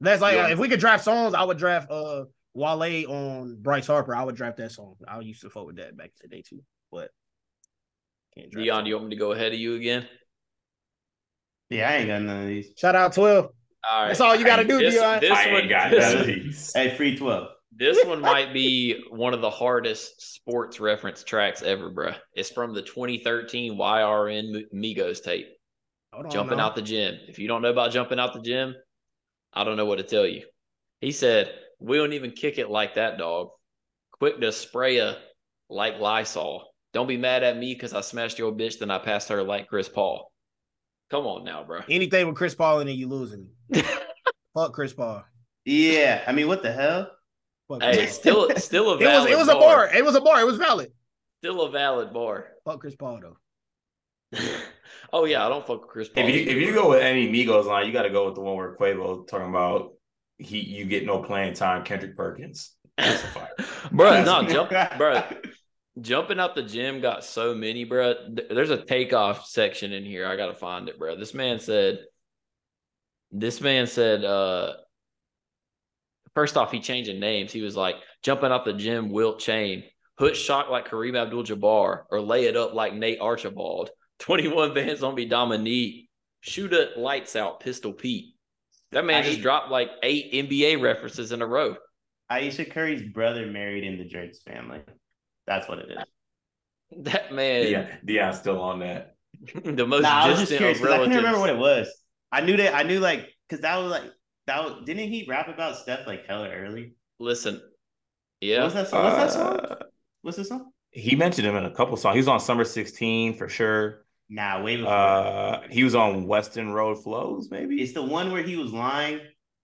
C: That's like
A: Yeah.
C: if we could draft songs, I would draft uh Wale on Bryce Harper, I would draft that song. I used to fuck with that back in the day too, but can't draft.
A: Dion, do you want me to go ahead of you again?
D: Yeah, I ain't got none of these.
C: Shout out twelve.
A: All right.
C: That's all you gotta do,
A: this,
C: Dion.
A: This
B: I
A: one,
B: ain't got
A: this,
B: none of these.
D: Hey, free twelve.
A: this one might be one of the hardest sports reference tracks ever, bruh. It's from the 2013 YRN M- Migos tape.
C: Hold on,
A: jumping
C: Oh, no.
A: out the gym. If you don't know about jumping out the gym, I don't know what to tell you. He said, We don't even kick it like that, dog. Quick to spray a like Lysol. Don't be mad at me because I smashed your bitch, then I passed her like Chris Paul. Come on now, bro.
C: anything with Chris Paul in it, you losing. fuck Chris Paul.
D: Yeah, I mean, what the hell?
C: Fuck
A: Hey,
C: Chris Paul.
A: still, still a
C: it was
A: valid.
C: it was a bar. It was a bar. It was valid.
A: Still a valid bar.
C: Fuck Chris Paul though.
A: oh yeah, I don't fuck with Chris Paul.
B: If you if you go with any Migos line, you got to go with the one where Quavo talking about he you get no playing time. Kendrick Perkins. That's a fire.
A: bro, no, jump, bro. Jumping out the gym got so many, bro. Th- There's a takeoff section in here. I gotta find it, bro. This man said. This man said. uh First off, he changing names. He was like jumping out the gym, Wilt Chain, hook shot like Kareem Abdul-Jabbar, or lay it up like Nate Archibald. Twenty-one bands on me, Dominique. Shoot it, lights out, Pistol Pete. That man
D: I-
A: just dropped like eight NBA references in a row.
D: Aisha Curry's brother married in the Jerks family. That's what it is.
A: That man,
B: Yeah, Dion's still on that.
A: the most
D: Nah, I was just
A: distant
D: curious
A: of
D: 'cause I
A: relatives.
D: couldn't remember what it was. I knew that I knew like because that was like that was didn't he rap about stuff like hella early?
A: Listen,
D: What
A: yeah,
D: was that song? What's that
B: Uh,
D: song? What's this song?
B: He mentioned him in a couple songs. He was on Summer 16 for sure.
D: Nah, way before.
B: Uh, he was on Western Road Flows, maybe.
D: it's the one where he was lying.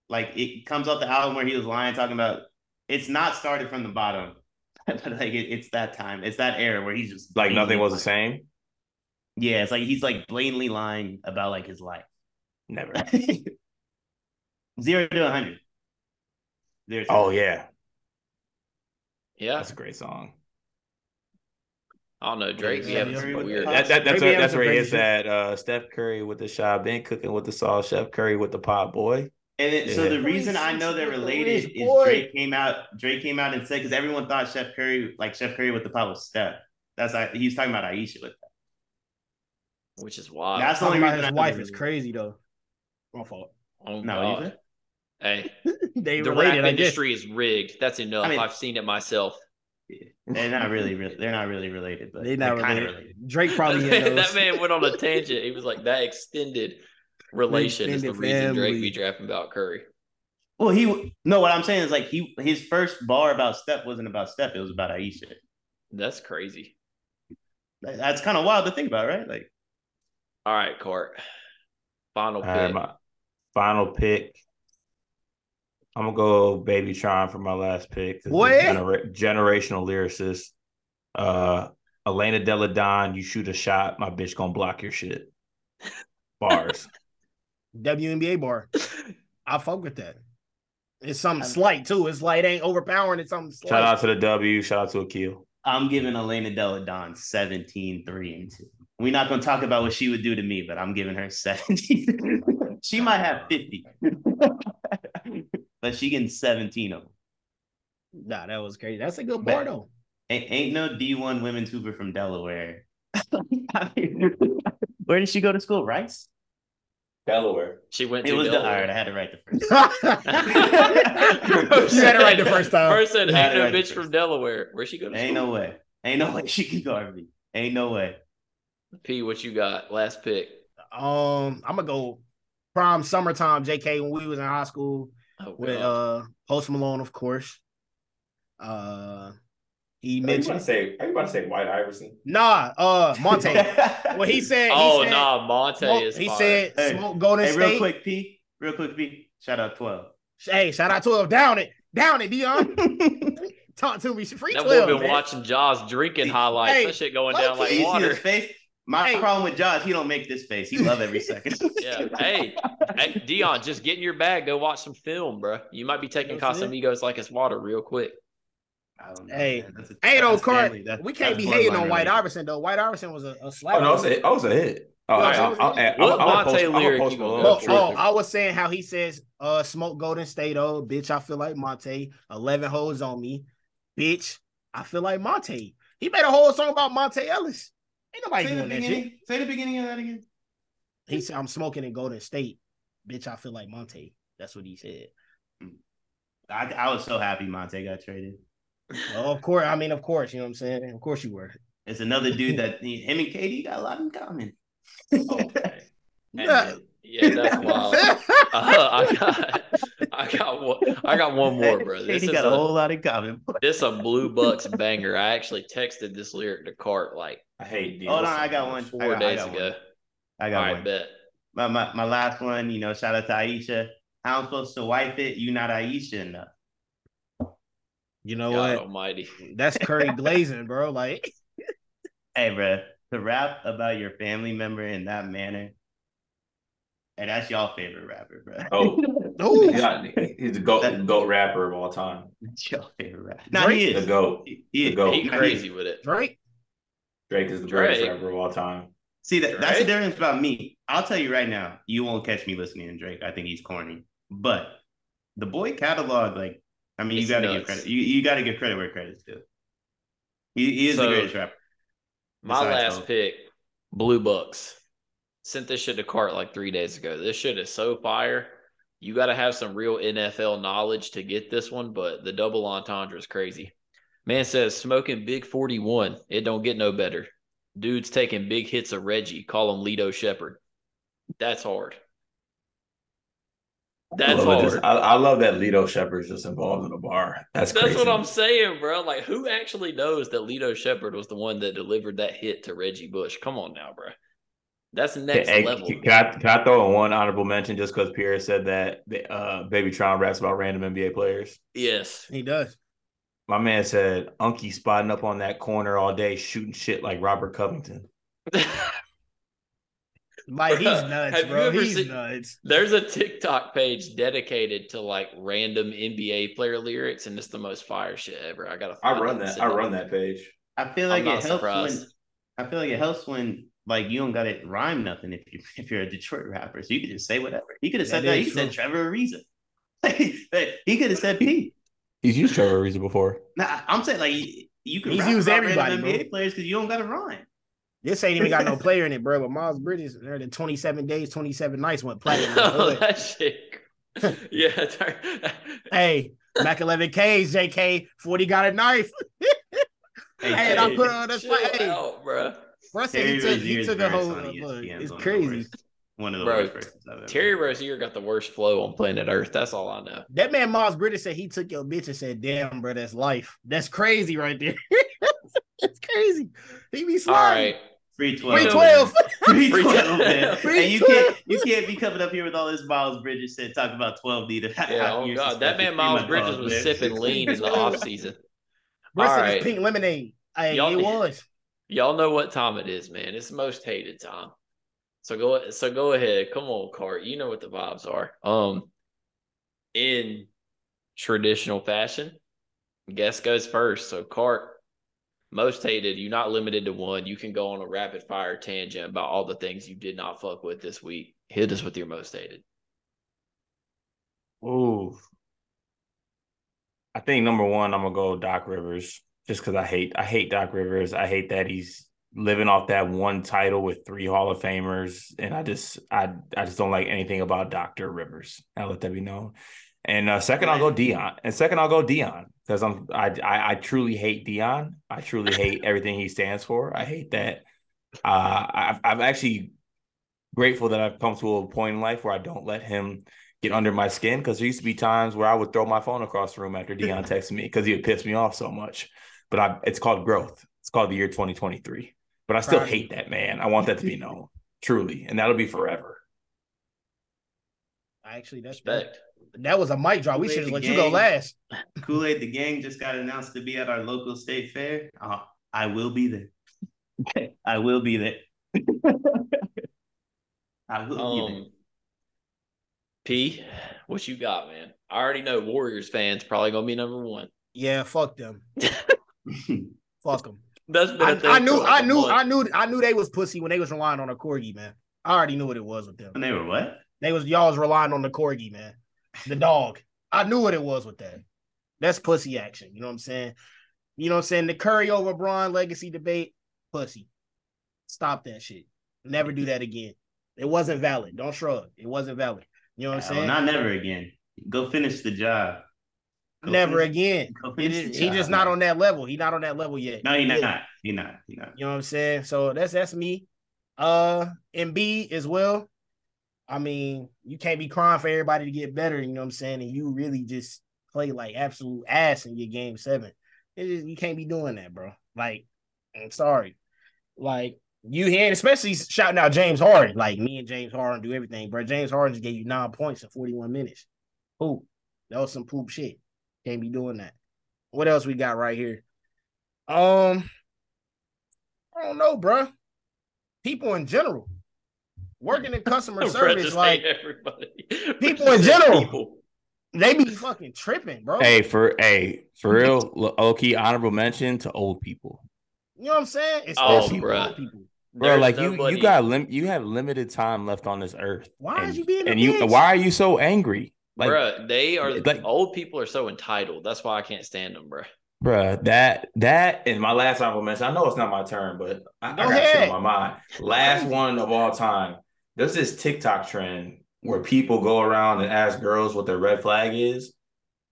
D: Like it comes off the album where he was lying, talking about it's not started from the bottom, but like it, it's that time, it's that era where he's just
B: like nothing
D: blatantly
B: was the same.
D: lying. Yeah, it's like he's like blatantly lying about like his life.
B: Never.
D: Zero to a hundred. There's
B: Oh yeah,
A: yeah.
B: that's a great song.
A: I don't know, Drake.
C: Yeah,
A: You having
C: yeah,
A: some
C: yeah.
A: weird.
D: Yeah.
B: That, that, that's
C: Maybe
B: where,
C: that
B: that's
C: was a
B: where he
C: crazy
B: is
C: shit.
B: at. Uh, Steph Curry with the shot, Ben cooking with the sauce, Chef Curry with the pot boy.
D: And it, so
B: Yeah.
D: the reason I know they're related
C: Rich
D: is
C: boy.
D: Drake came out. Drake came out and said because everyone thought Chef Curry, like Chef Curry with the pot was Steph. That's I, he was talking about Aisha with that.
A: Which is wild.
D: That's the
C: Talking
D: only
C: about
D: reason I
C: his
D: know
C: wife
D: they're
C: is
D: related.
C: crazy though. My fault.
A: oh,
D: No,
A: God.
D: you said?
A: Hey,
C: They
A: the
C: related.
A: rap
C: I guess.
A: industry is rigged. That's enough. I
D: I mean-
A: have seen it myself.
D: They're not really, re- they're not really related, but
C: They not
D: kinda
C: related. Drake probably
A: that, man,
C: knows.
A: that man went on a tangent. He was like, "That extended relation is the
C: extended
A: reason Drake
C: family.
A: be drafting about Curry."
D: Well, he no. What I'm saying is like he his first bar about Steph wasn't about Steph. It was about Aisha.
A: That's crazy.
D: That- That's kind of wild to think about, right? Like
A: All right, Cart. Final
B: All
A: pick.
B: right, my final pick. I'm gonna go Baby Tron for my last pick. 'cause he's
C: What?
B: genera- generational lyricist. Uh, Elena Deladon, you shoot a shot, my bitch gonna block your shit. Bars.
C: WNBA bar. I fuck with that. It's something slight too. It's light ain't overpowering. It's something slight.
B: Shout out to the W. Shout out to Akil.
D: I'm giving Elena Deladon 17, 3, and 2. We're not gonna talk about what she would do to me, but I'm giving her 17. she might have 50. but she getting 17 of them.
C: Nah, that was crazy. That's a good
D: Bet.
C: bar though.
D: Ain't, ain't no D1 women's hooper from Delaware. I mean, Where did she go to school? Rice?
B: Delaware.
A: She went.
D: It
A: to
D: was the, all
A: Delaware.
D: right. I had it right the first.
C: you had it right the first time.
A: First said,
D: You had
A: ain't
D: it
A: no
D: right the
A: bitch
D: first
A: from
D: time.
A: Delaware. Where she go to
D: Ain't
A: school?
D: no way. Ain't no way she can go RV. Ain't no way.
A: P, what you got? Last pick.
C: Um, I'm gonna go prime summertime. JK when we was in high school
A: Oh,
C: with
A: God.
C: uh Post Malone, of course. Uh,
B: Are
C: he
B: you about to
C: mentioned
B: say? Are you about to say White Iverson?
C: nah. Uh, Monte. what he said. he
A: oh
C: said-
A: nah, Monte
C: Smoke-
A: is.
C: he
A: fire.
C: said
D: Hey.
C: smoke Golden
D: Hey, real
C: State.
D: quick, P. Real quick, P. Shout out 12.
C: Hey, shout out twelve. Down it, down it, Dion. Talk to me. Free
A: that boy
C: twelve.
A: been
C: man.
A: watching Jaws drinking highlights.
C: Hey,
A: that shit going
C: low-key,
A: down like
D: Hey, you see
A: water.
D: his face? My
C: Hey.
D: problem with Josh, he don't make this face. He love every second.
A: Yeah. Hey, hey, Dion, just get in your bag. Go watch some film, bro. You might be taking
C: That's it.
A: Casamigos like it's water real quick.
D: I don't
C: Hey.
D: man. That's a-
C: Hey,
D: that's
C: though,
D: a
C: Cart,
D: family. That's-
C: we can't
D: that's
C: be hating
D: bloodline
C: on White
D: related.
C: Iverson though. White Iverson was a, a slap.
B: Oh no, I was a, I was a hit. Oh,
C: Well,
B: I-
C: so-
B: I'll, I'll, add- I'll,
A: What
B: I'll,
A: Vontae
B: post, I'll
A: lyric
B: post
A: you gonna
B: Malone.
A: go
C: Oh,
A: for?
B: Sure.
C: oh, I was saying how he says, uh, smoke Golden State, oh, bitch, I feel like Monte. 11 hoes on me. Bitch, I feel like Monte. He made a whole song about Monte Ellis. Ain't nobody
D: Say the
C: doing that shit.
D: beginning. Say the beginning of that again.
C: He said, I'm smoking in Golden State. Bitch, I feel like Monte. That's what he said.
D: I, I was so happy Monte got traded.
C: Well, of course, I mean, of course, you know what I'm saying? Of course you were.
D: It's another dude that him and KD got a lot in common.
A: Oh,
C: Yeah.
A: Yeah, that's wild. Uh, I got, I got one. I got one more, bro. This
D: KD
A: is
D: got a,
A: a,
D: whole lot in common.
A: this a Blue Bucks banger. I actually texted this lyric to Cart like
B: I hate deals.
D: Hold on, I got one.
A: four
D: I got, I
A: days
D: got
A: ago.
D: One. I
A: All
D: got
A: right,
D: one.
A: bet.
D: my, my my last one, you know, shout out to Aisha. How I'm supposed to wipe it, you not Aisha enough.
C: You know
A: God
C: what?
A: Almighty.
C: That's Curry glazing, bro. Like,
D: Hey bruh, to rap about your family member in that manner. And that's y'all favorite rapper, bruh.
B: Oh,
C: ooh,
B: he's not- he's the goat, goat rapper of all time.
D: That's y'all favorite rapper. Nah,
C: Drake?
D: he
B: The
D: is.
B: goat.
D: He,
B: The
D: he,
B: GOAT.
A: He
D: he
A: crazy with it.
C: Drake.
B: Drake is the
A: Drake.
B: greatest rapper of all time.
D: See that that's the
A: Drake?
D: difference about me. I'll tell you right now, you won't catch me listening to Drake. I think he's corny. But the boy catalog, like, I mean,
A: It's
D: you gotta
A: nuts.
D: give credit. You, you gotta give credit where credit's due. He, he is
A: So-
D: the greatest rapper.
A: My
D: Besides
A: last
D: Hope.
A: pick, Blue Bucks. Sent this shit to Cart like three days ago. This shit is so fire. You got to have some real NFL knowledge to get this one, but the double entendre is crazy. Man says, smoking Big 41. It don't get no better. Dude's taking big hits of Reggie. Call him Lido Shepherd. That's hard. That's
B: I love,
A: hard.
B: this- I, I love that Lido Shepherd's just involved in a bar. That's
A: That's
B: crazy.
A: what I'm saying, bro. Like, who actually knows that Lito Shepard was the one that delivered that hit to Reggie Bush? Come on now, bro. That's next
B: Hey,
A: level.
B: Can I, can I throw in one honorable mention just because Pierre said that the, uh, Baby Tron raps about random NBA players?
A: yes.
C: He does.
B: My man said Unky spotting up on that corner all day shooting shit like Robert Covington.
C: Like, he's
A: Bruh,
C: nuts,
A: have you
C: bro.
A: ever
C: He's
A: seen-
C: nuts.
A: There's a TikTok page dedicated to like random NBA player lyrics, and it's the most fire shit ever. I gotta.
B: I
A: find
B: run
A: it and
B: that.
A: send
B: I
A: it.
B: run that page.
D: I feel
A: I'm
D: like
A: not
D: it helps
A: surprised.
D: when I feel like it helps when like you don't got to rhyme nothing if you if you're a Detroit rapper, so you could just say whatever. He could have said
C: That
D: that.
C: is
D: He said
C: true.
D: Trevor Ariza. he could have said P.
B: He's used Trevor Ariza before.
D: Nah, I'm saying like you, you could
C: He's
D: rap
C: used
D: about
C: everybody,
D: random NBA players because you don't got to rhyme.
C: This ain't even got no player in it, bro. But Miles Bridges, there the 27 days, 27 nights went platinum.
A: oh, that shit. yeah. it's hard.
C: hey, Mac 11K, JK, 40 got a knife.
D: Hey,
C: Hey, and I
D: hey,
C: put on this
A: chill
C: like, hey.
A: out, bro.
C: Bro said
D: Terry
C: he took, he
D: Rozier's
C: took a
D: verse
C: whole
D: E on
C: look.
D: ESPN is
C: It's
D: one of the
C: crazy.
D: worst- One of the
A: Bro,
D: worst verses I've ever.
A: Terry
D: heard.
A: Rozier got the worst flow on planet Earth. That's all I know.
C: That man Miles Bridges said he took your bitch and said, "Damn, bro, that's life. That's crazy right there. that's crazy." He be
A: All
C: sliding.
A: right.
D: Free twelve.
C: Free twelve.
D: Free
A: Free
D: twelve. Man.
A: 12.
D: and you can't you can't be coming up here with all this Miles Bridges said talking about twelve needed.
A: Yeah, oh god, that man Miles Bridges was sipping lean in the offseason. All
C: Bro said it's
A: right.
C: pink lemonade. Hey,
A: Y'all-
C: it was.
A: Y'all know what time it is, man. It's the most hated time. So go so go ahead. Come on, Cart. You know what the vibes are. Um in traditional fashion, guest goes first. So Cart, most hated, you're not limited to one. You can go on a rapid fire tangent about all the things you did not fuck with this week. Hit us with your most hated.
B: Ooh. I think number one, I'm gonna go Doc Rivers just because I hate I hate Doc Rivers. I hate that he's living off that one title with three Hall of Famers, and I just I I just don't like anything about Doctor Rivers. I'll let that be known. And uh, second, I'll go Dion. And second, I'll go Dion because I'm I, I I truly hate Dion. I truly hate everything he stands for. I hate that. Uh, I've I've actually grateful that I've come to a point in life where I don't let him get under my skin because there used to be times where I would throw my phone across the room after Dion texted me because he would piss me off so much. But I, it's called growth. It's called the year 2023. But I still
C: Proud of
B: hate that man. I want that to be known truly, and that'll be forever.
C: Actually, that's
A: Respect.
C: that was a mic drop. We
D: Play
C: should have
D: the
C: let you go
D: game.
C: last.
D: Kool Aid the Gang just got announced to be at our local state fair. Uh, I will be there. I will be there. I will be there.
A: Um, P, what you got, man? I already know Warriors fans probably gonna be number one.
C: Yeah, fuck them. Fuck them.
A: That's been a
C: I,
A: thing
C: I knew,
A: for like
C: I
A: a
C: knew,
A: month.
C: I knew, I knew they was pussy when they was relying on a corgi, man. I already knew what it was with them.
D: When they were what?
C: They was y'all was relying on the corgi, man. The dog. I knew what it was with that. That's pussy action. You know what I'm saying? You know what I'm saying? The Curry over Braun legacy debate, pussy. Stop that shit. Never do that again. It wasn't valid. Don't shrug. It wasn't valid. You know what I'm
D: Oh,
C: saying?
D: not never again. Go finish the job. Go
C: Never
D: finish-
C: again.
D: go
C: He
D: finish the
C: just, he
D: job,
C: just not
D: man.
C: on that level. He not on that level yet.
D: No, you're
C: Yeah.
D: not. You're not. You're not.
C: You know what I'm saying? So that's that's me. Uh MB as well. I mean, you can't be crying for everybody to get better, you know what I'm saying? And you really just play like absolute ass in your game seven. It just, you can't be doing that, bro. Like, I'm sorry. Like you here, and especially shouting out James Harden. Like me and James Harden do everything, bro. James Harden just gave you nine points in 41 minutes. Poop. That was some poop shit. Can't be doing that. What else we got right here? Um, I don't know, bro. People in general, working in customer
A: Brett
C: service,
A: just
C: like
A: hate everybody. Brett
C: people
A: just
C: in
A: hate
C: general.
A: people.
C: they be fucking tripping, bro.
B: Hey, for hey, for real, low key honorable mention to old people.
C: You know what I'm saying? It's
A: Oh,
C: all people.
A: bruh.
C: old people.
B: Bro,
A: There's
B: like you,
A: nobody-
B: you got lim- you have limited time left on this earth.
C: Why
B: and,
C: is you being a
B: and you
C: bitch?
B: why are you so angry? Like,
A: bruh, they are
B: like-
A: old people are so entitled. That's why I can't stand them, bruh.
B: Bruh, that that is my last honorable mention. I know it's not my turn, but I, I
C: Go
B: got shit
C: ahead.
B: on my mind. Last one of all time. There's this TikTok trend where people go around and ask girls what their red flag is,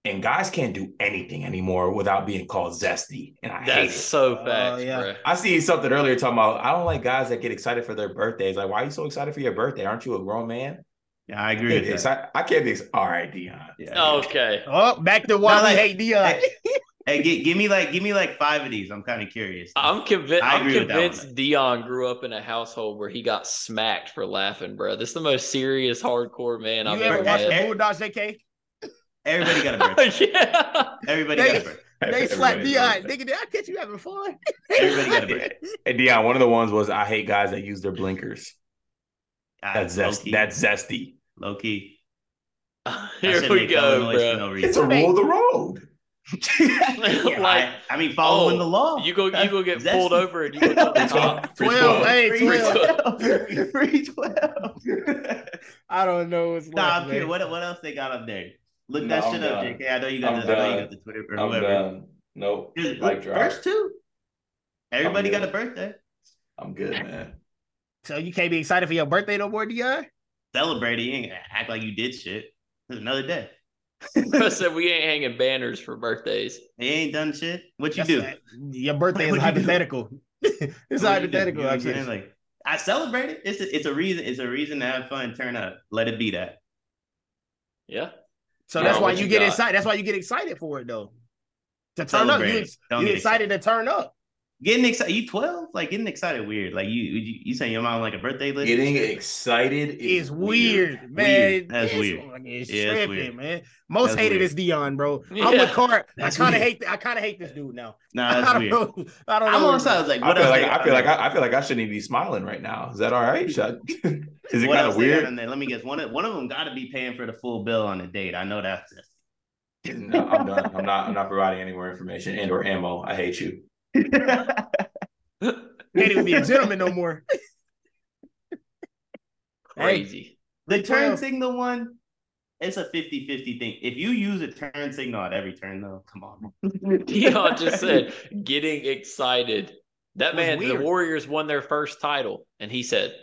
B: and guys can't do anything anymore without being called zesty. And I hate
A: That's
B: it.
A: so
C: Oh,
A: facts,
C: yeah.
A: bruh.
B: I see something earlier talking about I don't like guys that get excited for their birthdays. Like, why are you so excited for your birthday? Aren't you a grown man?
D: Yeah, I
B: I
D: agree
B: can't
D: with
B: be,
D: that.
B: exci- I can't be ex- all right, Dion. Yeah.
A: Okay.
C: Oh, back to why
D: Not
C: we
D: like-
C: hate Dion.
D: Hey, gi- give me like give me like five of these. I'm kind of curious.
A: I'm convinced.
D: I
A: I'm
D: agree with that
A: convinced
D: one.
A: Dion grew up in a household where he got smacked for laughing, bruh. This is the most serious hardcore man I've
C: you ever
A: ever
C: watch the
A: met.
D: that?
C: Bulldogs, JK?
D: Everybody got a birthday.
A: yeah.
D: Everybody
C: They-
D: got a birthday.
C: They
B: Everybody
C: slapped
B: knows
C: Dion.
B: that.
C: Nigga, did I catch you having fun?
D: Everybody got a birthday.
B: And Dion, one of the ones was I hate guys that use their blinkers. That's
D: low
B: zesty. That's zesty.
D: low key. I
A: Here
D: said
A: we
D: make hella
A: go,
D: noise for
A: bruh.
D: no
B: It's
D: reason.
B: a rule of the road.
D: Yeah,
A: like
D: I, I mean, following
A: oh,
D: the law.
A: you go, you go get
D: That's-
A: pulled over and you go to the top.
B: Free
C: Twelve,
B: throw.
C: hey,
D: Free
C: twelve.
D: twelve. Free twelve.
C: I don't know. What's
D: nah,
C: left,
D: I'm curious.
C: man.
D: What, what else they got up there? Look
B: No,
D: that
B: I'm
D: shit up,
B: done.
D: JK. I know you
B: I'm
D: got the I know you
B: done.
D: got the Twitter or
B: I'm
D: whoever.
B: done. Nope.
D: Dude,
B: Mic
D: look,
B: drop.
D: First two. Everybody
B: I'm
D: got
B: good.
D: a birthday.
B: I'm good, man.
C: So you can't be excited for your birthday no more, Dion?
D: Celebrate it. You ain't gonna act like you did shit. It's another day.
A: I said we ain't hanging banners for birthdays.
D: They ain't done shit. What you
C: That's
D: do?
C: not- Your birthday
D: What
C: is
D: you do?
C: hypothetical. it's
D: What you do,
C: hypothetical,
D: you know what
C: I
D: I'm saying?
C: guess.
D: Like I celebrate it. It's a, it's a reason. It's a reason to have fun. Turn up. Let it be that.
A: Yeah.
C: So
A: Bro,
C: that's why
A: what
C: you
A: you
C: get
A: got?
C: excited. That's why you get excited for it though. To turn
D: Celebrate.
C: up, you,
D: it.
C: ex-
D: Don't
C: you
D: get
C: excited to turn up.
D: Getting excited. You twelve? Like getting excited? Weird. Like you you, you saying your mom like a birthday list?
B: Getting excited
C: It's
B: is
C: weird,
D: weird.
C: man.
D: Weird. That's
C: This
D: weird.
C: one is
D: Yeah, it's
C: tripping,
D: weird.
C: man. Most
D: That's
C: hated
D: weird.
C: is Dion, bro. I'm
A: Yeah.
C: with Cart. I
D: That's
C: kind of
D: weird.
C: hate. I kind of hate this dude now.
D: Nah,
C: I
D: that's
C: don't
D: weird.
C: know. I don't know.
D: I'm
C: what
D: on
C: it
D: the side. I
C: is.
D: was like,
B: I
D: what
B: feel
D: else?
B: like
D: they got
B: I feel
D: on
B: like
D: there?
B: I, I feel like I shouldn't even be smiling right now. Is that all right? Should I- Is it
D: what
B: kind
D: else
B: of
D: they got
B: weird?
D: on there? Let me guess. One of, one of them got to be paying for the full bill on a date. I know that's
B: No, I'm done. I'm not. I'm not providing any more information and or ammo. I hate you.
C: Can't even be a gentleman no more.
A: Crazy.
D: the turn
C: Well-
D: signal one. It's a 50-50 thing. If you use a turn signal at every turn, though, come on.
A: Dion just said getting excited. That
C: Was
A: man,
C: weird.
A: the Warriors won their first title, and he said,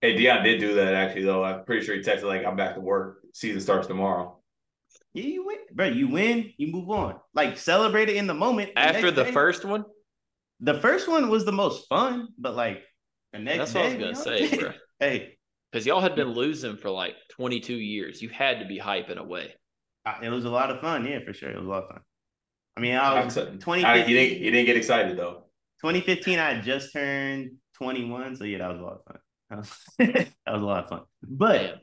B: Hey, Dion did do that actually though. I'm pretty sure he texted like, "I'm back to work. Season starts tomorrow."
D: Yeah, you win, bro. You win. You move on. Like celebrate it in the moment.
A: after
D: next
A: the
D: day-
A: first one.
D: the first one was the most fun, but like the next
A: That's what I was
D: day,
A: gonna
D: you know?
A: say, bro.
D: hey,
A: Because y'all had been losing for like 22 years. You had to be hyping away.
D: uh, it was a lot of fun. Yeah, for sure, it was a lot of fun. I mean, I
B: I'm
D: was
B: sorry.
D: 2015,
B: I, you didn't. You didn't get excited though.
D: 2015, I had just turned 21. So, yeah, that was a lot of fun. That was, that was a lot of fun. But,
A: Damn.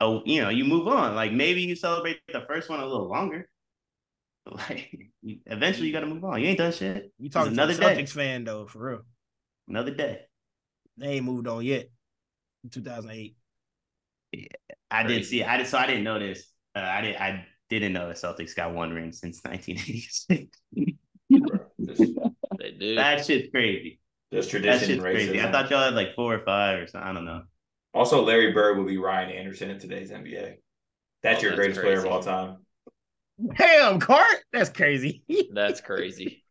D: oh, you know, you move on. Like, maybe you celebrate the first one a little longer. Like, you- eventually, you got to move on. You ain't done shit.
C: You talking
D: another
C: to a
D: day.
C: Celtics fan though, for real.
D: Another day.
C: They ain't moved on yet. 2008.
D: I did
A: Crazy.
D: see. I did. So I didn't know this. Uh, I did. I didn't know the Celtics got one ring since 1986.
B: Bro. Just,
A: They do.
D: That shit's crazy.
B: just
D: That
B: tradition
D: shit's crazy.
B: racism.
D: I thought y'all had like four or five or something. I don't know.
B: also, Larry Bird will be Ryan Anderson in today's NBA. That's
A: Oh,
B: your
A: that's
B: greatest player
A: crazy.
B: of all time.
C: Damn, Cart, that's crazy.
A: That's crazy.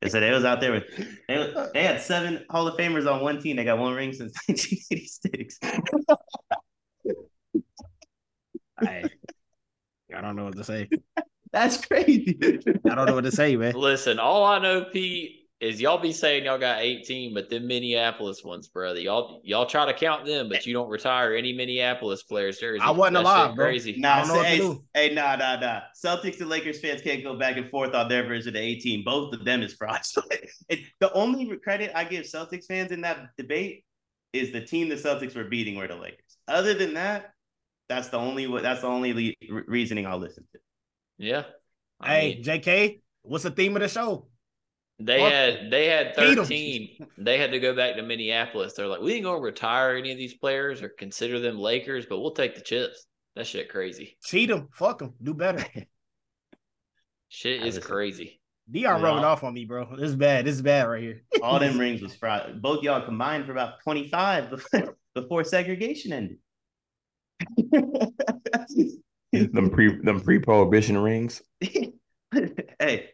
D: They said they was out there with they, they had seven Hall of Famers on one team. They got one ring since 1986.
C: I, I don't know what to say.
D: That's crazy.
C: I don't know what to say, man.
A: Listen, all I know, Pete, is y'all be saying y'all got 18, but them Minneapolis ones, brother. Y'all y'all try to count them, but you don't retire any Minneapolis players. Jersey.
C: I wasn't
A: That shit
C: alive, bro.
A: Crazy.
D: Nah,
C: I don't know what to
D: say- hey,
C: do.
D: hey, nah, nah, nah. Celtics and Lakers fans can't go back and forth on their version of 18. Both of them is fraud. So, it, the only credit I give Celtics fans in that debate is the team the Celtics were beating were the Lakers. Other than that, that's the only wa- that's the only le- re- reasoning I'll listen to.
A: Yeah. I
C: Hey,
A: mean,
C: JK, what's the theme of the show?
A: they
C: fuck
A: had they had
C: Beat 'em.
A: 13. They had to go back to Minneapolis. They're like, we ain't gonna retire any of these players or consider them Lakers, but we'll take the chips. That shit crazy.
C: Cheat him, fuck him, do better.
A: Shit
D: I
A: is
D: listen.
A: crazy.
C: Dion
A: Yeah.
C: rubbing off on me, bro. This is bad. This is bad right here.
D: All them rings was fraud. Both y'all combined for about 25 before, before segregation ended.
B: them pre them pre prohibition rings.
D: hey,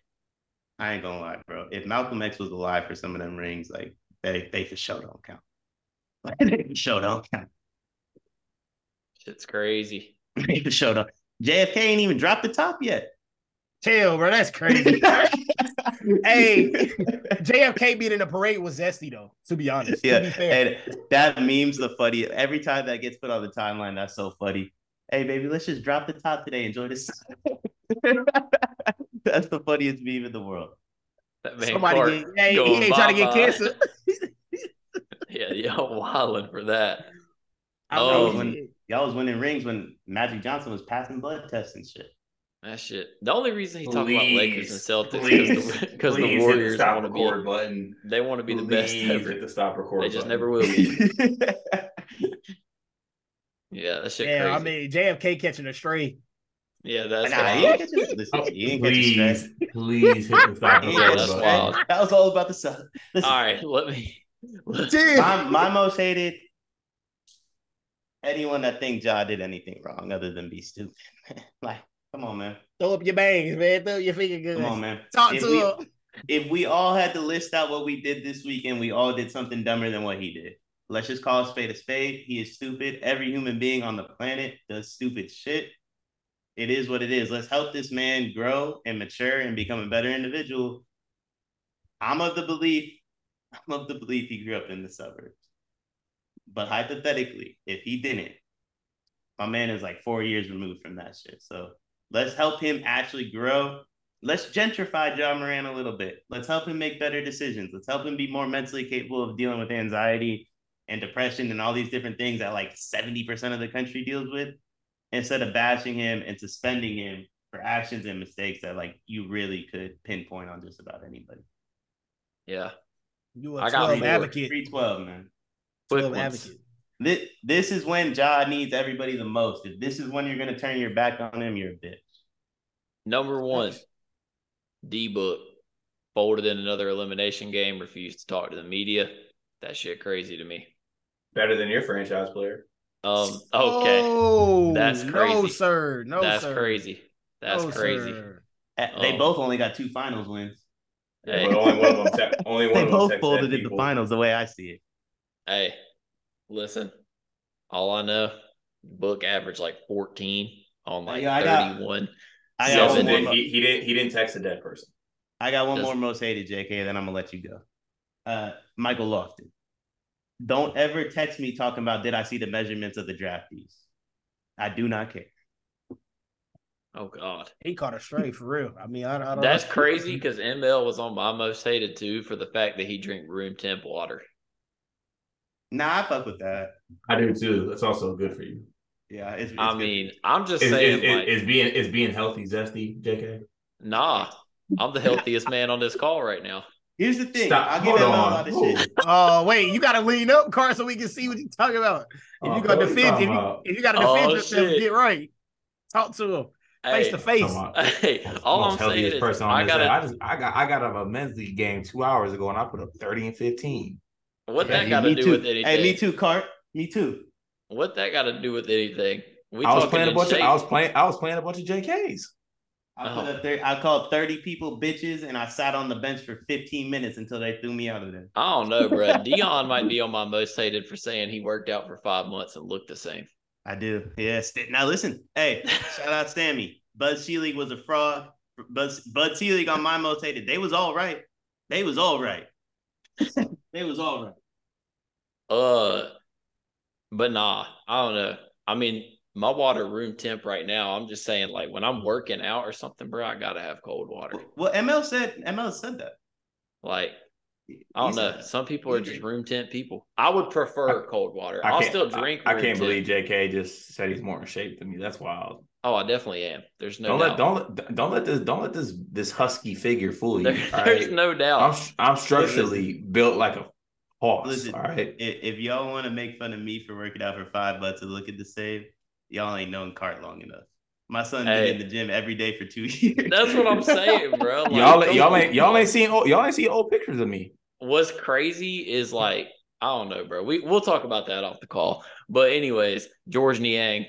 D: I ain't gonna lie, bro. If Malcolm X was alive for some of them rings, like they they for sure don't count. Like they for sure don't count.
A: Shit's crazy.
D: They for sure don't. JFK ain't even dropped the top yet.
C: Chill, bro. That's crazy. hey, JFK being in the parade was zesty though. To be honest, to be
D: yeah,
C: fair.
D: and that meme's the funny. Every time that gets put on the timeline, that's so funny. Hey, baby, let's just drop the top today. Enjoy this. that's the funniest meme in the world.
A: That man Clark
C: Somebody, get, hey, he
A: going
C: ain't trying to get
A: bye-bye.
C: cancer.
A: Yeah, y'all wilding for that.
C: I don't
A: Um,
C: know. shit.
D: Y'all was winning rings when Magic Johnson was passing blood tests and shit.
A: That shit. The only reason he talked about Lakers and
B: Please,
A: Celtics
B: please,
A: is because the
B: please hit
A: Warriors
B: stop
A: want to
B: record
A: be.
B: button.
A: They want to be the best
B: Please hit
A: ever.
B: the stop record.
A: They just
B: button.
A: never will be. Yeah, that shit crazy.
C: yeah, I mean JFK catching a stray.
A: yeah, that's
D: Nah,
A: wild.
D: he ain't catching- listen, he ain't catching
B: please,
D: strays.
B: please hit the stop
D: He ain't
A: Yeah,
B: record
D: catching
A: that's
B: button.
A: wild.
D: strays. That was all about the South. Listen,
A: All right, let me. let-
D: my, my most hated anyone that thinks Ja did anything wrong other than be stupid. like, come on, man.
C: Throw up your bangs, man. Throw up your finger good.
D: Come on, man.
C: Talk
D: If
C: to
D: we-
C: him.
D: If we all had to list out what we did this week and we all did something dumber than what he did, let's just call a spade a spade. He is stupid. Every human being on the planet does stupid shit. It is what it is. Let's help this man grow and mature and become a better individual. I'm of the belief, I'm of the belief he grew up in the suburbs. But hypothetically, if he didn't, my man is like four years removed from that shit. So let's help him actually grow. Let's gentrify John Moran a little bit. Let's help him make better decisions. Let's help him be more mentally capable of dealing with anxiety and depression and all these different things that like 70% of the country deals with instead of bashing him and suspending him for actions and mistakes that like you really could pinpoint on just about anybody.
A: Yeah,
C: You
A: I
C: a
A: got
C: twelve
A: four.
C: advocate.
D: 312, man.
A: quick
C: Twelve
A: ones.
C: advocate.
D: This, this is when Ja needs everybody the most. If this is when you're going to turn your back on him, you're a bitch.
A: Number one, D book folded in another elimination game. Refused to talk to the media. That shit crazy to me.
B: Better than your franchise player.
A: Um. Okay.
C: Oh,
A: That's
C: No,
A: crazy.
C: sir. No,
A: That's
C: sir.
A: crazy. That's
C: No,
A: crazy.
C: sir.
D: Uh, They
A: Oh.
D: both only got two finals wins.
A: Hey.
B: But only one of them. Te- only one
D: They
B: of them
D: both
B: texted
D: folded in the
B: people.
D: finals the way I see it.
A: Hey, listen. All I know, book average like 14 on like
D: Yeah, I got-
A: 31.
D: I
B: He
D: got,
A: Seven
B: also
D: one more,
A: days.
B: didn't-
D: mo-
B: he, he didn't. He didn't text a dead person.
D: I got one
A: Does-
D: more most hated, JK, and then I'm going to let you go. Uh, Michael Lofton. Don't ever text me talking about did I see the measurements of the draftees. I do not care.
A: Oh God,
C: He caught a stray for real. I mean, I, I don't.
A: that's
C: know.
A: crazy because ML was on my most hated too for the fact that he drank room temp water.
D: Nah, I fuck with that.
B: I do too. That's also good for you.
D: Yeah, it's, it's
A: I
D: good.
A: mean, I'm just
B: Is,
A: saying,
B: is, is,
A: like,
B: is being is being healthy zesty, Jk?
A: nah, I'm the healthiest man on this call right now.
D: here's the thing.
B: Stop.
D: I'll give
B: Hold
D: him a
B: on.
D: lot of
B: Whoa.
D: shit.
C: Oh wait, you gotta lean up, Carl, so we can see what you're talking about. If
B: Uh,
C: Oh, you gotta
B: what are we
C: defend,
B: talking
C: if you,
B: about?
C: if you gotta defend
A: Oh,
C: yourself,
A: shit.
C: get right. Talk to him. face to face.
B: Come on.
A: Hey,
B: That's
A: all
B: the
A: I'm
B: most
A: saying
B: healthiest
A: is
B: person on
A: I
B: this
A: gotta-
B: earth. I just I got I got up a men's league game two hours ago and I put up thirty and fifteen.
A: What
B: Yeah,
A: that got to
D: me
A: do
D: too.
A: with anything?
D: Hey, me too, Cart. Me too.
A: What that got to do with anything? We
B: I was
A: talking
B: playing a
A: in
B: bunch of
A: shape.
B: I was playing I was playing a bunch of JKs.
D: I
A: Oh.
D: put up there. I called thirty people bitches, and I sat on the bench for fifteen minutes until they threw me out of there.
A: I don't know, bro. Dion might be on my most hated for saying he worked out for five months and looked the same.
D: I do. Yeah. St- now listen. Hey, shout out Stammy. Bud Selig was a fraud. Bud Bud Selig on my most hated. They was all right. They was all right. they was all right.
A: Uh, but nah, I don't know. I mean, my water room temp right now. I'm just saying, like when I'm working out or something, bro, I gotta have cold water.
D: Well, ML said ML said that.
A: Like I don't
D: He
A: know.
D: said that.
A: Some people are
D: He
A: just
D: did.
A: room temp people. I would prefer cold water.
B: I
A: I'll
B: can't-
A: still drink.
B: I
A: room
B: can't
A: temp.
B: believe JK just said he's more in shape than me. That's wild.
A: Oh, I definitely am. There's no
B: don't
A: doubt.
B: let don't let- don't let this don't let this this husky figure fool you.
A: There-
B: all
A: there's
B: right?
A: no doubt.
B: I'm I'm structurally built like a horse.
D: Listen.
B: all right.
D: If, if y'all want to make fun of me for working out for five bucks and look at the save, y'all ain't known Cart long enough. My son
A: Hey.
D: been in the gym every day for two years.
A: That's what I'm saying, bro. Like,
B: y'all
A: come
B: y'all
A: on.
B: ain't y'all ain't seen old, y'all ain't seen old pictures of me.
A: What's crazy
B: Hmm.
A: is like I don't know, bro. We we'll talk about that off the call. But anyways, George Niang,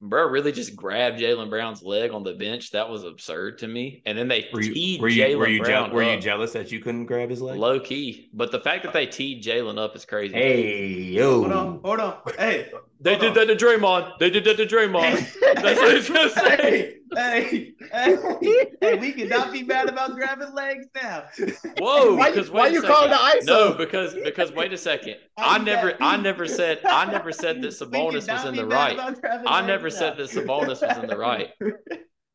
A: bro, really just grabbed Jalen Brown's leg on the bench. That was absurd to me. And then they
B: Were you
A: teed
B: were you, were
A: Jalen
B: you, je-
A: Brown
B: were you
A: up
B: jealous that you couldn't grab his leg?
A: low key. But the fact that they teed Jalen up is crazy.
B: Hey
D: Hold on,
B: yo.
D: hold on. Hey,
A: they did
D: hold
A: that to Draymond. They did that to Draymond. That's what he's gonna say.
D: hey, hey, hey, hey, we cannot be mad about grabbing legs now.
A: Whoa!
C: Why you-
A: because
C: why
A: wait a
C: you calling
A: second.
C: the
A: No,
C: ISO?
A: because because wait a second.
D: How
A: I
D: you
A: never
D: got
A: I
D: beat?
A: never said I never said that
D: We cannot
A: Sabonis was in
D: be
A: the
D: mad
A: right.
D: about grabbing
A: I
D: legs
A: never said
D: now.
A: that Sabonis was in the right.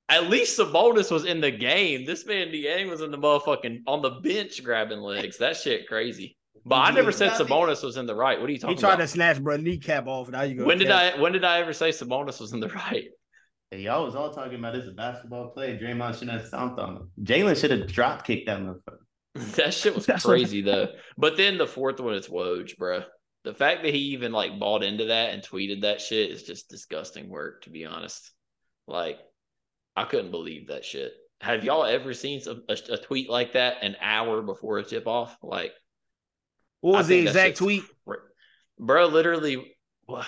A: At least Sabonis was in the game. This man Niang was in the motherfucking on the bench grabbing legs. That shit crazy. But I never said Sabonis was in the right. What are you
C: He
A: talking
C: tried
A: about?
C: to snatch bro kneecap off. Now you go.
A: when did I when did I ever say Sabonis was in the right?
D: Hey, y'all was all talking about this a basketball play. Draymond should have stomped on him. Jalen should have drop kicked that motherfucker.
A: That shit was
C: That's what-
A: crazy though. But then the fourth one is Woj, bro. The fact that he even like bought into that and tweeted that shit is just disgusting work, to be honest. Like, I couldn't believe that shit. Have y'all ever seen some, a, a tweet like that an hour before a tip off? Like,
C: What
A: I
C: was the
A: think that
C: exact
A: shit's
C: tweet?
A: cr- bro? Literally, wha-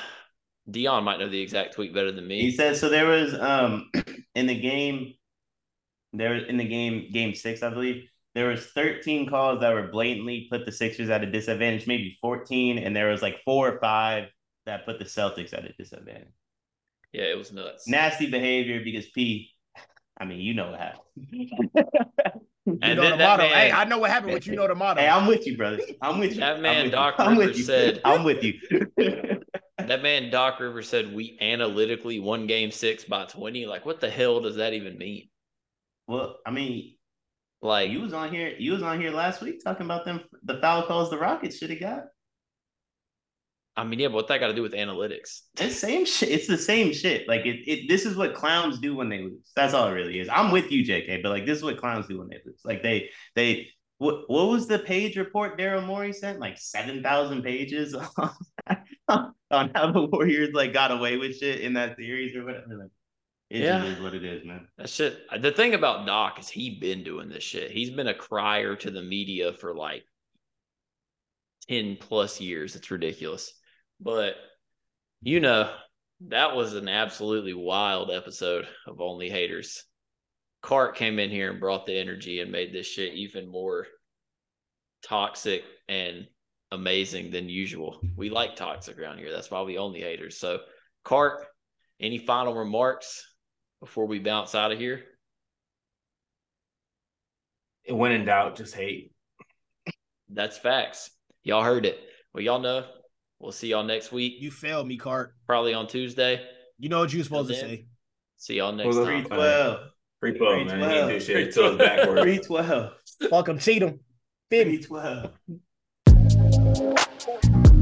A: Dion might know the exact tweet better than me.
D: He said so. There was um in the game, there in the game game six, I believe. There was 13 calls that were blatantly put the Sixers at a disadvantage, maybe 14, and there was like four or five that put the Celtics at a disadvantage.
A: yeah, it was nuts.
D: Nasty behavior because P. I mean, you know what happened.
C: You
A: and
C: know
A: then
C: the
A: that
C: motto.
A: man-
C: Hey, I know what happened, but you know the motto.
D: Hey, I'm with you, brother. I'm with you.
A: That
D: I'm
A: man,
D: with you.
A: Doc
D: I'm with
A: Rivers
D: you.
A: said-
D: I'm with you.
A: That man Doc Rivers said we analytically won game six by 20. Like, what the hell does that even mean?
D: Well, I mean,
A: Like
D: you was on here. You was on here last week talking about them. The foul calls the Rockets should have got.
A: I mean, yeah, but what that got to do with analytics?
D: It's same shit. It's the same shit. Like it, it. This is what clowns do when they lose. That's all it really is. I'm with you, J.K. But like, this is what clowns do when they lose. Like they, they. What what was the page report Daryl Morey sent? Like seven thousand pages on, on how the Warriors like got away with shit in that series or whatever. Like, it
A: Yeah.
D: just is what it is, man.
A: That shit. uh, The thing about Doc is he been doing this shit. He's been a crier to the media for like 10 plus years. It's ridiculous. But, you know, that was an absolutely wild episode of Only Haters. Cart came in here and brought the energy and made this shit even more toxic and amazing than usual. We like toxic around here. That's why we only haters. So, Cart, any final remarks before we bounce out of here?
B: When in doubt, just hate.
A: That's facts. Y'all heard it. Well, y'all know. We'll see y'all next week,
C: You failed me, Cart.
A: probably on Tuesday.
C: You know what you were supposed to
A: Till then.
C: say.
A: See y'all next
B: Well,
A: time.
B: Fine.
D: Twelve.
B: Free plug, man. He ain't do
D: 312.
B: shit. His toes backwards.
D: Three twelve.
C: Fuck him, cheat him. Fib me.
D: Three twelve.